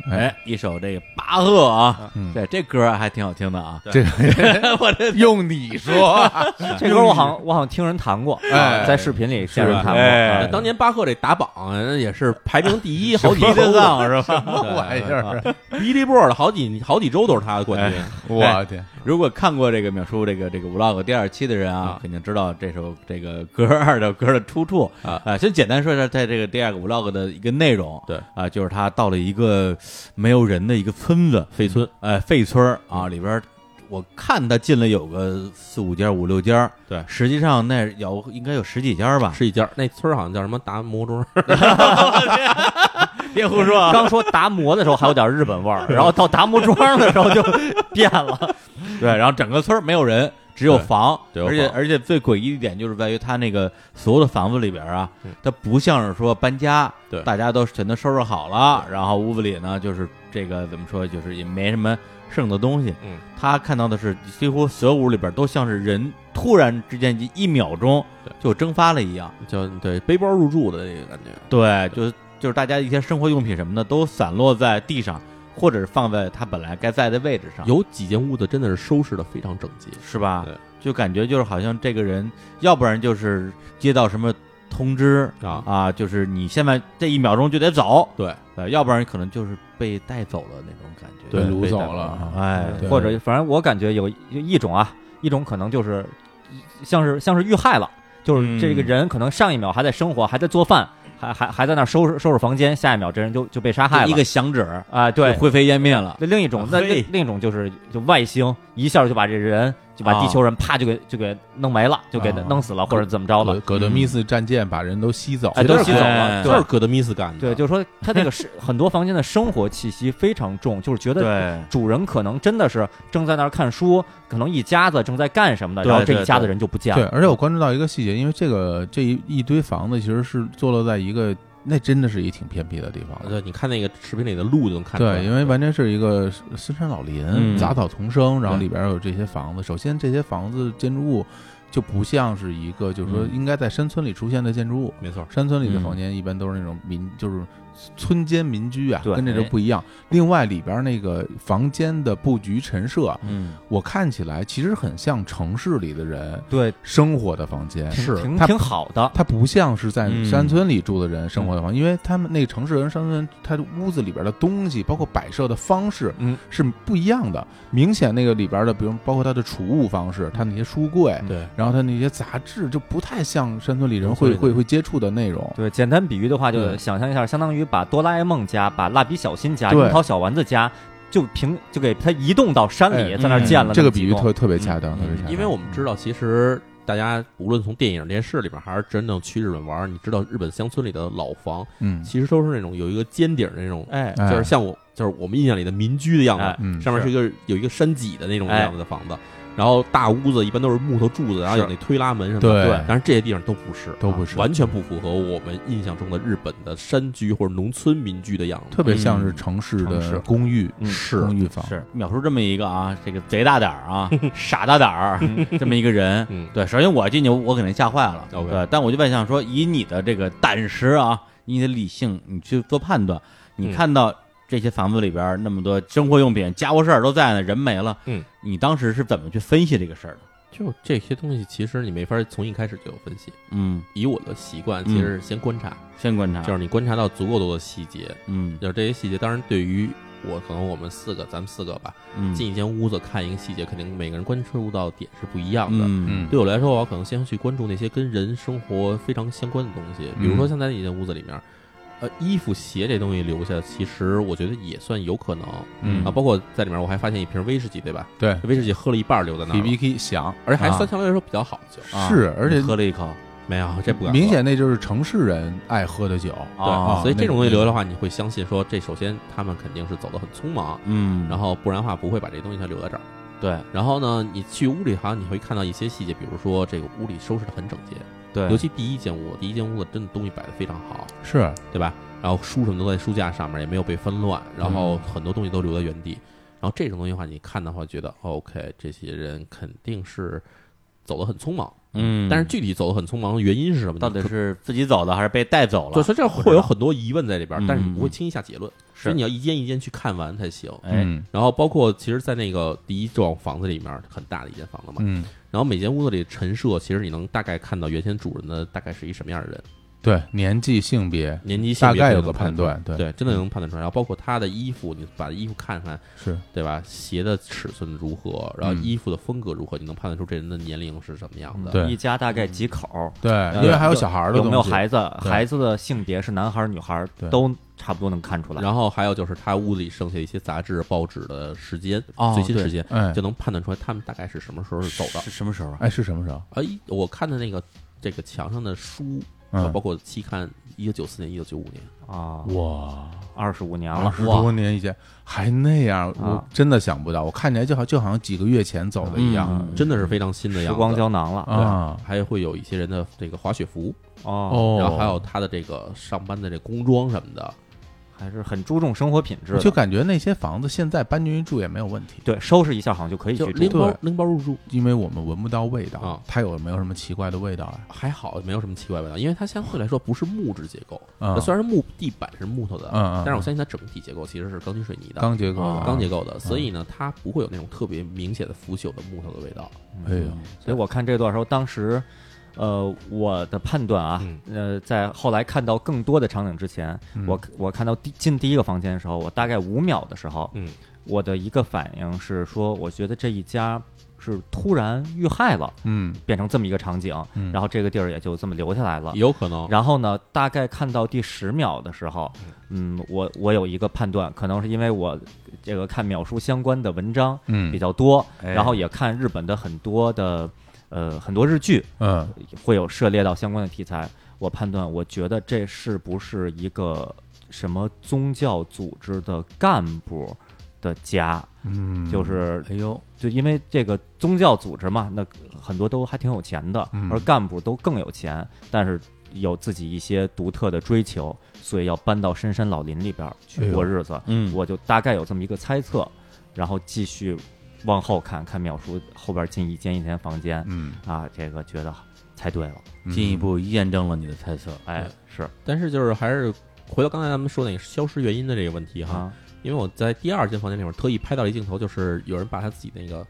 Speaker 4: 哎，一首这个巴赫啊，对，这歌还挺好听的啊。
Speaker 3: 这个
Speaker 4: 我这
Speaker 3: 用你说，
Speaker 2: 这歌我好像我好像听人弹过，啊
Speaker 3: 哎
Speaker 2: 在视频里见人弹过。
Speaker 4: 哎
Speaker 1: 呃当年巴赫这打榜也是排名第 一，好
Speaker 4: 好
Speaker 1: 几
Speaker 4: 几个
Speaker 1: 周
Speaker 4: 杠
Speaker 1: 的
Speaker 4: 是吧？
Speaker 3: 玩意儿，啊
Speaker 1: ，Billboard 好几好几周都是他的冠军。
Speaker 3: 我天，
Speaker 1: 嗯
Speaker 4: 如果看过这个秒叔这个这个 vlog 第二期的人啊
Speaker 1: 啊，
Speaker 4: 肯定知道这首这个歌二的歌的出处
Speaker 1: 啊
Speaker 4: 啊。先简单说一下，在这个第二个 vlog 的一个内容，
Speaker 1: 对
Speaker 4: 啊，就是他到了一个没有人的一个村子，
Speaker 1: 绯村，
Speaker 4: 呃，废村儿啊，里边儿我看他进了有个四五家、五六家，
Speaker 1: 对
Speaker 4: 实际上那有应该有十几家吧，
Speaker 1: 是一家，那村儿好像叫什么达摩庄，
Speaker 4: 别胡说啊。
Speaker 2: 刚说达摩的时候还有点日本味儿，然后到达摩庄的时候就变了。
Speaker 4: 对，然后整个村儿没有人，只有
Speaker 1: 对
Speaker 4: 房，
Speaker 1: 只有
Speaker 4: 而且
Speaker 1: 房
Speaker 4: 而且最诡异的一点就是在于他那个所有的房子里边啊
Speaker 1: 嗯，
Speaker 4: 它不像是说搬家，
Speaker 1: 对
Speaker 4: 大家都全都收拾好了，然后屋子里呢就是这个怎么说，就是也没什么剩的东西。
Speaker 1: 嗯，
Speaker 4: 他看到的是几乎所有屋里边都像是人突然之间一秒钟
Speaker 1: 对
Speaker 4: 就蒸发了一样，
Speaker 1: 叫对背包入住的那个感觉。
Speaker 4: 对，就是就是大家一些生活用品什么的都散落在地上，或者是放在它本来该在的位置上。
Speaker 1: 有几间屋子真的是收拾的非常整洁，
Speaker 4: 是吧
Speaker 1: 对？
Speaker 4: 就感觉就是好像这个人，要不然就是接到什么通知
Speaker 1: 啊
Speaker 4: 啊，就是你现在这一秒钟就得走，
Speaker 1: 对
Speaker 4: 呃，要不然可能就是被带走了那种感觉。
Speaker 3: 对，
Speaker 1: 对
Speaker 3: 掳
Speaker 1: 被
Speaker 3: 走
Speaker 1: 带走
Speaker 3: 了，
Speaker 4: 哎，
Speaker 3: 对
Speaker 2: 或者反正我感觉有一一种啊，一种可能就是像是像是遇害了，就是这个
Speaker 4: 嗯
Speaker 2: 人可能上一秒还在生活，还在做饭，还还还在那儿收拾收拾房间，下一秒这人就就被杀害了。
Speaker 4: 一个响指，
Speaker 2: 啊，对
Speaker 4: 就，灰飞烟灭了。
Speaker 2: 那另一种，那
Speaker 4: 啊嘿
Speaker 2: 另另一种就是就外星一下就把这人就把
Speaker 4: 啊
Speaker 2: 地球人啪就给就给弄没了，就给
Speaker 3: 啊
Speaker 2: 弄死了或者怎么着
Speaker 3: 葛
Speaker 2: 了。
Speaker 3: 葛德密斯战舰把人都吸走，
Speaker 2: 哎，都吸走
Speaker 4: 哎
Speaker 2: 了，
Speaker 1: 就是
Speaker 2: 对
Speaker 1: 戈德米斯干的。
Speaker 4: 嗯
Speaker 2: 对，就是说他那个是很多房间的生活气息非常重，就是觉得
Speaker 4: 对，
Speaker 2: 主人可能真的是正在那儿看书，可能一家子正在干什么的，
Speaker 4: 对
Speaker 2: 然后这
Speaker 4: 对
Speaker 2: 一家子
Speaker 4: 对
Speaker 2: 人就不见
Speaker 3: 对，
Speaker 2: 了。
Speaker 3: 而且我关注到一个细节，因为这个这一一堆房子其实是坐落在一个，那真的是一挺偏僻的地方
Speaker 1: 啊对，
Speaker 3: 了。
Speaker 1: 你看那个视频里的路就能看出来。
Speaker 3: 对，因为完全是一个深山老林，
Speaker 4: 嗯
Speaker 3: 杂草丛生，然后
Speaker 4: 对
Speaker 3: 里边有这些房子。首先，这些房子建筑物就不像是一个，就是说
Speaker 4: 嗯
Speaker 3: 应该在山村里出现的建筑物。
Speaker 1: 没错，
Speaker 3: 山村里的
Speaker 4: 嗯
Speaker 3: 房间一般都是那种民，就是村间民居啊，
Speaker 2: 对
Speaker 3: 跟这都不一样。另外，里边那个房间的布局陈设啊，
Speaker 4: 嗯，
Speaker 3: 我看起来其实很像城市里的人
Speaker 2: 对，
Speaker 3: 生活的房间，
Speaker 2: 挺挺
Speaker 3: 它
Speaker 2: 挺好的。
Speaker 3: 它不像是在
Speaker 4: 嗯
Speaker 3: 山村里住的人生活的房，因为他们那个城市人山村人，他的屋子里边的东西，包括摆设的方式，
Speaker 1: 嗯，
Speaker 3: 是不一样的。明显那个里边的，比如包括他的储物方式，他那些书
Speaker 4: 嗯
Speaker 3: 柜，
Speaker 1: 对，
Speaker 3: 然后他那些杂志，就不太像山村里人
Speaker 1: 农村
Speaker 3: 会
Speaker 1: 里的
Speaker 3: 会会接触的内容。
Speaker 2: 对，简单比喻的话，就
Speaker 3: 对
Speaker 2: 想象一下，相当于把哆啦 A 梦家、把蜡笔小新家、
Speaker 3: 对
Speaker 2: 樱桃小丸子家，就平就给它移动到山里，
Speaker 3: 哎
Speaker 2: 在那儿建了那么几栋、
Speaker 3: 这个比喻特特别恰当，
Speaker 4: 嗯
Speaker 3: 特别恰当。
Speaker 1: 因为我们知道，其实大家无论从电影、电视里面，还是真正去日本玩，你知道日本乡村里的老房，
Speaker 3: 嗯，
Speaker 1: 其实都是那种有一个尖顶儿的那种，
Speaker 2: 哎，
Speaker 3: 哎
Speaker 1: 就是像我就是我们印象里的民居的样子，
Speaker 2: 哎
Speaker 3: 嗯
Speaker 1: 上面是一个有一个山脊的那种
Speaker 3: 哎
Speaker 1: 样子的房子，然后大屋子一般都是木头柱子，然后有那推拉门什么的。
Speaker 3: 对
Speaker 1: 但是这些地方都不是，
Speaker 3: 都不是
Speaker 1: 完全不符合我们印象中的日本的山居或者农村民居的样子。
Speaker 3: 特别像是城市
Speaker 4: 城市
Speaker 3: 的公寓，
Speaker 2: 嗯
Speaker 1: 是
Speaker 3: 公寓房，
Speaker 4: 是秒出这么一个啊，这个贼大胆儿啊，傻大胆儿，这么一个人，
Speaker 1: 嗯，
Speaker 4: 对，首先我进去，我肯定吓坏了。
Speaker 1: OK
Speaker 4: 对，但我就在想说，以你的这个胆识啊，以你的理性，你去做判断，你
Speaker 1: 嗯
Speaker 4: 看到这些房子里边儿那么多生活用品、家伙事儿都在呢，人没了，
Speaker 1: 嗯，
Speaker 4: 你当时是怎么去分析这个事儿的？
Speaker 1: 就这些东西，其实你没法从一开始就有分析。
Speaker 4: 嗯，
Speaker 1: 以我的习惯，
Speaker 3: 嗯
Speaker 1: 其实是先观察，
Speaker 4: 先观察，
Speaker 1: 就是你观察到足够多的细节，
Speaker 4: 嗯
Speaker 1: 就是这些细节。当然，对于我可能我们四个，咱们四个吧，
Speaker 4: 嗯
Speaker 1: 进一间屋子看一个细节，肯定每个人关注到的点是不一样的。
Speaker 4: 嗯
Speaker 1: 对我来说，我可能先去关注那些跟人生活非常相关的东西，比如说像在一间屋子里面，呃，衣服、鞋这东西留下，其实我觉得也算有可能
Speaker 3: 嗯
Speaker 1: 啊。包括在里面，我还发现一瓶威士忌，对吧？
Speaker 3: 对
Speaker 1: 威士忌喝了一半留在那儿
Speaker 3: B
Speaker 1: 了，
Speaker 3: B K 响，
Speaker 1: 而且还算相对来说比较好的酒。
Speaker 4: 啊
Speaker 3: 是而且
Speaker 4: 你喝了一口，
Speaker 1: 啊没有，这不敢喝
Speaker 3: 明显那就是城市人爱喝的酒。
Speaker 1: 对，
Speaker 4: 啊
Speaker 1: 所以这种东西
Speaker 3: 那
Speaker 1: 留的话，你会相信说，这首先他们肯定是走得很匆忙，
Speaker 4: 嗯，
Speaker 1: 然后不然的话不会把这东西它留在这儿。
Speaker 4: 对
Speaker 1: 然后呢，你去屋里好像你会看到一些细节，比如说这个屋里收拾得很整洁，
Speaker 4: 对
Speaker 1: 尤其第一间屋，第一间屋子真的东西摆得非常好，
Speaker 3: 是
Speaker 1: 对吧？然后书什么都在书架上面，也没有被纷乱，然后很多东西都留在原地。然后这种东西的话，你看的话，觉得 OK，这些人肯定是走得很匆忙，
Speaker 4: 嗯
Speaker 1: 但是具体走得很匆忙，原因是什么呢？
Speaker 2: 到底是自己走的还是被带走
Speaker 1: 对，
Speaker 2: 了？
Speaker 1: 所以这会有很多疑问在里边
Speaker 4: 嗯，
Speaker 1: 但是你不会轻易下结论，
Speaker 4: 是
Speaker 1: 所以你要一间一间去看完才行。
Speaker 2: 哎，
Speaker 4: 嗯
Speaker 1: 然后包括其实，在那个第一幢房子里面，很大的一间房子嘛，
Speaker 4: 嗯
Speaker 1: 然后每间屋子里陈设，其实你能大概看到原先主人的大概是一什么样的人，
Speaker 3: 对年纪、性别，
Speaker 1: 年纪、性
Speaker 3: 大
Speaker 1: 别
Speaker 3: 概
Speaker 1: 都
Speaker 3: 有
Speaker 1: 能
Speaker 3: 个判
Speaker 1: 出来，
Speaker 3: 断，对
Speaker 1: 对，真的能判断出来。然后包括他的衣服，你把衣服看看，
Speaker 3: 是
Speaker 1: 对吧？鞋的尺寸如何，然后
Speaker 4: 嗯
Speaker 1: 衣服的风格如何，你能判断出这人的年龄是什么样的。
Speaker 3: 嗯对
Speaker 2: 一家大概几口？
Speaker 3: 对，因为还有小孩儿的
Speaker 2: 有
Speaker 3: 东西，
Speaker 2: 没有孩子？
Speaker 3: 对
Speaker 2: 孩子的性别是男孩儿女孩儿
Speaker 3: 对，
Speaker 2: 都差不多能看出来。
Speaker 1: 然后还有就是他屋子里剩下一些杂志、报纸的时间，
Speaker 4: 哦
Speaker 1: 最新
Speaker 4: 对
Speaker 1: 时间，
Speaker 3: 哎
Speaker 1: 就能判断出来他们大概是什么时候走的。
Speaker 4: 是什么时候啊？
Speaker 3: 哎，是什么时候？
Speaker 1: 哎，我看的那个这个墙上的书，
Speaker 3: 嗯
Speaker 1: 啊包括期刊，一九九四年、一九九五年，
Speaker 2: 啊，
Speaker 3: 哇，
Speaker 2: 二十五年
Speaker 1: 啊
Speaker 3: 二
Speaker 2: 了，
Speaker 3: 十多年以前还那样，我
Speaker 2: 啊
Speaker 3: 真的想不到，我看起来就好就好像几个月前走的一样
Speaker 1: 嗯真的是非常新的
Speaker 2: 时
Speaker 1: 样子。
Speaker 2: 光胶囊了。
Speaker 3: 啊。
Speaker 1: 还会有一些人的这个滑雪服，
Speaker 2: 哦，
Speaker 3: 哦，
Speaker 1: 然后还有他的这个上班的这工装什么的，
Speaker 2: 还是很注重生活品质的。
Speaker 3: 就感觉那些房子现在搬进去住也没有问题，
Speaker 2: 对，收拾一下好像就可以
Speaker 1: 就
Speaker 2: 去
Speaker 1: 拎
Speaker 2: 住。
Speaker 1: 包
Speaker 3: 对
Speaker 1: 拎包入住
Speaker 3: 因为我们闻不到味道，
Speaker 1: 啊
Speaker 3: 它有没有什么奇怪的味道啊？
Speaker 1: 还好，没有什么奇怪味道，因为它相对来说不是木质结构，
Speaker 3: 啊
Speaker 1: 虽然是木地板是木头的，
Speaker 3: 嗯嗯
Speaker 1: 但是我相信它整体结构其实是钢筋水泥的。
Speaker 3: 钢嗯结构
Speaker 2: 哦
Speaker 1: 啊
Speaker 3: 的，
Speaker 1: 钢结构的，所以呢，它不会有那种特别明显的腐朽的木头的味道。
Speaker 3: 哎呦，
Speaker 2: 所以我看这段时候，当时，呃，我的判断啊，
Speaker 3: 嗯
Speaker 2: 呃，在后来看到更多的场景之前，我我看到第进第一个房间的时候，我大概五秒的时候，
Speaker 1: 嗯，
Speaker 2: 我的一个反应是说，我觉得这一家是突然遇害了，
Speaker 3: 嗯
Speaker 2: 变成这么一个场景，
Speaker 3: 嗯
Speaker 2: 然后这个地儿也就这么留下来了。
Speaker 1: 有可能，
Speaker 2: 然后呢，大概看到第十秒的时候，嗯，我我有一个判断，可能是因为我这个看秒数相关的文章比
Speaker 3: 嗯
Speaker 2: 较多，
Speaker 4: 哎
Speaker 2: 然后也看日本的很多的呃很多日剧
Speaker 3: 嗯，
Speaker 2: 会有涉猎到相关的题材。我判断，我觉得这是不是一个什么宗教组织的干部的家？
Speaker 3: 嗯
Speaker 2: 就是
Speaker 4: 哎呦，
Speaker 2: 就因为这个宗教组织嘛，那很多都还挺有钱的，
Speaker 3: 嗯
Speaker 2: 而干部都更有钱，但是有自己一些独特的追求，所以要搬到深山老林里边儿
Speaker 3: 哎
Speaker 2: 去
Speaker 3: 呦
Speaker 2: 过日子。
Speaker 4: 嗯
Speaker 2: 我就大概有这么一个猜测，然后继续往后看看秒叔后边进一间一间房间
Speaker 3: 嗯，
Speaker 2: 啊，这个觉得猜对了，
Speaker 3: 嗯
Speaker 4: 进一步验证了你的猜测。
Speaker 1: 嗯
Speaker 2: 哎，是
Speaker 1: 但是就是还是回到刚才咱们说那个消失原因的这个问题哈，
Speaker 2: 啊，
Speaker 1: 因为我在第二间房间里面特意拍到了一镜头，就是有人把他自己那个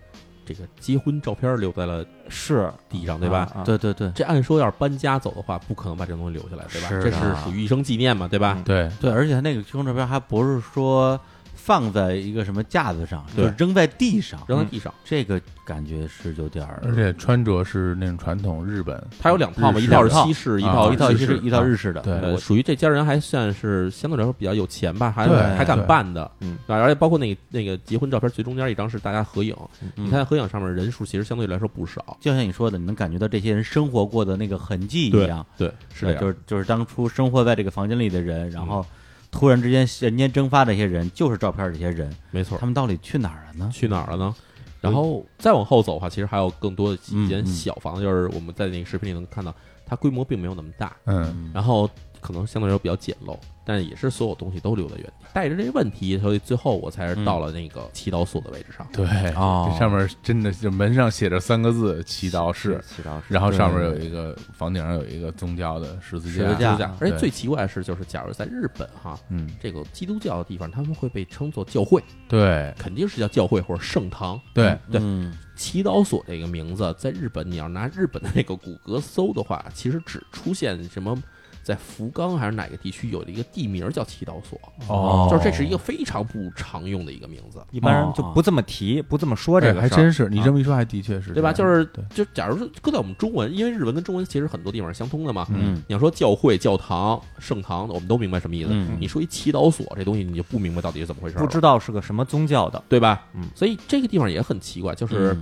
Speaker 1: 这个结婚照片留在了
Speaker 2: 是
Speaker 1: 地上，对吧？
Speaker 2: 啊啊
Speaker 4: 对对对
Speaker 1: 这按说要是搬家走的话，不可能把这东西留下来，对吧？
Speaker 4: 是
Speaker 1: 这
Speaker 4: 的
Speaker 1: 是属于一生纪念嘛，对吧？
Speaker 2: 嗯
Speaker 3: 对，
Speaker 4: 对，而且他那个结婚照片还不是说放在一个什么架子上，就
Speaker 1: 对
Speaker 4: 是扔在地上，
Speaker 1: 扔在地上，
Speaker 4: 这个感觉是有点儿。
Speaker 3: 而且穿着是那种传统日本，
Speaker 1: 它有两套嘛，
Speaker 3: 日
Speaker 1: 一
Speaker 3: 式
Speaker 1: 套是
Speaker 3: 的
Speaker 1: 西式，一
Speaker 3: 啊
Speaker 1: 套
Speaker 4: 哦一套
Speaker 1: 日
Speaker 4: 一
Speaker 1: 式
Speaker 4: 式，一套
Speaker 3: 啊
Speaker 4: 日式的，
Speaker 3: 对
Speaker 1: 呃，属于这家人还算是相对来说比较有钱吧，还
Speaker 3: 对
Speaker 1: 还敢
Speaker 3: 对
Speaker 1: 办的，
Speaker 2: 嗯
Speaker 1: 对吧，而且包括那个那个结婚照片最中间一张是大家合影，
Speaker 4: 嗯
Speaker 1: 你看合影上面人数其实相对来说不少，
Speaker 4: 就像你说的，你能感觉到这些人生活过的那个痕迹一
Speaker 1: 对
Speaker 4: 样，呃
Speaker 1: 对，是这样，嗯
Speaker 4: 就是就是当初生活在这个房间里的人，然后突然之间人间蒸发的这些人，就是照片儿这些人，
Speaker 1: 没错
Speaker 4: 他。们到底去哪儿了呢？
Speaker 1: 去哪儿了呢？然后再往后走的话，其实还有更多的几
Speaker 4: 嗯
Speaker 1: 间
Speaker 4: 嗯
Speaker 1: 小房子，就是我们在那个视频里能看到，它规模并没有那么大，
Speaker 3: 嗯
Speaker 1: 然后可能相对来说比较简陋，但是也是所有东西都留在原地。带着这个问题，所以最后我才是
Speaker 4: 嗯
Speaker 1: 到了那个祈祷所的位置上。
Speaker 3: 对，
Speaker 4: 哦
Speaker 3: 这上面真的就门上写着三个字“祈祷室
Speaker 2: 祈祷”，是
Speaker 3: 然后上面有一个房顶上有一个宗教的十字
Speaker 4: 十字
Speaker 3: 架，
Speaker 4: 架
Speaker 1: 是这样啊而且
Speaker 3: 对
Speaker 1: 最奇怪的是，就是假如在日本哈，
Speaker 3: 嗯，
Speaker 1: 这个基督教的地方，他们会被称作教会，
Speaker 3: 对
Speaker 1: 肯定是叫教会或者圣堂。
Speaker 3: 对，
Speaker 1: 对
Speaker 4: 嗯
Speaker 1: 祈祷所这个名字，在日本你要拿日本的那个谷歌搜的话，其实只出现什么在福冈还是哪个地区有一个地名叫祈祷所，
Speaker 3: 哦
Speaker 1: 就是这是一个非常不常用的一个名字，
Speaker 2: 一般人就
Speaker 1: 哦
Speaker 2: 不这么提，不这么说这
Speaker 3: 哎
Speaker 2: 个
Speaker 3: 还
Speaker 2: 事儿
Speaker 3: 真是，你
Speaker 2: 啊
Speaker 3: 这么一说，还的确是
Speaker 1: 对吧？
Speaker 3: 这
Speaker 1: 就
Speaker 3: 样
Speaker 1: 是
Speaker 3: 对
Speaker 1: 就假如说搁在我们中文，因为日文跟中文其实很多地方是相通的嘛。
Speaker 4: 嗯
Speaker 1: 你要说教会、教堂、圣堂，我们都明白什么意思。
Speaker 4: 嗯
Speaker 1: 你说一祈祷所这东西，你就不明白到底是怎么回事了，
Speaker 2: 不知道是个什么宗教的，
Speaker 1: 对吧？
Speaker 2: 嗯
Speaker 1: 所以这个地方也很奇怪，
Speaker 4: 嗯
Speaker 1: 就是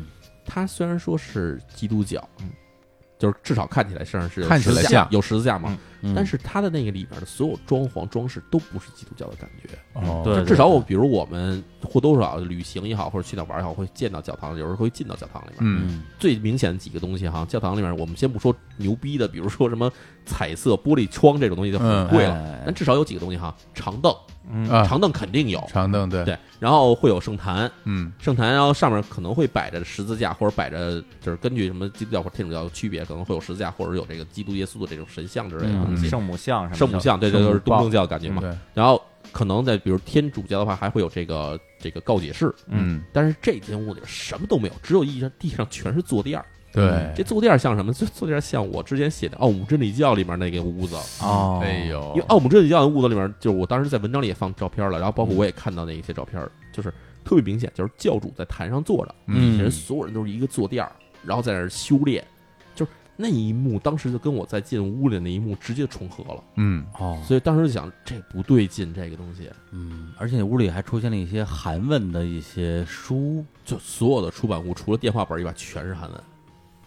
Speaker 1: 它虽然说是基督教，就是至少看起来身上是有
Speaker 3: 嗯看起来
Speaker 1: 十字架
Speaker 3: 像
Speaker 1: 有十字架嘛，
Speaker 2: 嗯
Speaker 4: 嗯
Speaker 1: 但是它的那个里边的所有装潢装饰都不是基督教的感觉。
Speaker 3: 哦
Speaker 2: 对
Speaker 1: 就至少我，比如我们或多或少旅行也好，或者去哪玩也好，会见到教堂，有时候会进到教堂里面。
Speaker 3: 嗯
Speaker 4: 嗯
Speaker 1: 最明显的几个东西哈，教堂里面我们先不说牛逼的，比如说什么彩色玻璃窗这种东西就
Speaker 3: 嗯
Speaker 1: 很贵了，嗯
Speaker 4: 了
Speaker 1: 但至少有几个东西哈，长凳，
Speaker 2: 嗯
Speaker 3: 哎啊，
Speaker 1: 长凳肯定有，
Speaker 3: 长凳对，
Speaker 1: 对，然后会有圣坛，
Speaker 3: 嗯
Speaker 1: 圣坛，然后上面可能会摆着十字架，或者摆着就是根据什么基督教或者天主教的区别，可能会有十字架，或者有这个基督耶稣的这种神像之类的东西，
Speaker 2: 嗯圣母像什么的
Speaker 1: 嗯圣母，像，对对，
Speaker 3: 圣母
Speaker 1: 就是东正教的感觉嘛。
Speaker 3: 对，
Speaker 1: 然后可能在比如天主教的话，还会有这个这个告解室，
Speaker 3: 嗯
Speaker 1: 但是这间屋里什么都没有，只有一张地上全是坐垫儿。
Speaker 3: 对，
Speaker 1: 这坐垫儿像什么？这坐垫儿像我之前写的《奥姆真理教》里面那个屋子，
Speaker 2: 哦，
Speaker 3: 哎呦
Speaker 1: 因为，奥姆真理教的屋子里面，就是我当时在文章里也放照片了，然后包括我也看到那一些照片，就是特别明显，就是教主在坛上坐着，
Speaker 3: 嗯
Speaker 1: 底下人所有人都是一个坐垫儿，然后在那儿修炼，就是那一幕，当时就跟我在进屋里的那一幕直接重合了，
Speaker 3: 嗯
Speaker 4: 哦，
Speaker 1: 所以当时就想这不对劲，这个东西，
Speaker 4: 嗯，而且屋里还出现了一些韩文的一些书，
Speaker 1: 就所有的出版物除了电话本以外全是韩文，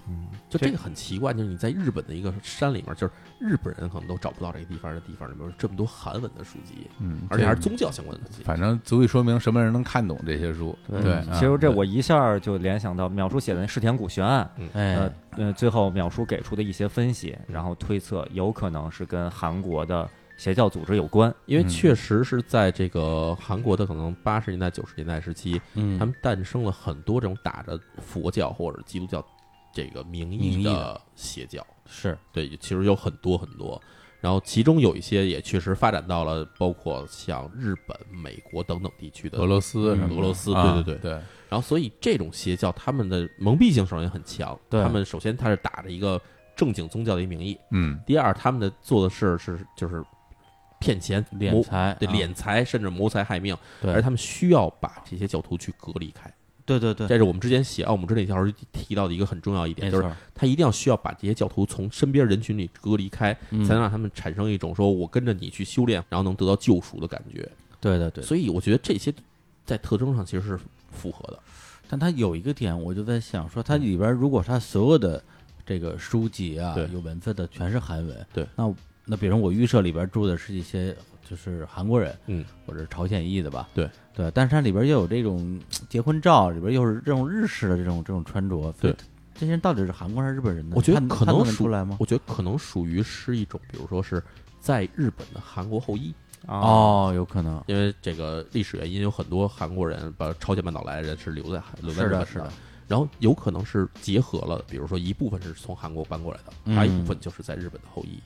Speaker 3: 嗯，
Speaker 1: 就这个很奇怪，就是你在日本的一个山里面，就是日本人可能都找不到这个地方的地方里面有这么多韩文的书籍，
Speaker 3: 嗯，
Speaker 1: 而且还是
Speaker 3: 这
Speaker 1: 宗教相关的东西。
Speaker 3: 反正足以说明什么人能看懂这些书。对，
Speaker 2: 嗯
Speaker 3: 啊
Speaker 2: 其实这我一下就联想到淼叔写的那《世田谷悬案》，
Speaker 4: 哎
Speaker 2: 呃，呃，最后淼叔给出的一些分析，然后推测有可能是跟韩国的邪教组织有关。
Speaker 1: 因为确实是在这个韩国的可能八十年代、九十年代时期，
Speaker 4: 嗯，
Speaker 1: 他们诞生了很多这种打着佛教或者基督教这个名
Speaker 4: 名
Speaker 1: 义
Speaker 4: 义
Speaker 1: 的
Speaker 4: 的
Speaker 1: 邪教。
Speaker 4: 是
Speaker 1: 对，其实有很多很多，然后其中有一些也确实发展到了包括像日本、美国等等地区的
Speaker 3: 俄罗斯什么的，
Speaker 1: 嗯俄罗斯，
Speaker 3: 啊
Speaker 1: 对对对。
Speaker 3: 对，
Speaker 1: 然后所以这种邪教他们的蒙蔽性首先很强，
Speaker 4: 对
Speaker 1: 他们首先他是打着一个正经宗教的一个名义，
Speaker 3: 嗯
Speaker 1: 第二他们的做的事是就是骗钱
Speaker 4: 敛
Speaker 1: 谋
Speaker 4: 财，
Speaker 1: 对
Speaker 4: 啊，
Speaker 1: 敛财甚至谋财害命，
Speaker 4: 对，
Speaker 1: 而他们需要把这些教徒去隔离开。
Speaker 4: 对对对，
Speaker 1: 这是我们之前写《奥姆真理教》时提到的一个很重要一点，
Speaker 4: 没
Speaker 1: 就是
Speaker 4: 错，
Speaker 1: 他一定要需要把这些教徒从身边人群里隔离开，
Speaker 4: 嗯
Speaker 1: 才能让他们产生一种说我跟着你去修炼，然后能得到救赎的感觉。
Speaker 4: 对对对。
Speaker 1: 所以我觉得这些在特征上其实是符合的。
Speaker 4: 但它有一个点，我就在想说，它里边如果它所有的这个书籍啊，
Speaker 1: 对
Speaker 4: 有文字的全是韩文，
Speaker 1: 对，
Speaker 4: 那那比如我预设里边住的是一些就是韩国人，
Speaker 1: 嗯，
Speaker 4: 或者朝鲜裔的吧，
Speaker 1: 对
Speaker 4: 对，但是它里边又有这种嘖结婚照，里边又是这种日式的这种这种穿着，
Speaker 1: 对
Speaker 4: 所以这些人到底是韩国人还是日本人呢？
Speaker 1: 我觉得
Speaker 4: 判
Speaker 1: 可
Speaker 4: 判
Speaker 1: 能
Speaker 4: 断得
Speaker 1: 属
Speaker 4: 出来吗？
Speaker 1: 我觉得可能属于是一种，比如说是在日本的韩国后裔，
Speaker 4: 哦，有可能，
Speaker 1: 因为这个历史原因，有很多韩国人把朝鲜半岛来的人是留在韩留在
Speaker 4: 是
Speaker 1: 日
Speaker 4: 的
Speaker 1: 本
Speaker 4: 是的
Speaker 1: 然后有可能是结合了，比如说一部分是从韩国搬过来的，
Speaker 4: 嗯
Speaker 1: 还有一部分就是在日本的后裔。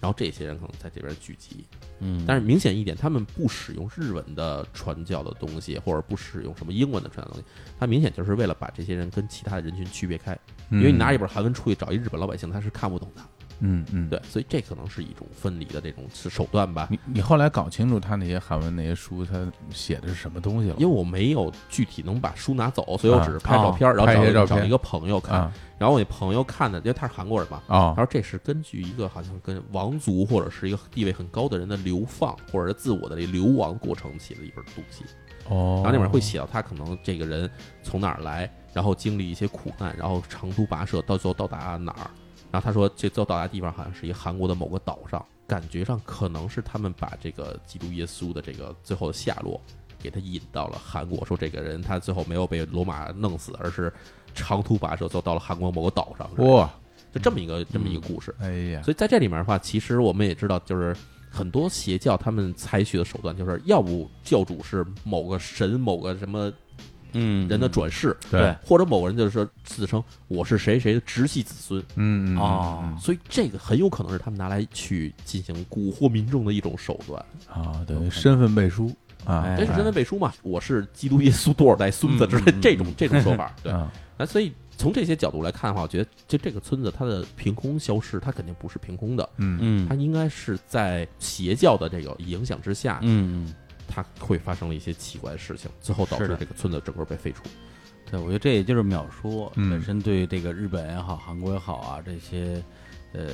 Speaker 1: 然后这些人可能在这边聚集，
Speaker 4: 嗯，
Speaker 1: 但是明显一点，他们不使用日文的传教的东西，或者不使用什么英文的传教的东西，他明显就是为了把这些人跟其他的人群区别开。因为你拿一本韩文出去找一日本老百姓，他是看不懂的。
Speaker 3: 嗯嗯，
Speaker 1: 对，所以这可能是一种分离的这种是手段吧。
Speaker 3: 你你后来搞清楚他那些韩文那些书，他写的是什么东西了
Speaker 1: 因为我没有具体能把书拿走，所以我只是拍照片，然
Speaker 3: 啊拍一些
Speaker 1: 后找
Speaker 3: 照片
Speaker 1: 找一个朋友看。
Speaker 3: 啊？
Speaker 1: 然后我那朋友看的，因为他是韩国人嘛，
Speaker 3: 哦
Speaker 1: 他，说这是根据一个好像跟王族或者是一个地位很高的人的流放或者是自我的这流亡过程写的一本东西。
Speaker 3: 哦，
Speaker 1: 然后里面会写到他可能这个人从哪儿来，然后经历一些苦难，然后长途跋涉，到最后到达哪儿。然后他说，这最后到达地方好像是一韩国的某个岛上，感觉上可能是他们把这个基督耶稣的这个最后的下落，给他引到了韩国。说这个人他最后没有被罗马弄死，而是长途跋涉，最后到了韩国某个岛上。
Speaker 3: 哇，
Speaker 1: 就这么一个这么一个故事。
Speaker 3: 哎呀，
Speaker 1: 所以在这里面的话，其实我们也知道，就是很多邪教他们采取的手段，就是要不教主是某个神、某个什么
Speaker 4: 嗯，
Speaker 1: 人的转世，
Speaker 4: 对，
Speaker 1: 或者某个人就是说自称我是谁谁的直系子孙，
Speaker 3: 嗯嗯
Speaker 4: 哦
Speaker 3: 嗯
Speaker 1: 所以这个很有可能是他们拿来去进行蛊惑民众的一种手段。
Speaker 3: 啊，等于身份背书啊，
Speaker 4: 哎
Speaker 1: 这是真的
Speaker 3: 背
Speaker 1: 背书嘛？我是基督耶稣多少代孙子之类
Speaker 4: 嗯嗯嗯
Speaker 1: 这种这种说 法，对。
Speaker 3: 啊，
Speaker 1: 那所以从这些角度来看的话，我觉得就这个村子它的凭空消失，它肯定不是凭空的，
Speaker 3: 嗯
Speaker 4: 嗯
Speaker 1: 它应该是在邪教的这个影响之下，
Speaker 4: 嗯嗯。
Speaker 1: 它会发生了一些奇怪的事情，最后导
Speaker 4: 是
Speaker 1: 致
Speaker 4: 的
Speaker 1: 这个村子整个被废除。
Speaker 4: 对，我觉得这也就是淼叔
Speaker 3: 嗯
Speaker 4: 本身对这个日本也好、韩国也好啊，这些呃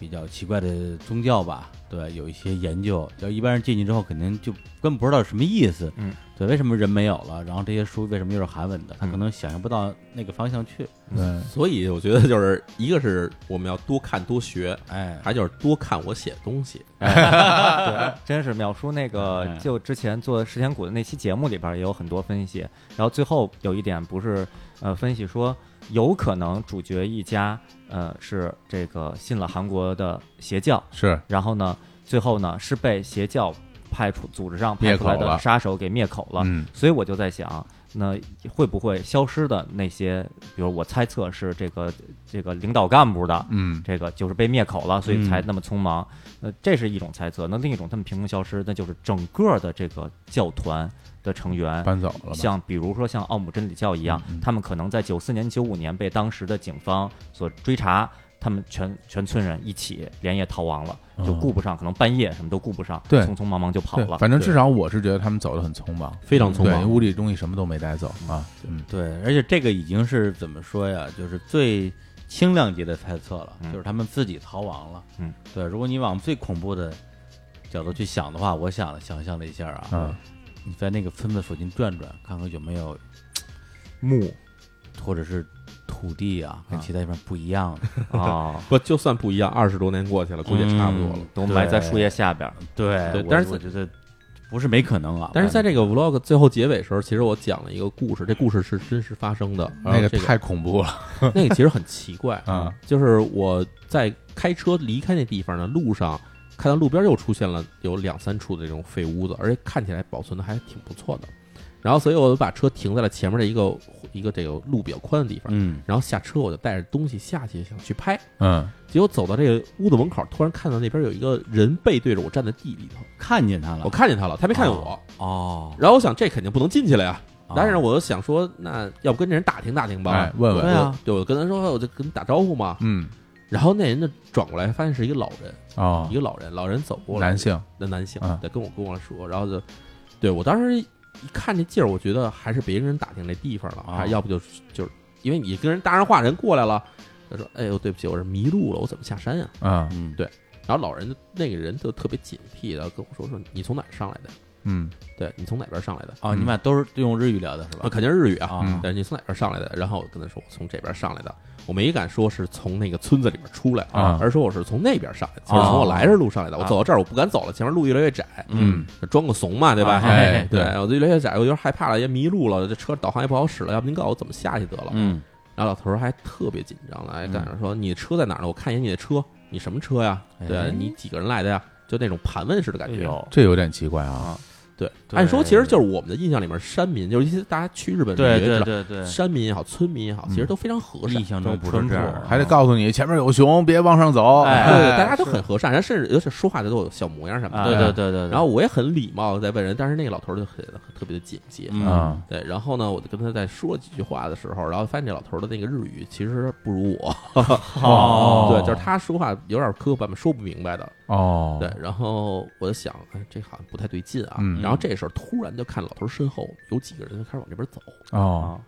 Speaker 4: 比较奇怪的宗教吧，对，有一些研究，要一般人进去之后肯定就根本不知道什么意思，
Speaker 3: 嗯，
Speaker 4: 对，为什么人没有了，然后这些书为什么又是韩文的，他可能想象不到那个方向去，
Speaker 3: 嗯
Speaker 1: 所以我觉得就是一个是我们要多看多学，
Speaker 4: 哎，
Speaker 1: 还就是多看我写的东西。
Speaker 2: 对，真是淼叔那个
Speaker 4: 哎，
Speaker 2: 就之前做石田谷的那期节目里边也有很多分析，然后最后有一点不是呃分析说，有可能主角一家呃是这个信了韩国的邪教，
Speaker 3: 是
Speaker 2: 然后呢最后呢是被邪教派出组织上派出来
Speaker 3: 灭口
Speaker 2: 的
Speaker 3: 了
Speaker 2: 杀手给灭口了，
Speaker 4: 嗯
Speaker 2: 所以我就在想，那会不会消失的那些，比如我猜测是这个这个领导干部的，
Speaker 4: 嗯，
Speaker 2: 这个就是被灭口了，所
Speaker 3: 嗯
Speaker 2: 以才那么匆忙。呃，这是一种猜测。那另一种，他们凭空消失，那就是整个的这个教团的成员，
Speaker 3: 搬走了吧？嗯
Speaker 2: 像比如说像奥姆真理教一样，他们可能在九四年、九五年被当时的警方所追查，他们全全村人一起连夜逃亡了，就顾不上，可能半夜什么都顾不上，
Speaker 3: 哦对
Speaker 2: 匆匆忙忙就跑
Speaker 3: 对
Speaker 2: 了，。
Speaker 3: 反正至少我是觉得他们走的很匆忙，
Speaker 1: 非常匆忙
Speaker 3: 对屋里东西什么都没带走啊。嗯，
Speaker 4: 对，而且这个已经是怎么说呀？就是最轻量级的猜测了，
Speaker 2: 嗯
Speaker 4: 就是他们自己逃亡了。
Speaker 2: 嗯，
Speaker 4: 对。如果你往最恐怖的角度去想的话，我想了想象了一下啊，
Speaker 3: 嗯
Speaker 1: 哦
Speaker 4: 你在那个村子附近转转，看看有没有
Speaker 2: 木
Speaker 4: 或者是土地啊，跟其他地方不一样的，
Speaker 2: 啊，
Speaker 1: 不，就算不一样，二十多年过去了，估计也差不多了。
Speaker 4: 嗯
Speaker 2: 都埋在树叶下边儿。
Speaker 4: 对
Speaker 1: 对
Speaker 4: 我
Speaker 1: 但是
Speaker 4: 我觉得不是没可能啊。
Speaker 1: 但是在这个 vlog 最后结尾的时候，其实我讲了一个故事，这故事是真实发生的。啊
Speaker 3: 那个
Speaker 1: 这嗯
Speaker 3: 太恐怖了
Speaker 1: 那个其实很奇 怪
Speaker 3: 啊！
Speaker 1: 就是我在开车离开那地方的路上，看到路边又出现了有两三处的这种废屋子，而且看起来保存的还挺不错的。然后，所以我就把车停在了前面的一个一个这个路比较宽的地方，
Speaker 4: 嗯
Speaker 1: 然后下车我就带着东西下去想去拍，
Speaker 3: 嗯，
Speaker 1: 结果走到这个屋子门口，突然看到那边有一个人背对着我站在地里头，
Speaker 4: 看见他了
Speaker 1: 我看见他了，他没看见我，
Speaker 4: 哦，
Speaker 1: 然后我想这肯定不能进去了呀，
Speaker 4: 啊
Speaker 1: 但是我就想说，那要不跟这人打听打听吧，
Speaker 3: 哎，问
Speaker 1: 我
Speaker 3: 问，
Speaker 4: 对啊
Speaker 1: 就我就跟他说，我就跟他打招呼嘛，
Speaker 3: 嗯，
Speaker 1: 然后那人就转过来，发现是一个老人，
Speaker 3: 哦
Speaker 1: 一，个老人，老人走过来，
Speaker 3: 男性，
Speaker 1: 那男性
Speaker 3: 嗯，
Speaker 1: 对，跟我跟我说，然后就，对我当时一看这劲儿，我觉得还是别跟人打听这地方了，
Speaker 3: 啊
Speaker 4: 哦
Speaker 1: 还要不就是就是因为你跟人搭上话，人过来了，他说，哎呦，对不起，我是迷路了，我怎么下山呀、
Speaker 3: 嗯
Speaker 4: 嗯
Speaker 1: 对然后老人就那个人就特别警惕，然后跟我说说你从哪儿上来的？
Speaker 3: 嗯
Speaker 1: 对你从哪边上来的？
Speaker 4: 哦，你们俩都是用日语聊的是
Speaker 1: 啊，
Speaker 4: 吧？
Speaker 1: 肯定是日语啊。
Speaker 4: 啊
Speaker 3: 嗯
Speaker 1: 对，你从哪边上来的？然后我跟他说我从这边上来的，我没敢说是从那个村子里面出来
Speaker 3: 啊
Speaker 1: 而说我是从那边上来的，就是从我来这路上
Speaker 4: 啊
Speaker 1: 来的。我走到这儿我不敢走了，前面路越来越窄，
Speaker 3: 嗯，
Speaker 1: 装个怂嘛，对吧？
Speaker 4: 啊哎
Speaker 1: 对
Speaker 3: 对，
Speaker 1: 我就越来越窄，我有点害怕了，也迷路了，这车导航也不好使了，要不您告诉我怎么下去得了？
Speaker 4: 嗯
Speaker 1: 然后老头儿还特别紧张了，还赶上说你车在哪儿呢？我看一眼你的车，你什么车呀？
Speaker 4: 哎
Speaker 1: 对你几个人来的呀？就那种盘问式的感
Speaker 2: 哎
Speaker 1: 觉。
Speaker 2: 呦，
Speaker 3: 这有点奇怪啊。
Speaker 1: 对，
Speaker 4: 对
Speaker 1: 按说其实就是我们的印象里面，山民就是一些大家去日本旅游
Speaker 4: 对
Speaker 1: 也知道
Speaker 4: 对对对，
Speaker 1: 山民也好，村民也好，
Speaker 3: 嗯
Speaker 1: 其实都非常和善
Speaker 4: 印。象中不是这样嗯的，
Speaker 3: 还得告诉你前面有熊，别往上走。
Speaker 4: 哎
Speaker 1: 对啊对，大家都很和善，然后甚至尤其说话的都有小模样什么
Speaker 2: 啊
Speaker 1: 的。
Speaker 4: 对对对对，
Speaker 1: 然后我也很礼貌地在问人，但是那个老头儿就很很特别的警戒。
Speaker 4: 嗯
Speaker 3: 啊，
Speaker 1: 对，然后呢，我就跟他在说几句话的时候，然后发现这老头儿的那个日语其实不如我，
Speaker 4: 哦
Speaker 1: 对，就是他说话有点磕磕绊绊，说不明白的。
Speaker 3: 哦，
Speaker 1: 对，，然后我就想，哎，这好像不太对劲啊。
Speaker 3: 嗯
Speaker 1: 然后这时候突然就看老头儿身后有几个人就开始往这边走，
Speaker 3: 哦，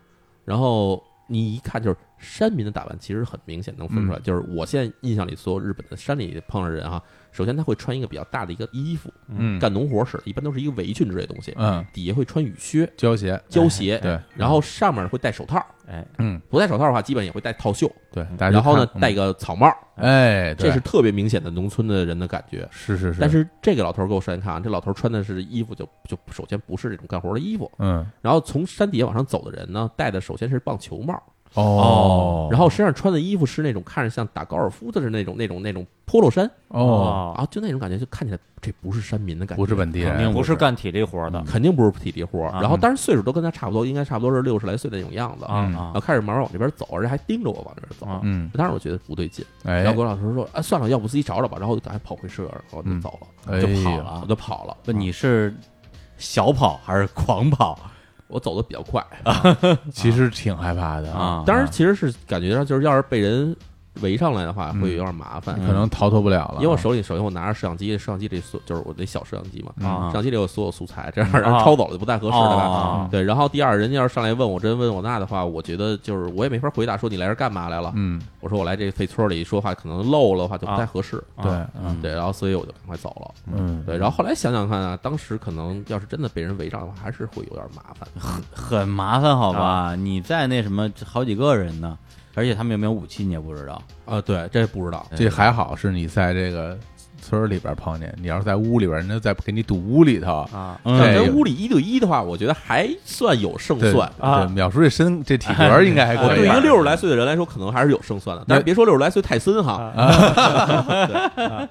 Speaker 1: 然后你一看就是山民的打扮，其实很明显能分出
Speaker 3: 嗯
Speaker 1: 来。就是我现在印象里所有日本的山里碰上人啊，首先他会穿一个比较大的一个衣服，
Speaker 3: 嗯，
Speaker 1: 干农活使的，一般都是一个围裙之类的东西，
Speaker 3: 嗯，
Speaker 1: 底下会穿雨靴、
Speaker 3: 胶鞋，
Speaker 1: 胶鞋，
Speaker 3: 对，
Speaker 1: 哎然后上面会戴手套，
Speaker 2: 哎，
Speaker 3: 嗯，
Speaker 1: 不戴手套的话，基本也会戴套袖，
Speaker 3: 对，大家
Speaker 1: 然后呢戴
Speaker 3: 带，
Speaker 1: 个草帽，
Speaker 3: 哎，嗯对
Speaker 1: 这是特别明显的农村的人的感觉。
Speaker 3: 是是是，
Speaker 1: 但是这个老头儿给我山看啊，这老头儿穿的是衣服就就首先不是这种干活的衣服，
Speaker 3: 嗯，
Speaker 1: 然后从山底下往上走的人呢，戴的首先是棒球帽，
Speaker 3: 哦，
Speaker 1: 然后身上穿的衣服是那种看着像打高尔夫的是那种那种那种 polo 衫，
Speaker 3: 哦，
Speaker 1: 啊，就那种感觉，就看起来这不是山民的感觉，
Speaker 3: 不是本地
Speaker 4: 肯定
Speaker 3: 人，
Speaker 2: 不是干体力活的，
Speaker 1: 肯定不是体力活儿。
Speaker 2: 啊
Speaker 1: 然后，但是岁数都跟他差不多，应该差不多是六十来岁的那种样子。
Speaker 3: 嗯
Speaker 1: 然后开始慢慢往这边走，人还盯着我往这边走。
Speaker 2: 啊
Speaker 3: 嗯，
Speaker 1: 当时我觉得不对劲，
Speaker 3: 哎
Speaker 1: 然后，郭老师说：“啊，算了，要不自己找找吧。”然后我就赶快跑回社员，然后就走了，
Speaker 3: 嗯
Speaker 1: 就
Speaker 3: 哎
Speaker 1: 跑
Speaker 3: 呀
Speaker 1: 了，我就跑了。
Speaker 4: 不，你是小跑还是狂跑
Speaker 1: 我走的比较快，
Speaker 3: 啊其实挺害怕的
Speaker 4: 啊？
Speaker 1: 当时其实是感觉到就是要是被人围上来的话，
Speaker 3: 嗯
Speaker 1: 会有点麻烦。
Speaker 3: 可能逃脱不了了。
Speaker 1: 嗯因为我手里首先我拿着摄像机，摄像机里所就是我那小摄像机嘛，
Speaker 2: 啊
Speaker 1: 摄像机里有所有素材，这样让人抄走了就不太合适了吧？
Speaker 2: 哦
Speaker 1: 对，然后第二，人家要是上来问我这问我那的话，我觉得就是我也没法回答，说你来这儿干嘛来了？
Speaker 3: 嗯，
Speaker 1: 我说我来这废村里说话可能漏了的话就不太合适，
Speaker 3: 对，嗯
Speaker 1: 对，然后所以我就赶快走了。
Speaker 4: 嗯，
Speaker 1: 对，然后后来想想看啊，当时可能要是真的被人围上的话，还是会有点麻烦。
Speaker 4: 很麻烦，好吧？你在那什么好几个人呢，而且他们有没有武器你也不知道。
Speaker 1: 啊，对，这不知道。
Speaker 3: 这还好是你在这个村儿里边碰见，你要是在屋里边，人家在给你堵屋里头。
Speaker 1: 啊，
Speaker 4: 嗯
Speaker 1: 在
Speaker 3: 这个
Speaker 1: 屋里一对一的话，我觉得还算有胜
Speaker 3: 对
Speaker 1: 算。
Speaker 2: 啊
Speaker 3: 对，淼叔这身 这体格应该还
Speaker 1: 我
Speaker 3: 可
Speaker 1: 对
Speaker 3: 以
Speaker 1: 一
Speaker 3: 吧。
Speaker 1: 个六十来岁的人来说，可能还是有胜算的。但是别说六十来岁泰森哈，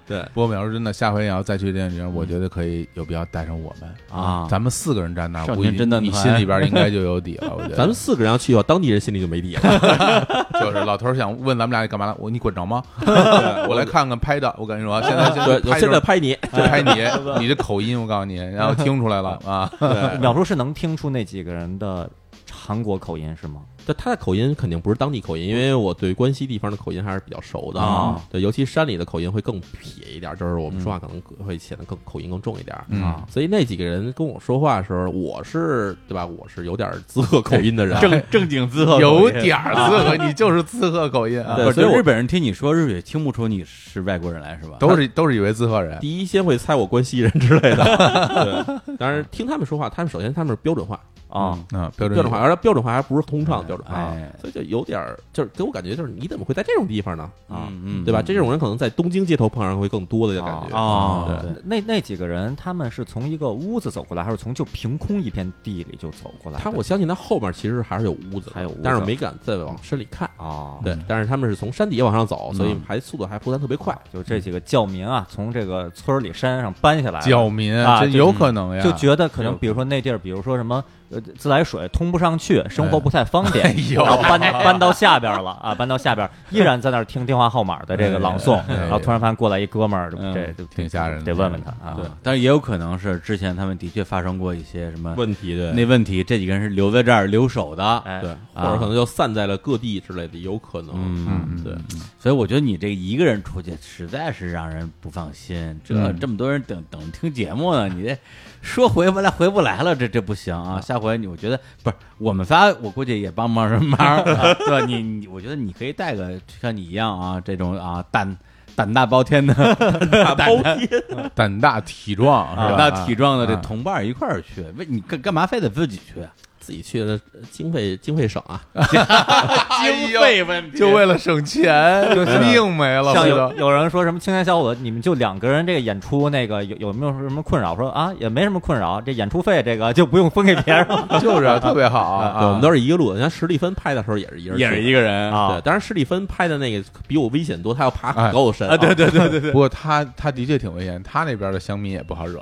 Speaker 1: 对
Speaker 3: 不过淼叔真的，下回你要再去电影节，我
Speaker 1: 嗯
Speaker 3: 觉得可以有必要带上我们
Speaker 4: 啊
Speaker 3: 咱们四个人站那儿，
Speaker 4: 少
Speaker 3: 我
Speaker 4: 年侦探
Speaker 3: 你
Speaker 4: 团
Speaker 3: 心里边应该就有底了。 我觉得
Speaker 1: 啊咱们四个人要去的话，当地人心里就没底了。
Speaker 3: 就是老头儿想问咱们俩干嘛来，我你滚着吗？我来看看拍的，我跟你说，现在
Speaker 1: 对，我现在
Speaker 3: 在
Speaker 1: 拍你，
Speaker 3: 就拍你，你这口音我告诉你，然后听出来了啊，
Speaker 2: 淼叔是能听出那几个人的韩国口音是吗？
Speaker 1: 但他的口音肯定不是当地口音，因为我对关西地方的口音还是比较熟的
Speaker 2: 啊。
Speaker 1: 对，尤其山里的口音会更撇一点，就是我们说话可能会显得更口音更重一点。
Speaker 3: 嗯，
Speaker 2: 啊
Speaker 1: 所以那几个人跟我说话的时候，我是对吧？我是有点滋贺口音的人，啊
Speaker 4: 正正经资格
Speaker 3: 有点儿刺客，你就是刺客口音啊，
Speaker 1: 对
Speaker 4: 不是
Speaker 1: 所以我
Speaker 4: 日本人听你说日语也听不出你是外国人来是吧？
Speaker 3: 都是都是以为刺客人，
Speaker 1: 第一先会猜我关西人之类的。对，当然听他们说话，他们首先他们是标准化，
Speaker 2: 啊，
Speaker 3: 嗯，
Speaker 1: 标
Speaker 3: 标准
Speaker 1: 准化，而且标准化还不是通畅的标准化，
Speaker 4: 哎
Speaker 1: 所以就有点儿就是给我感觉就是你怎么会在这种地方呢？啊，
Speaker 4: 嗯嗯
Speaker 1: 对吧？这种人可能在东京街头碰上会更多的感觉。
Speaker 4: 哦，
Speaker 1: 对
Speaker 2: 啊那那几个人他们是从一个屋子走过来，还是从就凭空一片地里就走过来的？
Speaker 1: 他我相信他后面其实还是有屋子的，
Speaker 2: 还有屋子
Speaker 1: 但是没敢再往深里看。
Speaker 2: 啊，
Speaker 4: 嗯
Speaker 1: 对，但是他们是从山底下往上走，所以还速度还不算特别
Speaker 4: 啊
Speaker 1: 快。
Speaker 2: 就这几个教民啊，从这个村儿里山上搬下来了，
Speaker 3: 教民
Speaker 2: 啊
Speaker 3: 真
Speaker 2: 就
Speaker 3: 有可能呀，
Speaker 2: 就觉得可
Speaker 1: 有
Speaker 2: 能，比如说那地儿，比如说什么呃自来水通不上去，生活不太方便，
Speaker 3: 哎呦
Speaker 2: 然后搬搬到下边了啊，搬到下边，依然在那儿听电话号码的这个朗诵，
Speaker 3: 哎
Speaker 2: 然后突然发现过来一哥们儿，
Speaker 4: 嗯
Speaker 2: 这这
Speaker 3: 挺吓人的
Speaker 2: 得问问他啊。
Speaker 4: 对，但是也有可能是之前他们的确发生过一些什么
Speaker 1: 问题对
Speaker 4: 那问题，这几个人是留在这儿留守的，
Speaker 2: 哎，
Speaker 1: 对，或
Speaker 4: 啊
Speaker 1: 者可能就散在了各地之类的，有可能。
Speaker 4: 嗯，
Speaker 3: 嗯，
Speaker 1: 对，
Speaker 4: 所以我觉得你这一个人出去实在是让人不放心，这
Speaker 3: 嗯
Speaker 4: 这么多人等等听节目呢，你这说回不来回不来了，这这不行啊！下回你我觉得不是我们仨，我估计也帮不上什么忙，啊对吧？你你我觉得你可以带个像你一样啊这种啊胆胆大包天的
Speaker 1: 大包天，
Speaker 3: 嗯胆大体壮是
Speaker 4: 胆
Speaker 3: 吧？
Speaker 4: 大体壮的这
Speaker 3: 啊
Speaker 4: 同伴儿一块儿去，为你干干嘛非得自己去啊？
Speaker 1: 自己去的呃经费经费省啊，
Speaker 4: 经费问题
Speaker 3: 就为了省钱，就命没了，
Speaker 2: 像
Speaker 3: 回
Speaker 2: 有
Speaker 3: 头
Speaker 2: 有人说什么青年小伙子，你们就两个人这个演出那个有有没有什么困扰？说啊也没什么困扰，这演出费这个就不用分给别人 了
Speaker 3: 就是啊特别好啊，
Speaker 1: 对，我们都是一个路的。你看史蒂芬拍的时候也是一人去，
Speaker 4: 也是一个人
Speaker 2: 啊
Speaker 1: 哎对，当然史蒂芬拍的那个比我危险多，他要爬
Speaker 3: 哎
Speaker 1: 很高的山
Speaker 4: 啊！对对对对
Speaker 3: 不过他他的确挺危险，他那边的乡民也不好 惹。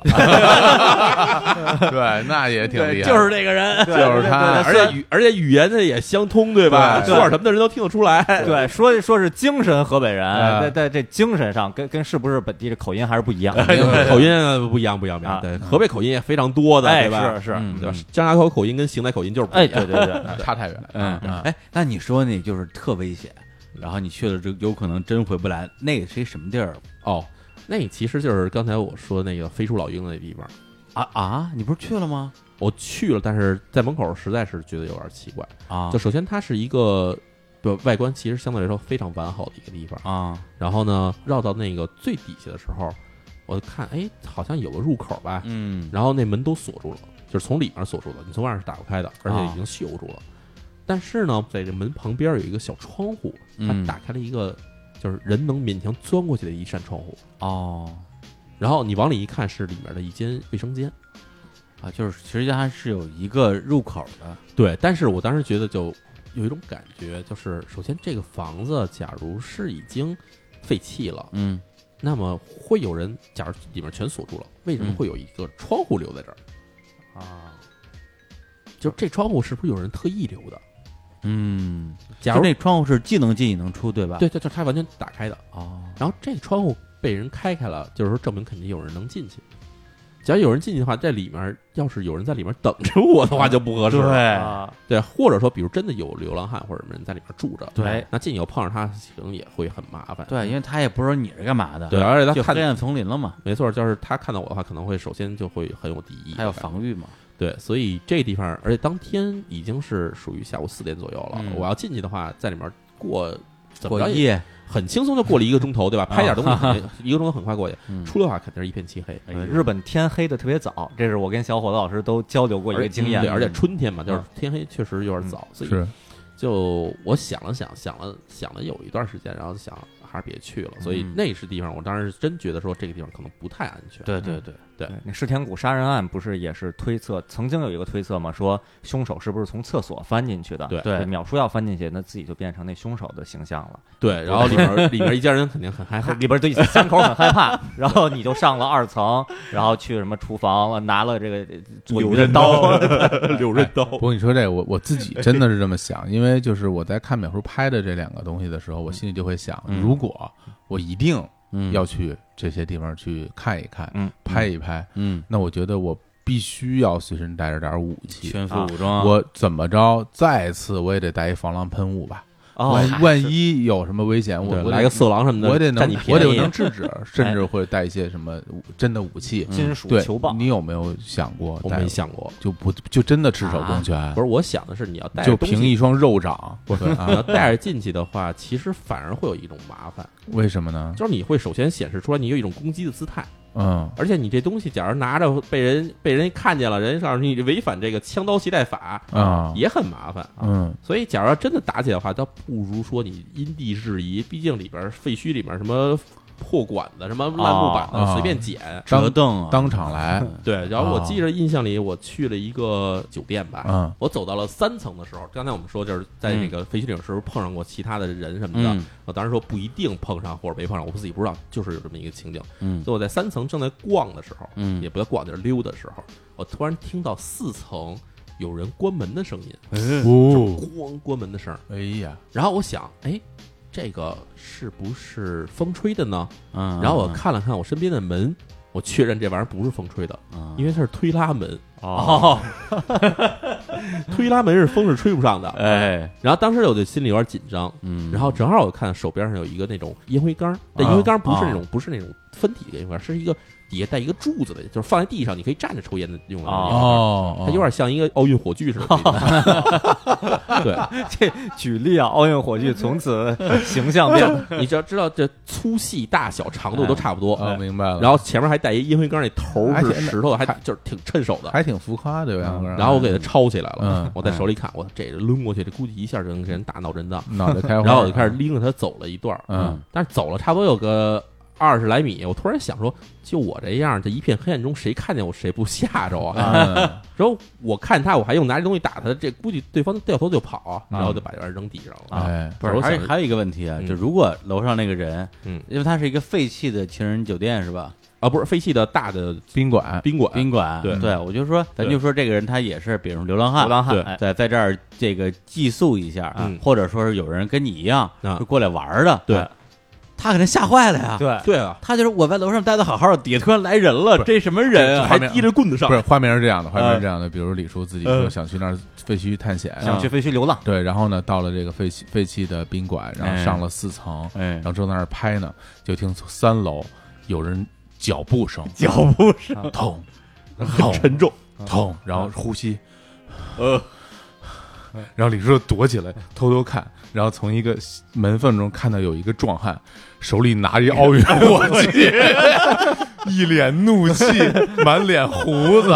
Speaker 3: 对，那也挺
Speaker 4: 对，
Speaker 3: 厉害，
Speaker 4: 就是这个人，
Speaker 3: 就是他，
Speaker 1: 而且语而且语言呢也相通，对吧？
Speaker 3: 对
Speaker 1: 说点什么的人都听得出来。
Speaker 2: 对，说说是精神河北人，
Speaker 3: 哎
Speaker 2: 在在这精神上跟跟是不是本地的口音还是不一样。
Speaker 1: 对，口音呃不一样，不一样，不一样。
Speaker 2: 啊
Speaker 1: 对，河北口音也非常多的，
Speaker 2: 哎，
Speaker 1: 对吧？
Speaker 2: 是是，
Speaker 4: 嗯
Speaker 1: 对吧？张家口口音跟邢台口音就是不一
Speaker 2: 哎，
Speaker 1: 样。
Speaker 2: 对 对对，
Speaker 3: 差太远了。啊
Speaker 4: 嗯，哎，那你说那就是特危险，然后你去了就有可能真回不来，那个是一什么地儿
Speaker 1: 哦，那其实就是刚才我说那个飞出老鹰的那地方，
Speaker 4: 啊啊？你不是去了吗？
Speaker 1: 我去了，但是在门口实在是觉得有点奇怪。
Speaker 4: 啊
Speaker 1: 就首先它是一个。对外观其实相对来说非常完好的一个地方，
Speaker 4: 啊
Speaker 1: 然后呢，绕到那个最底下的时候，我看哎，好像有个入口吧，
Speaker 4: 嗯
Speaker 1: 然后那门都锁住了，就是从里面锁住了，你从外面是打不开的，而且已经锈住了。但是呢，在这门旁边有一个小窗户，它
Speaker 4: 嗯
Speaker 1: 打开了一个就是人能勉强钻过去的一扇窗户。
Speaker 4: 哦
Speaker 1: 然后你往里一看，是里面的一间卫生间。
Speaker 4: 啊，就是实际上是有一个入口的，
Speaker 1: 对，但是我当时觉得就有一种感觉，就是首先这个房子假如是已经废弃了，
Speaker 4: 嗯
Speaker 1: 那么会有人假如里面全锁住了，为什么
Speaker 4: 嗯
Speaker 1: 会有一个窗户留在这儿？
Speaker 2: 啊，
Speaker 1: 就这窗户是不是有人特意留的？
Speaker 4: 嗯，
Speaker 1: 假如
Speaker 4: 就那窗户是既能进也能出，对吧？
Speaker 1: 对对，就它完全打开的。
Speaker 4: 哦，
Speaker 1: 然后这窗户被人开开了，就是说证明肯定有人能进去。只要有人进去的话，在里面要是有人在里面等着我的话就
Speaker 4: 嗯
Speaker 1: 不合适了。
Speaker 4: 对，
Speaker 2: 啊，
Speaker 1: 对，或者说，比如真的有流浪汉或者什么人在里面住着，
Speaker 2: 对，
Speaker 1: 那进去以后碰上他，可能也会很麻烦。
Speaker 4: 对，因为他也不知道你是干嘛的，
Speaker 1: 对，，而且
Speaker 4: 就
Speaker 1: 他
Speaker 4: 黑
Speaker 1: 看，
Speaker 4: 暗丛林了嘛，
Speaker 1: 没错，就是他看到我的话，可能会首先就会很有敌意，
Speaker 4: 还有防御嘛，
Speaker 1: 对，所以这个地方，而且当天已经是属于下午四点左右了。
Speaker 4: 嗯
Speaker 1: 我要进去的话，在里面过怎么
Speaker 4: 过
Speaker 1: 着也
Speaker 4: 夜，啊
Speaker 1: 很轻松就过了一个钟头，对吧？拍点东西肯定，一个钟头很快过去。
Speaker 4: 嗯
Speaker 1: 出来的话肯定是一片漆黑，
Speaker 4: 哎呦
Speaker 2: 日本天黑的特别早，这是我跟小伙子老师都交流过一
Speaker 1: 而嗯
Speaker 2: 个经验
Speaker 1: 对，。而且春天嘛，就是
Speaker 2: 嗯
Speaker 1: 天黑确实有点早，所以
Speaker 3: 是
Speaker 1: 就我想了想，想了想了有一段时间，然后就想还是别去了。所以
Speaker 4: 嗯
Speaker 1: 那是地方，我当时真觉得说这个地方可能不太安全。
Speaker 4: 对对对，
Speaker 2: 对那世田谷杀人案不是也是推测，曾经有一个推测嘛，说凶手是不是从厕所翻进去的？
Speaker 1: 对
Speaker 4: 对
Speaker 2: 秒叔要翻进去，那自己就变成那凶手的形象了。
Speaker 1: 对，然后里面里面一家人肯定很害怕。
Speaker 2: 里边对三口很害怕，然后你就上了二层，然后去什么厨房拿了这个做鱼的刀，
Speaker 1: 柳刃刀，
Speaker 3: 不过你说这个，我我自己真的是这么想，因为就是我在看美术拍的这两个东西的时候，我心里就会想，
Speaker 4: 嗯
Speaker 3: 如果我一定
Speaker 4: 嗯，
Speaker 3: 要去这些地方去看一看，
Speaker 2: 嗯
Speaker 3: 拍一拍，
Speaker 4: 嗯，
Speaker 3: 那我觉得我必须要随身带着点武器。
Speaker 4: 全副武装，
Speaker 3: 啊我怎么着，再次我也得带一防狼喷雾吧。
Speaker 2: 哦，
Speaker 3: 万万一有什么危险，我
Speaker 1: 对
Speaker 3: 我
Speaker 1: 来
Speaker 3: 得
Speaker 1: 个色狼什么的，
Speaker 3: 我得能
Speaker 1: 占你，便
Speaker 3: 我
Speaker 1: 宜。
Speaker 3: 得能制 止，甚至会带一些什么武真的武器。
Speaker 2: 金属
Speaker 3: 对
Speaker 2: 球，棒，
Speaker 3: 你有没有想过
Speaker 1: 嗯我
Speaker 3: 带
Speaker 1: 没想啊过，
Speaker 3: 就不就真的赤手空拳？
Speaker 1: 不是我想的是你要带着
Speaker 3: 就
Speaker 1: 东西
Speaker 3: 凭一双 肉掌，不是
Speaker 1: 你要
Speaker 3: 啊？
Speaker 1: 带着进去的话，其实反而会有一种麻烦，
Speaker 3: 为什么呢？
Speaker 1: 就是你啊会首先显示出来你有一种攻击的姿态，
Speaker 3: 嗯，
Speaker 1: 而且你这东西假如拿着被人被人看见了，人家告诉你违反这个枪刀携带法
Speaker 3: 啊
Speaker 1: 也很麻烦。
Speaker 3: 嗯，
Speaker 1: 所以，假如要真的打起来的话，倒不如说你因地制宜，毕竟里边废墟里面什么破管子、什么烂木板
Speaker 3: 哦
Speaker 1: 的，随便捡。
Speaker 4: 折凳啊，
Speaker 3: 当场来，
Speaker 1: 对，然后我
Speaker 3: 哦
Speaker 1: 记着印象里，我去了一个酒店吧，
Speaker 3: 嗯
Speaker 1: 我走到了三层的时候，刚才我们说就是在那个废墟里的时候碰上过其他的人什么的，
Speaker 4: 嗯
Speaker 1: 我当时说不一定碰上或者没碰上，我自己不知道，就是有这么一个情景。
Speaker 4: 嗯
Speaker 1: 所以我在三层正在逛的时候，
Speaker 4: 嗯
Speaker 1: 也不叫逛，就是溜达的时候，我突然听到四层有人关门的声音，
Speaker 3: 哦，
Speaker 1: 咣关门的声儿，
Speaker 3: 哎呀，
Speaker 1: 然后我想，哎。这个是不是风吹的呢？
Speaker 4: 嗯，
Speaker 1: 然后我看了看我身边的门，我确认这玩意儿不是风吹的，
Speaker 4: 嗯，
Speaker 1: 因为它是推拉门，
Speaker 4: 哦，
Speaker 1: 推拉门是风是吹不上的。
Speaker 4: 哎，
Speaker 1: 然后当时我就心里有点紧张，
Speaker 4: 嗯，
Speaker 1: 然后正好我看手边上有一个那种烟灰缸，但
Speaker 4: 啊
Speaker 1: 烟灰缸不是那种不是那种分体的烟灰缸，是一个底下带一个柱子的，就是放在地上你可以站着抽烟的用的那种烟灰缸。
Speaker 3: 哦，
Speaker 1: 啊它有点像一个奥运火炬似的， 对
Speaker 2: 这举例啊，奥运火炬从此形象变，
Speaker 1: 你只要知道这粗细、大小、长度都差不多，
Speaker 3: 哦，明白了，
Speaker 1: 然后前面还带一烟灰缸，那头
Speaker 3: 而
Speaker 1: 是
Speaker 3: 且
Speaker 1: 石头的，还
Speaker 3: 还
Speaker 1: 就是挺趁手的。
Speaker 3: 还挺浮夸的，杨哥，
Speaker 1: 嗯然后我给它抄起来了
Speaker 3: 嗯，
Speaker 1: 我在手里看，我这抡过去，这估计一下就能给人打脑震荡。
Speaker 3: 脑袋开花，
Speaker 1: 然后我就开始，拎着它走了一段儿，
Speaker 3: 嗯，
Speaker 1: 但是走了差不多有个二十来米，我突然想说，就我这样，这一片黑暗中，谁看见我谁不吓着啊？
Speaker 3: 嗯
Speaker 1: 然后我看他，我还用拿这东西打他，这估计对方掉头就跑啊，
Speaker 3: 嗯
Speaker 1: 然后就把这玩意儿扔地上了。
Speaker 3: 哎，
Speaker 4: 不是，
Speaker 1: 我
Speaker 4: 还有
Speaker 1: 想
Speaker 4: 还有一个问题啊，
Speaker 1: 嗯
Speaker 4: 就如果楼上那个人，
Speaker 1: 嗯
Speaker 4: 因为它是一个废弃的情人酒店是吧？
Speaker 1: 啊，不是废弃的大的
Speaker 3: 宾馆，
Speaker 1: 宾馆，
Speaker 4: 宾馆，
Speaker 1: 啊对
Speaker 4: 我就说，咱
Speaker 1: 对
Speaker 4: 就说这个人他也是，比如流浪汉，
Speaker 2: 流浪汉
Speaker 1: 对
Speaker 2: 哎
Speaker 4: 在在这儿这个寄宿一下，
Speaker 1: 嗯
Speaker 4: 或者说是有人跟你一样
Speaker 1: 啊
Speaker 4: 就过来玩儿的，
Speaker 1: 对
Speaker 4: 他肯定吓坏了呀。
Speaker 2: 对，
Speaker 1: 对啊，
Speaker 4: 他就是我在楼上待的好好的，底下突然来人了，这什么人啊？
Speaker 1: 还
Speaker 3: 画面
Speaker 1: 提着棍子上
Speaker 3: 不，是画面是这样
Speaker 2: 嗯
Speaker 3: 的，画面是这样的，比如李叔自己说想去那儿废墟探险，
Speaker 2: 想去废墟流浪，
Speaker 3: 对，然后呢，到了这个废弃废弃的宾馆，
Speaker 2: 嗯
Speaker 3: 然后上了四层，
Speaker 4: 哎
Speaker 3: 然，后正在那儿拍呢，就听从三楼有人脚步声，
Speaker 4: 脚步声，
Speaker 3: 痛，痛，
Speaker 1: 沉重，
Speaker 3: 痛，然后呼吸，呃，然后李叔就躲起来偷偷看，然后从一个门缝中看到有一个壮汉手里拿一奥运火炬， 一脸怒气，满脸胡子，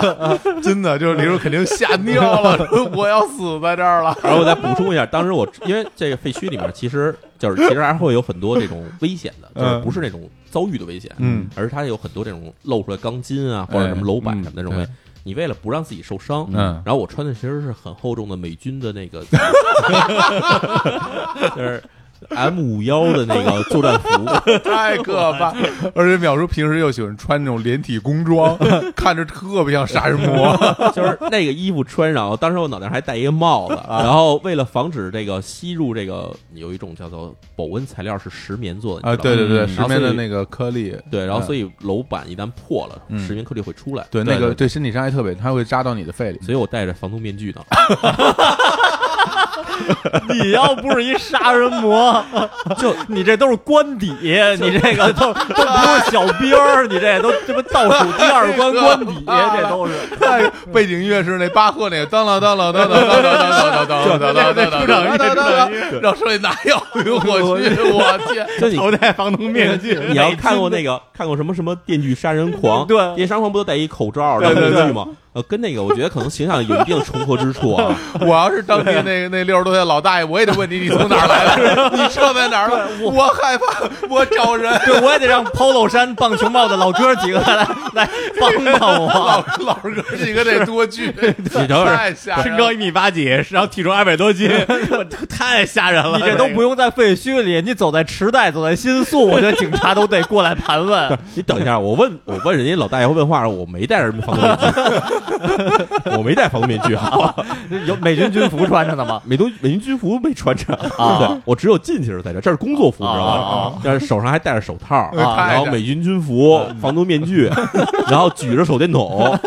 Speaker 3: 真的就是李叔肯定吓尿了，说我要死在这儿了。
Speaker 1: 然后我再补充一下，当时我因为这个废墟里面其实 就是其实还会有很多这种危险的，就是不是那种遭遇的危险，
Speaker 3: 嗯，哎
Speaker 1: 而是它有很多这种露出来钢筋啊或者什么楼板什么的这种东西。你为了不让自己受伤，
Speaker 3: 嗯
Speaker 1: 然后我 穿的其实是很厚重的美军的那个，就是 M 五幺的那个作战服，
Speaker 3: 太可怕！而且淼叔平时又喜欢穿那种连体工装，看着特别像杀人魔。
Speaker 1: 就是那个衣服穿上，当时我脑袋上还戴一个帽子，
Speaker 3: 啊
Speaker 1: 然后为了防止这个吸入这个有一种叫做保温材料是石棉做的
Speaker 3: 啊，对对对，
Speaker 1: 嗯
Speaker 3: 石棉的那个颗粒，
Speaker 1: 对，然后
Speaker 3: 嗯
Speaker 1: 所以楼板一旦破了，
Speaker 3: 嗯
Speaker 1: 石棉颗粒会出来，
Speaker 3: 对那
Speaker 1: 对
Speaker 3: 个对身体伤害特别，它会扎到你的肺里。
Speaker 1: 所以我戴着防毒面 具呢，
Speaker 3: 哎
Speaker 2: 你要不是一杀人魔， 就你这都是官 邸，你这个都都不是小兵儿，你这都这不倒数第二关官邸，这都是。
Speaker 3: 哎背景音乐是那巴赫那个当啷当啷当啷当啷当啷当啷当啷当啷当啷当啷，让手里拿药，哎呦我去，我天！
Speaker 1: 就你
Speaker 4: 头戴防毒面具，
Speaker 1: 你要看过那个看过什么什么《电锯杀人 狂》，
Speaker 2: 对
Speaker 1: 电锯杀人狂》不都戴一口罩然后面具吗？呃，跟那个我觉得可能形象有一定重合之处 啊。
Speaker 3: 我要是当地那那六十多岁老大爷，我也得问你，你从哪儿来的？你车在哪儿了？我害怕，我找人。
Speaker 2: 对，我也得让 polo 衫、棒球帽的老哥几个来来帮帮我。
Speaker 3: 老老哥几个得多聚，
Speaker 1: 你等会儿
Speaker 3: 太吓人
Speaker 4: 身
Speaker 3: 了。
Speaker 4: 高一米八几，然后体重二 百多斤，我太吓人了。
Speaker 2: 你这都不用在废墟里，你走在池袋，走在新宿，我觉得警察都得过来盘 问。
Speaker 1: 你等一下，我问我问人家老大爷会问话，我没戴什么防毒面具， 我没戴防毒面具啊，
Speaker 2: 有美军军服穿着呢吗？
Speaker 1: 美东美军军服没穿着
Speaker 3: 啊
Speaker 1: 对，我只有进去时候戴着，这是工作服，
Speaker 2: 啊
Speaker 1: 知道吧？但是手上还戴着手套，啊
Speaker 3: 嗯
Speaker 1: 然后
Speaker 3: 戴着嗯
Speaker 1: 美军军服、防毒面 具，然后举着手电筒。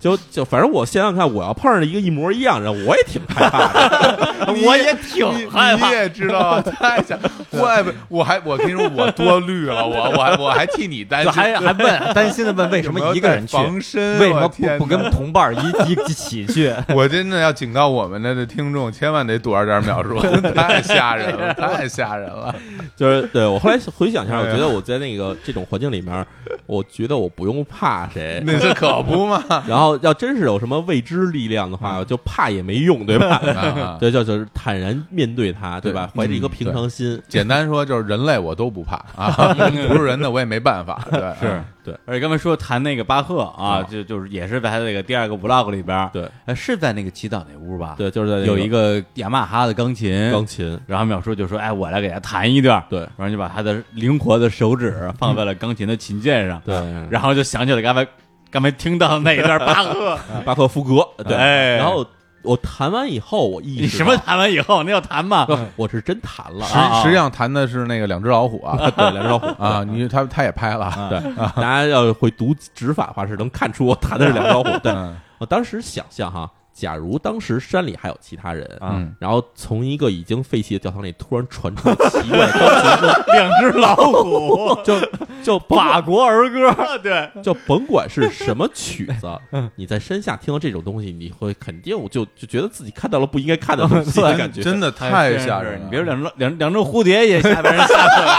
Speaker 1: 就就反正我想想看，我要碰上一个一模一样人，我也挺害怕的。
Speaker 3: 你
Speaker 2: 我也挺害
Speaker 3: 你
Speaker 2: 怕。
Speaker 3: 也知道啊，太吓！我我还我跟你说，我多虑了，我我还我还替你担
Speaker 2: 就
Speaker 3: 心，
Speaker 2: 还还问，担心的问为什么一个人去，
Speaker 3: 有没有带防身？
Speaker 2: 为什么
Speaker 3: 哎我天
Speaker 2: 不不跟
Speaker 3: 哪？
Speaker 2: 同伴儿一一一起去？啊
Speaker 3: 我真的要警告我们的听众，千万得躲着点秒 数，太吓人了，太吓人了。
Speaker 1: 就是对我后来回想一下，我
Speaker 3: 哎呀
Speaker 1: 觉得我在那个这种环境里面，我觉得我不用怕谁。
Speaker 3: 那嗯这可 不嘛？
Speaker 1: 然后要真是有什么未知力量的话，就怕也没用，对 吧？
Speaker 3: 啊
Speaker 1: 对，就就是坦然面对它，对吧？
Speaker 3: 对
Speaker 1: 怀着一个
Speaker 3: 嗯
Speaker 1: 平常心，
Speaker 3: 简单说就是人类我都不怕 啊，不是人的我也没办法。对，
Speaker 4: 是
Speaker 1: 对。
Speaker 4: 而且刚才说谈那个巴赫啊，
Speaker 1: 啊
Speaker 4: 就就是也是在他那个第二个 vlog 里边儿，
Speaker 1: 对
Speaker 4: 呃，是在那个祈祷那屋吧？，
Speaker 1: 对，就是在那
Speaker 4: 有一个雅马哈的钢琴，
Speaker 1: 钢琴，
Speaker 4: 然后淼叔就说：“哎，我来给他弹一段。”
Speaker 1: 对
Speaker 4: 然后就把他的灵活的手指放在了钢琴的琴哎键上，
Speaker 1: 对，
Speaker 4: 然后就想起了刚才刚才听到那一段巴 赫，
Speaker 1: 巴赫福格，对。
Speaker 4: 哎
Speaker 1: 然后我弹完以后，我意
Speaker 4: 你
Speaker 1: 识
Speaker 4: 什
Speaker 1: 到
Speaker 4: 么哎弹完以后，那要弹吗？
Speaker 1: 不，我是真弹了，
Speaker 4: 啊啊
Speaker 3: 实实际上谈的是那个两只老 虎啊
Speaker 1: 对，梁朝虎
Speaker 3: 啊，你他他也拍了，
Speaker 2: 啊
Speaker 1: 对，
Speaker 4: 啊
Speaker 1: 大家要是会读指法的话，是能看出我弹的是梁朝
Speaker 4: 啊
Speaker 1: 虎。对
Speaker 3: 嗯
Speaker 1: 我当时想象哈，假如当时山里还有其他人，
Speaker 4: 啊
Speaker 3: 嗯
Speaker 1: 然后从一个已经废弃的教堂里突然传出奇怪的钢琴声，
Speaker 4: 两只老虎，
Speaker 1: 就就甭
Speaker 2: 法国儿歌，
Speaker 4: 对，
Speaker 1: 就甭管是什么曲子，你在山下听到这种东西，你会肯定就就觉得自己看到了不应该看的东西的感觉。
Speaker 3: 真的太吓人了。
Speaker 4: 你别说两只两两只蝴蝶也吓被人 吓死了，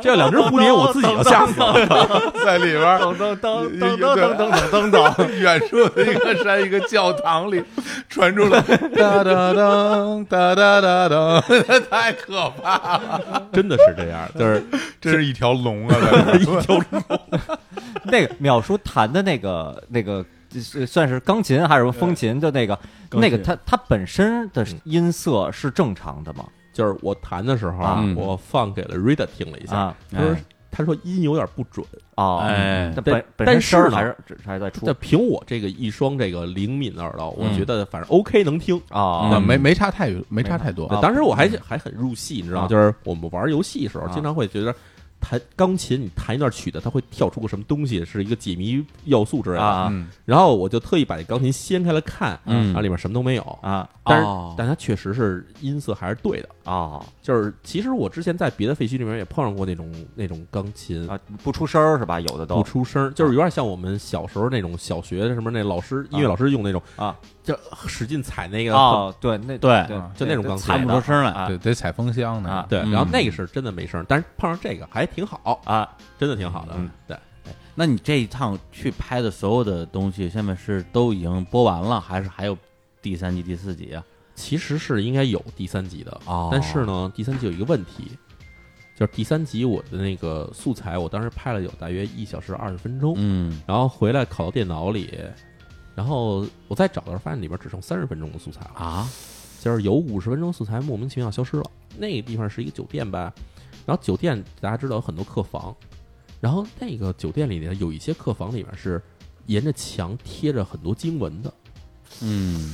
Speaker 1: 这两只蝴蝶，我自己要吓死了。
Speaker 3: 在里边儿
Speaker 2: 噔噔噔噔噔噔噔噔噔，
Speaker 3: 远处的一个山，一个教堂里传出了 哒哒噔哒哒哒噔， 太可怕了！
Speaker 1: 真的是这样，就是
Speaker 3: 这是一条 龙啊，在这儿
Speaker 2: 那个淼叔弹的那个那个。是算是钢琴还是什么风琴的那个，
Speaker 4: 钢琴
Speaker 2: 那个它它本身的音色是正常的吗？
Speaker 1: 就是我弹的时候
Speaker 2: 啊
Speaker 4: 嗯
Speaker 1: 我放给了 Rita 听了一下，
Speaker 2: 啊
Speaker 1: 他说
Speaker 4: 哎
Speaker 1: 他说音有点不准，
Speaker 2: 哦，
Speaker 4: 哎
Speaker 2: 那
Speaker 1: 但
Speaker 2: 本本身
Speaker 1: 但
Speaker 2: 声
Speaker 1: 是
Speaker 2: 儿
Speaker 1: 呢
Speaker 2: 还是只还是在出
Speaker 1: 但凭我这个一双这个灵敏的耳朵，我
Speaker 4: 嗯
Speaker 1: 觉得反正 OK 能听。
Speaker 2: 啊
Speaker 3: 那没没差太没差太多
Speaker 2: 啊。
Speaker 1: 对当时我还还很入戏，你知道吗，
Speaker 2: 啊
Speaker 1: 就是我们玩游戏的时候，
Speaker 2: 啊
Speaker 1: 经常会觉得弹钢琴，你弹一段曲子，它会跳出个什么东西，是一个解谜要素之类的。
Speaker 2: 啊
Speaker 3: 嗯，
Speaker 1: 然后我就特意把这钢琴掀开了看，
Speaker 4: 嗯
Speaker 1: 然后里面什么都没有，
Speaker 2: 啊
Speaker 1: 但是、
Speaker 4: 哦
Speaker 1: 但它确实是音色还是对的。
Speaker 2: 哦
Speaker 1: 就是其实我之前在别的废墟里面也碰上过那种那种钢琴。
Speaker 2: 啊，不出声儿是吧？有的
Speaker 1: 不
Speaker 2: 都
Speaker 1: 出声儿，就是有点像我们小时候那种小学什么那老师、音乐老师用那种
Speaker 2: 啊，
Speaker 1: 就使劲踩那个
Speaker 2: 哦，对，那
Speaker 4: 对
Speaker 3: 啊
Speaker 1: 就那种钢琴
Speaker 2: 踩
Speaker 4: 喊不
Speaker 2: 的
Speaker 4: 出声来。
Speaker 2: 啊
Speaker 3: 对，得采风箱
Speaker 2: 啊
Speaker 3: 呢。
Speaker 1: 对，
Speaker 4: 嗯
Speaker 1: 然后那个是真的没声儿，但是碰上这个还挺好，
Speaker 2: 啊，
Speaker 1: 真的挺好的。对，
Speaker 4: 那你这一趟去拍的所有的东西，现在是都已经播完了，还是还有第三季、第四集啊？
Speaker 1: 其实是应该有第三集的，
Speaker 4: 哦
Speaker 1: 但是呢，第三集有一个问题，就是第三集我的那个素材，我当时拍了有大约一小时二十分钟，
Speaker 4: 嗯，
Speaker 1: 然后回来拷到电脑里，然后我再找的时候发现里边只剩三十分钟的素材了，
Speaker 4: 啊，
Speaker 1: 就就是有五十分钟素材莫名其妙消失了。那个地方是一个酒店吧，然后酒店大家知道有很多客房，然后那个酒店里面有一些客房里面是沿着墙贴着很多经文的，
Speaker 4: 嗯，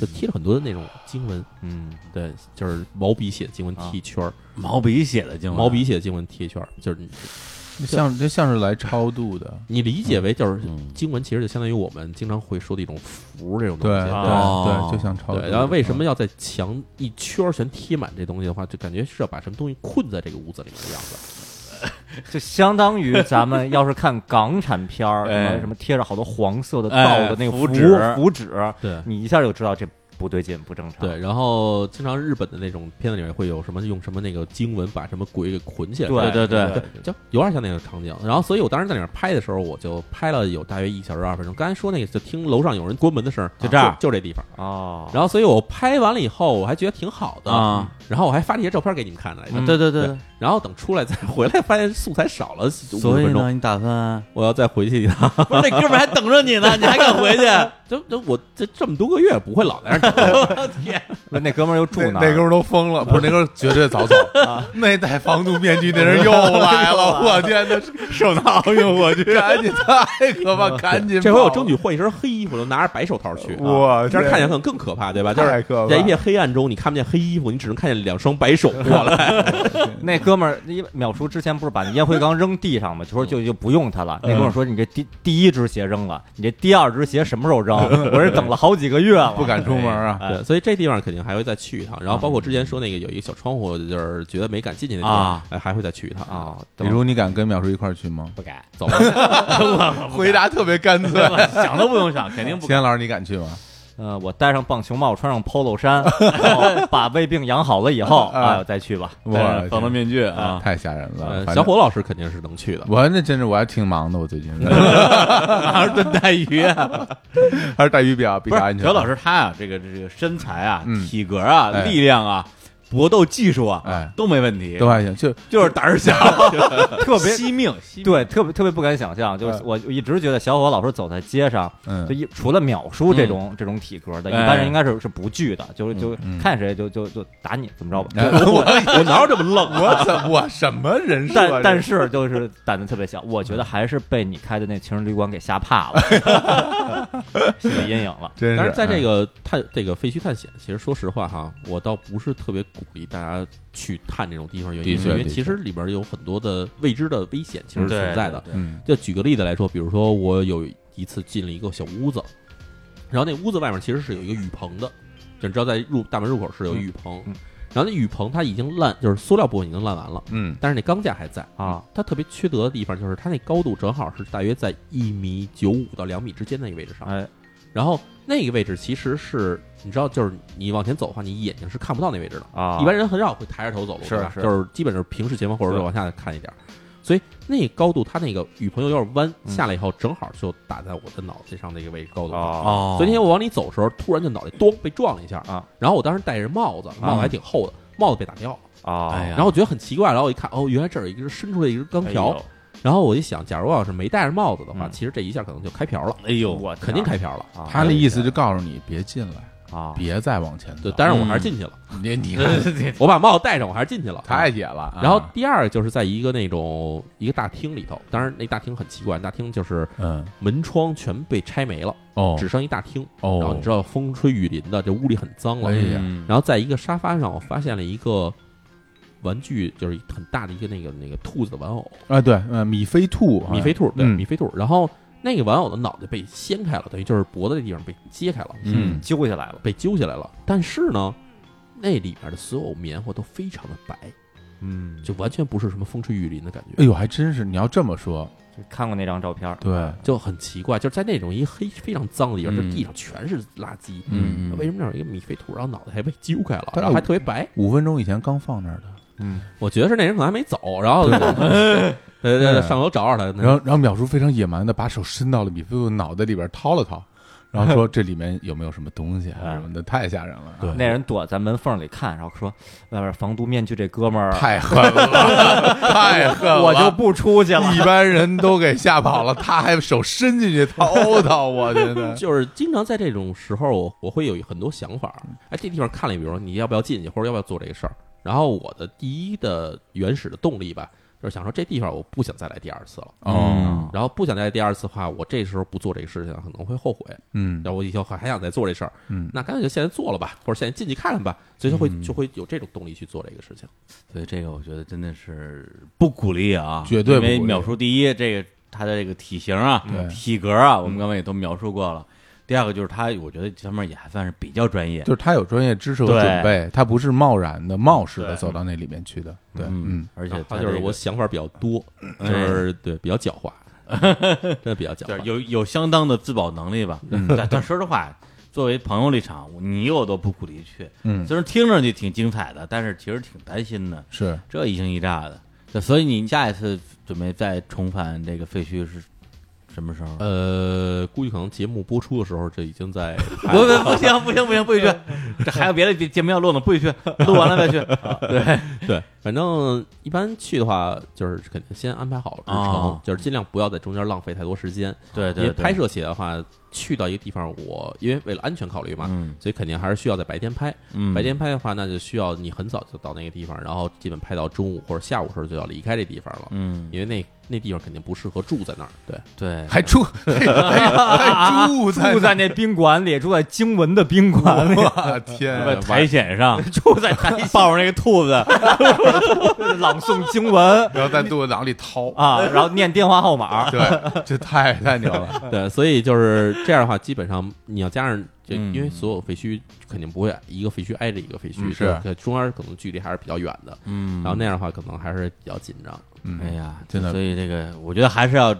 Speaker 1: 就贴了很多的那种经文，
Speaker 2: 嗯，
Speaker 1: 对，就是毛笔写的经文
Speaker 4: 啊
Speaker 1: 贴一圈儿，
Speaker 4: 毛笔写的经文，
Speaker 1: 毛笔写的经文贴一圈儿，就是你
Speaker 3: 像这像是来超度的，
Speaker 1: 你理解为就是
Speaker 4: 嗯
Speaker 1: 经文，其实就相当于我们经常会说的一种符这种东
Speaker 3: 对
Speaker 1: 西，
Speaker 3: 对
Speaker 1: 对
Speaker 4: 哦
Speaker 3: 对，就像超度的。嗯
Speaker 1: 对，然后为什
Speaker 4: 嗯
Speaker 1: 么要在墙一圈儿全贴满这东西的话，就感觉是要把什么东西困在这个屋子里的样子。
Speaker 2: 就相当于咱们要是看港产片儿，什
Speaker 4: 哎
Speaker 2: 么什么贴着好多黄色的道
Speaker 4: 哎
Speaker 2: 的那个
Speaker 4: 符
Speaker 2: 符
Speaker 4: 纸
Speaker 2: 符纸，
Speaker 1: 对
Speaker 2: 你一下就知道这不对劲，不正常。
Speaker 1: 对，然后经常日本的那种片子里面会有什么用什么那个经文把什么鬼给捆起来，
Speaker 2: 对
Speaker 4: 对对
Speaker 2: 对
Speaker 1: 就有点像那个场景。然后，所以我当时在那儿拍的时候，我就拍了有大约一小时二十分钟。刚才说那个，就听楼上有人关门的声儿，啊
Speaker 4: 就这儿
Speaker 1: 就这地方。
Speaker 2: 哦，
Speaker 1: 然后，所以我拍完了以后，我还觉得挺好的
Speaker 4: 啊。
Speaker 1: 然后我还发了一些照片给你们看来着。
Speaker 3: 嗯
Speaker 2: 对对
Speaker 4: 嗯
Speaker 2: 对，
Speaker 1: 然后等出来再回来，发现素材少了五十
Speaker 4: 所以
Speaker 1: 分钟，
Speaker 4: 呢，你打算
Speaker 1: 我要再回去一 趟。
Speaker 4: 不是那哥们儿还等着你呢，你还敢回去？
Speaker 1: 这这我这这么多个月不会老在那儿等。
Speaker 2: 对那哥们儿又住
Speaker 3: 那
Speaker 2: 哪
Speaker 3: 那哥
Speaker 2: 儿？
Speaker 3: 们儿都疯了，不是那哥们儿绝对早走。 那戴防毒面具那人啊 又来了，我天，那手拿奥运火炬，赶紧太可怕，赶紧跑！
Speaker 1: 这回我争取换一身黑衣服，拿着白手套去。啊
Speaker 3: 哇
Speaker 1: 这样
Speaker 3: 对
Speaker 1: 看起来可能更可怕，对吧？就是
Speaker 3: 太可怕
Speaker 1: 在一片黑暗中，你看不见黑衣服，你只能看见两双白手过 来。
Speaker 2: 那哥们儿，因为淼叔之前不是把那烟灰缸扔地上吗？就说就就不用它了。那哥们儿说：“你这第第一只鞋扔了，你这第二只鞋什么时候扔？ 我这等了好几个月 了，
Speaker 3: 不敢出门 啊！
Speaker 2: 哎
Speaker 1: 对，所以这地方肯定还会再去一趟。然后包括之前说那个有一个小窗户，就是觉得没敢进去那地方
Speaker 4: 啊，
Speaker 1: 哎，还会再去一趟。
Speaker 2: 啊，
Speaker 3: 比如你敢跟淼叔一块儿去吗？
Speaker 2: 不敢，
Speaker 1: 走吧，
Speaker 3: 回答特别干脆。
Speaker 4: 想都不用想，肯定
Speaker 3: 秦。岩老师，你敢去吗？
Speaker 2: 呃，我戴上棒球帽，穿上 polo 衫，然后把胃病养好了以 后，
Speaker 3: 啊
Speaker 2: 啊，再去吧。
Speaker 3: 哇，
Speaker 4: 防毒面具啊，
Speaker 3: 太吓人了！
Speaker 1: 呃
Speaker 3: 反正
Speaker 1: 小伙老师肯定是能去的。
Speaker 3: 我那真是我还挺忙的，我最近
Speaker 4: 还是炖带鱼啊？
Speaker 3: 还是带鱼比较比
Speaker 4: 不
Speaker 3: 较
Speaker 4: 是
Speaker 3: 安，全。
Speaker 4: 小老师他啊，这个这个身材啊
Speaker 3: 嗯、
Speaker 4: 体格啊
Speaker 3: 哎、
Speaker 4: 力量啊、搏斗技术啊
Speaker 3: 哎，
Speaker 4: 都没问题
Speaker 3: 都，还行，就
Speaker 4: 就是胆儿小， 特
Speaker 2: 别
Speaker 4: 惜命。惜命
Speaker 2: 对，特别特别不敢想象，就是
Speaker 3: 嗯
Speaker 2: 我一直觉得小伙老师走在街上，
Speaker 3: 嗯
Speaker 2: 就 一除了秒叔
Speaker 4: 嗯
Speaker 2: 这种、这种体格的，一般人应该是是不惧的，就是就
Speaker 3: 嗯
Speaker 2: 看谁就就就打你怎么着吧。
Speaker 3: 哎
Speaker 1: 我我哪有这么愣？
Speaker 3: 我怎么 我什么人设啊？
Speaker 2: 但但
Speaker 3: 这
Speaker 2: 是就是胆子特别小，我觉得还是被你开的那情人旅馆给吓怕了，心理阴影了。
Speaker 3: 真哎
Speaker 1: 但是在这
Speaker 3: 个
Speaker 1: 个探这个废墟探险，其实说实话哈，我倒不是特别鼓励大家去探这种地方，原因
Speaker 3: 的
Speaker 1: 是
Speaker 3: 确
Speaker 1: 因为
Speaker 3: 的确
Speaker 1: 其实里边有很多的未知的危险，其实是
Speaker 2: 对
Speaker 1: 存在的。
Speaker 3: 嗯
Speaker 1: 就举个例子来说，比如说我有一次进了一个小屋子，然后那屋子外面其实是有一个雨棚的，就你知道在入大门入口是有雨棚，
Speaker 2: 嗯
Speaker 1: 然后那雨棚它已经烂，就是塑料部分已经烂完了，
Speaker 3: 嗯
Speaker 1: 但是那钢架还在
Speaker 2: 啊。
Speaker 1: 它特别缺德的地方就是它那高度正好是大约在一米九五到两米之间那个位置上，
Speaker 2: 哎，
Speaker 1: 然后那个位置其实是你知道，就是你往前走的话，你眼睛是看不到那位置的。
Speaker 2: 啊，
Speaker 1: 一般人很少会抬着头走路，
Speaker 2: 是
Speaker 1: 对吧
Speaker 2: 是
Speaker 1: 就是基本是平视前方或者
Speaker 2: 是
Speaker 1: 是往下看一点儿。所以那高度，它那个雨棚有点弯，
Speaker 2: 嗯
Speaker 1: 下来以后正好就打在我的脑袋上的一个位置高度。
Speaker 2: 啊
Speaker 4: 哦
Speaker 1: 所以那天我往里走的时候，突然就脑袋咚被撞了一下
Speaker 2: 啊！
Speaker 1: 然后我当时戴着帽子，帽子还挺厚的，帽子被打掉了。
Speaker 2: 啊，
Speaker 4: 哎呀
Speaker 1: 然后我觉得很奇怪，然后我一看，哦，原来这儿有一根伸出来一根钢
Speaker 4: 哎
Speaker 1: 条。然后我一想，假如我要是没戴着帽子的话，
Speaker 2: 哎嗯
Speaker 1: 其实这一下可能就开瓢了，
Speaker 4: 哎呦，
Speaker 2: 我
Speaker 1: 肯定开瓢了。
Speaker 2: 啊
Speaker 3: 他的意思就告诉你别进来，
Speaker 2: 啊，
Speaker 3: 别再往前
Speaker 1: 对
Speaker 3: 走，。
Speaker 1: 但是我还是进去了。
Speaker 3: 你 你看
Speaker 4: 这
Speaker 1: 我把帽子戴上，我还是进去了。
Speaker 3: 太野了啊。
Speaker 1: 然后第二个就是在一个那种一个大厅里头，当然那大厅很奇怪，大厅就是
Speaker 3: 嗯
Speaker 1: 门窗全被拆没了，
Speaker 3: 哦
Speaker 1: 只剩一大厅。
Speaker 3: 哦，
Speaker 1: 然后你知道风吹雨淋的，这屋里很脏了。
Speaker 3: 哎呀
Speaker 4: 嗯
Speaker 1: 然后在一个沙发上，我发现了一个玩具，就是很大的一个那个那个兔子的玩偶，
Speaker 3: 啊对，呃米菲兔好像，
Speaker 1: 米菲兔，对，
Speaker 3: 嗯
Speaker 1: 米菲兔。然后那个玩偶的脑袋被掀开了，等于就是脖子的地方被揭开了，
Speaker 3: 嗯
Speaker 2: 揪下来了，
Speaker 1: 被揪下来了。但是呢，那里面的所有棉花都非常的白，
Speaker 2: 嗯，
Speaker 1: 就完全不是什么风吹雨淋的感觉。
Speaker 3: 哎呦，还真是！你要这么说，
Speaker 2: 就看过那张照片儿，
Speaker 3: 对，
Speaker 1: 就很奇怪，就是在那种一黑非常脏的地方，
Speaker 4: 嗯
Speaker 1: 就地上全是垃圾。
Speaker 4: 嗯嗯
Speaker 1: 为什么那儿有一个米菲兔，然后脑袋还被揪开了，
Speaker 3: 但是
Speaker 1: 然后还特别白？
Speaker 3: 五分钟以前刚放那儿的。
Speaker 2: 嗯，
Speaker 1: 我觉得是那人可能还没走，然后对 对对，上楼找找他。
Speaker 3: 然后，然后淼叔非常野蛮的把手伸到了米菲兔脑袋里边掏了掏，然然后说这里面有没有什么 东西啊
Speaker 2: 哎
Speaker 3: 什么的，太吓人了啊，
Speaker 1: 对
Speaker 2: 那人躲在门缝里看，然后说外边防毒面具这哥们儿，
Speaker 3: 太狠了，太狠 了，
Speaker 2: 我就不出去了。
Speaker 3: 一般人都给吓跑了，他还手伸进去掏掏，我觉得
Speaker 1: 就是经常在这种时候，我我会有很多想法。哎，这地方看了，比如说你要不要进去，或者要不要做这个事儿。然后我的第一的原始的动力吧，就是想说这地方我不想再来第二次了。
Speaker 3: 哦，
Speaker 1: 然后不想再来第二次的话，我这时候不做这个事情可能会后悔。
Speaker 3: 嗯
Speaker 1: 然后我以后还还想再做这事儿，
Speaker 3: 嗯，
Speaker 1: 那干脆就现在做了吧，或者现在进去看看吧，所以就会就会有这种动力去做这个事情。
Speaker 4: 所以这个我觉得真的是不鼓励啊，
Speaker 3: 绝对
Speaker 4: 因
Speaker 3: 不鼓励
Speaker 4: 为秒叔第一，这个他的这个体型啊
Speaker 3: 对、
Speaker 4: 体格啊，我们刚才也都描述过了。第二个就是他，我觉得这方面也还算是比较专业
Speaker 3: 就。是他有专业知识和
Speaker 2: 对
Speaker 3: 准备，他不是贸然的、冒失的
Speaker 4: 对
Speaker 3: 走到那里面去的。对，
Speaker 4: 嗯
Speaker 3: 嗯，，
Speaker 4: 而且
Speaker 1: 然后
Speaker 4: 他
Speaker 1: 啊就
Speaker 4: 这
Speaker 1: 是
Speaker 4: 个
Speaker 1: 我想法比较多，就是对比较狡猾，真的比较狡
Speaker 4: 对
Speaker 1: 猾。
Speaker 4: 有有相当的自保能力吧。但但说实话，作为朋友立场，你我都不鼓励去。
Speaker 3: 嗯
Speaker 4: 虽然听上去挺精彩的，但是其实挺担心的，
Speaker 3: 是
Speaker 4: 这一惊一乍的。对所以你下一次准备再重返这个废墟是什么时候？
Speaker 1: 呃，估计可能节目播出的时候，这已经在
Speaker 4: 不不不行不行不行，不许 去！这还有别的节目要录呢，不许去，录完了再去。对，
Speaker 1: 对，反正一般去的话，就是肯定先安排好日程，
Speaker 4: 哦
Speaker 1: 就是尽量不要在中间浪费太多时间。
Speaker 4: 对对
Speaker 1: 因为
Speaker 4: 对
Speaker 1: 拍摄起来的话，去到一个地方我，因为为了安全考虑嘛，
Speaker 4: 嗯
Speaker 1: 所以肯定还是需要在白天拍。
Speaker 4: 嗯
Speaker 1: 白天拍的话，那就需要你很早就到那个地方，然后基本拍到中午或者下午的时候就要离开这地方了，
Speaker 4: 嗯，
Speaker 1: 因为那那地方肯定不适合住在那儿。对，
Speaker 4: 对，
Speaker 3: 还住还住在
Speaker 2: 住在那宾馆里，住在经文的宾馆里，
Speaker 3: 我天啊，
Speaker 4: 苔藓上
Speaker 2: 住在台下
Speaker 4: 抱着那个兔子，
Speaker 2: 朗诵经文
Speaker 3: 然后在肚子囊里掏，
Speaker 2: 啊，然后念电话号码。
Speaker 3: 对，这太太牛了。
Speaker 1: 对，所以就是这样的话，基本上你要加上，就
Speaker 4: 嗯
Speaker 1: 因为所有废墟肯定不会一个废墟挨着一个废墟，
Speaker 3: 嗯
Speaker 1: 就是可中间可能距离还是比较远的，
Speaker 4: 嗯，
Speaker 1: 然后那样的话可能还是比较紧张。
Speaker 4: 哎
Speaker 3: 嗯，
Speaker 4: 呀，
Speaker 3: 真的
Speaker 4: 所以这个我觉得还是要，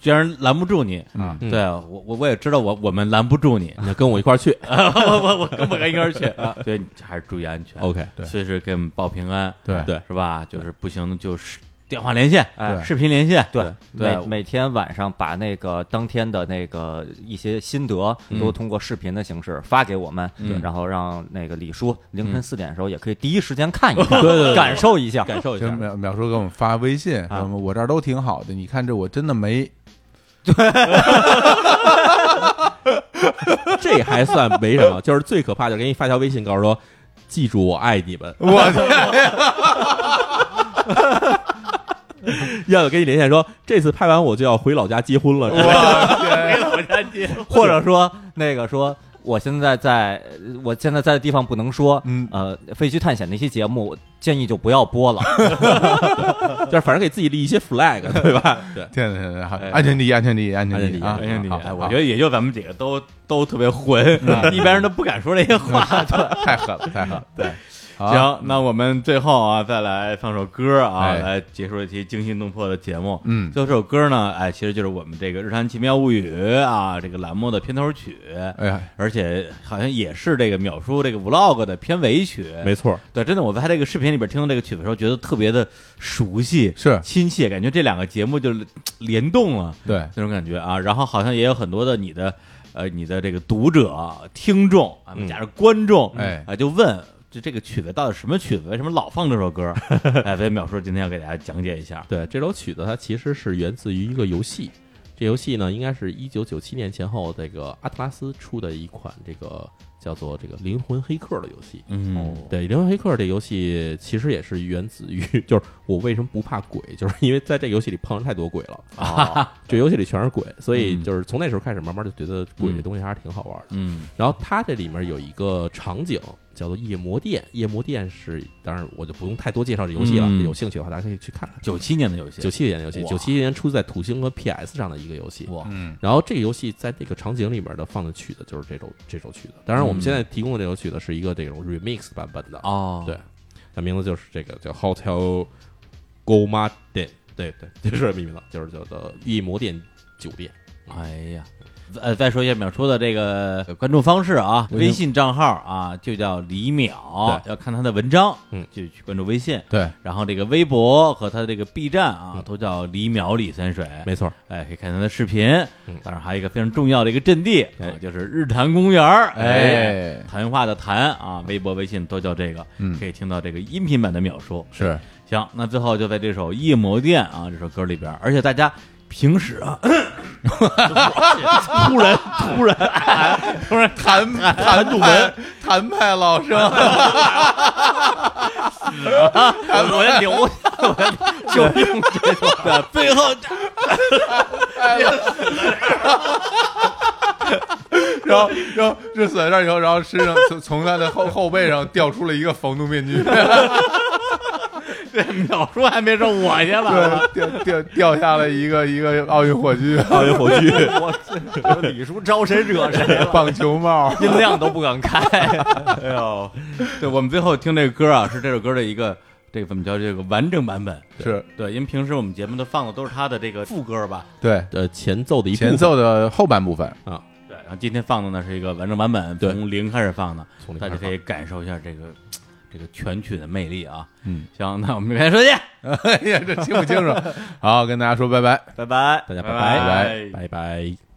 Speaker 4: 既然拦不住你，啊
Speaker 3: 嗯
Speaker 1: 嗯，
Speaker 4: 对我我我也知道我我们拦不住你
Speaker 1: 那跟我一块儿去
Speaker 4: 我我我跟不跟一块儿去， 哦对，你还是注意安全，
Speaker 1: ，OK，
Speaker 3: 对
Speaker 4: 随时给我们报平安，
Speaker 3: 对
Speaker 1: 对
Speaker 4: 是吧？就是不行的就是电话连线，
Speaker 2: 哎
Speaker 4: 视频连线，
Speaker 2: 对，
Speaker 4: 对
Speaker 2: 每每天晚上把那个当天的那个一些心得都通过视频的形式发给我们，
Speaker 4: 嗯
Speaker 2: 然后让那个李叔凌晨四点的时候也可以第一时间 看一
Speaker 1: 对
Speaker 2: 看，
Speaker 1: 对对
Speaker 2: 感受一下。
Speaker 1: 感受一
Speaker 3: 就
Speaker 1: 下
Speaker 3: 是。淼淼叔给我们发微信，
Speaker 2: 啊
Speaker 3: 什么我这儿都挺好的，你看这我真的没
Speaker 1: 这还算没什么，就是最可怕，就给你发条微信，告诉说，记住我爱你们。
Speaker 3: 我天，
Speaker 1: 要有跟你连线说，这次拍完我就要回老家结婚了。
Speaker 3: 我天，
Speaker 2: 或者说那个说。我现在在，呃我现在在的地方不能说，
Speaker 3: 嗯
Speaker 2: 呃，废墟探险那期节目，我建议就不要播了。
Speaker 1: 就是反正给自己立一些 flag，对吧？对，
Speaker 3: 天天天，好安全第一，安全第一，安
Speaker 1: 安
Speaker 3: 全
Speaker 1: 全
Speaker 3: 第
Speaker 1: 第
Speaker 3: 一，
Speaker 1: 一
Speaker 3: 啊
Speaker 4: 哎呀，你
Speaker 3: 好
Speaker 4: 哎
Speaker 3: 好
Speaker 4: 我觉得也就咱们几个都都特别混，一般人都不敢说这些话。
Speaker 3: 太狠了，太狠了，对，好，
Speaker 4: 行， 那我们最后啊，再来放首歌啊，
Speaker 3: 哎
Speaker 4: 来结束这期惊心动魄的节目。
Speaker 3: 嗯
Speaker 4: 最后这首歌呢，哎，其实就是我们这个《日常奇妙物语》啊，这个栏目的片头曲，
Speaker 3: 哎呀，
Speaker 4: 而且好像也是这个秒叔这个 vlog 的片尾曲。
Speaker 1: 没错，
Speaker 4: 对，真的，我在他这个视频里边听到这个曲子的时候，觉得特别的熟悉，
Speaker 3: 是
Speaker 4: 亲切，感觉这两个节目就是联动了。
Speaker 3: 对，
Speaker 4: 那种感觉啊。然后好像也有很多的你的呃你的这个读者、听众啊，
Speaker 1: 嗯
Speaker 4: 加上观众，
Speaker 3: 哎
Speaker 4: 啊，就问这这个曲子到底什么曲子？为什么老放这首歌？ 哎，所以淼叔今天要给大家讲解一下。
Speaker 1: 对，这首曲子它其实是源自于一个游戏，这游戏呢应该是一九九七年前后这个阿特拉斯出的一款这个叫做这个灵魂黑客的游戏。
Speaker 4: 嗯，
Speaker 1: 对，《灵魂黑客》这游戏其实也是源自于， 就是我为什么不怕鬼，就是因为在这游戏里碰上太多鬼了，
Speaker 2: 啊，
Speaker 1: 这游戏里全是鬼，所以
Speaker 4: 哦嗯
Speaker 1: 就是从那时候开始，慢慢就觉得鬼这东西还是挺好玩的。
Speaker 4: 嗯
Speaker 1: 然后它这里面有一个场景叫做夜魔殿，夜魔殿是，当然我就不用太多介绍这游戏了，
Speaker 4: 嗯
Speaker 1: 有兴趣的话大家可以去看看。
Speaker 4: 九七年的游戏，
Speaker 1: 九七年的游戏，
Speaker 4: 哇
Speaker 1: 九七年出在土星和 PS 上的一个游戏。
Speaker 4: 哇，
Speaker 3: 嗯，
Speaker 1: 然后这个游戏在这个场景里面的放的曲子就是这首这首曲子，当然我们现在提供的这首曲子是一个这种 remix 版本的，
Speaker 4: 哦，
Speaker 1: 对那名字就是这个叫 Hotel Goma d e 对对，就是这么名字，就是叫做夜魔殿酒店。
Speaker 4: 哎呀，呃，再说一下淼说的这个关注方式啊，
Speaker 1: 嗯
Speaker 3: 微
Speaker 4: 微
Speaker 3: 信
Speaker 4: 信账号啊，就叫李淼，要看他的文章，
Speaker 1: 嗯，
Speaker 4: 就去关注微信。
Speaker 3: 对，
Speaker 4: 然后这个微博和他这个 B 站啊，
Speaker 1: 嗯
Speaker 4: 都叫李淼李三水，
Speaker 1: 没错，
Speaker 4: 哎，可以看他的视频。当然还有一个非常重要的一个阵地，
Speaker 1: 哎
Speaker 4: 啊就是日坛公园儿，
Speaker 3: 哎
Speaker 4: 谈话的谈啊，微博、微信都叫这个，
Speaker 3: 嗯
Speaker 4: 可以听到这个音频版的秒说。
Speaker 3: 是
Speaker 4: 行，那最后就在这首《夜魔殿》啊这首歌里边儿，而且大家平时啊，突然突然
Speaker 3: 不是谭谭主文谭派老生，
Speaker 4: 我要留下，我要就用这种的最后
Speaker 3: 然后然后这死在这儿以后，然后身上从从他的后后背上掉出了一个防毒面具，
Speaker 4: 这秒叔还没说我去了，
Speaker 3: 对，掉掉掉下了一个一个奥运火炬，
Speaker 1: 奥运火炬，
Speaker 2: 我我李叔招谁惹谁了？
Speaker 3: 棒 球帽，
Speaker 2: 音量都不敢开，
Speaker 4: 哎呦，对我们最后听这个歌啊，是这首歌的一个这个怎么叫这个完整版本。
Speaker 3: 是
Speaker 4: 对，因为平时我们节目都放的都是他的这个副歌吧，
Speaker 3: 对
Speaker 1: 呃，前奏的一部分
Speaker 3: 前奏的后半部分，
Speaker 1: 啊，
Speaker 4: 对，然后今天放的呢是一个完整版本，
Speaker 1: 对
Speaker 4: 从零开始放的，
Speaker 1: 从零
Speaker 4: 大
Speaker 1: 开
Speaker 4: 家
Speaker 1: 始
Speaker 4: 可以感受一下这个这个全曲的魅力啊。
Speaker 3: 嗯，
Speaker 4: 行，那我们就开始说去，
Speaker 3: 哎呀，这清不清楚？好，跟大家说拜拜。
Speaker 2: 拜拜。
Speaker 1: 大家
Speaker 4: 拜
Speaker 1: 拜
Speaker 4: 拜
Speaker 1: 拜拜。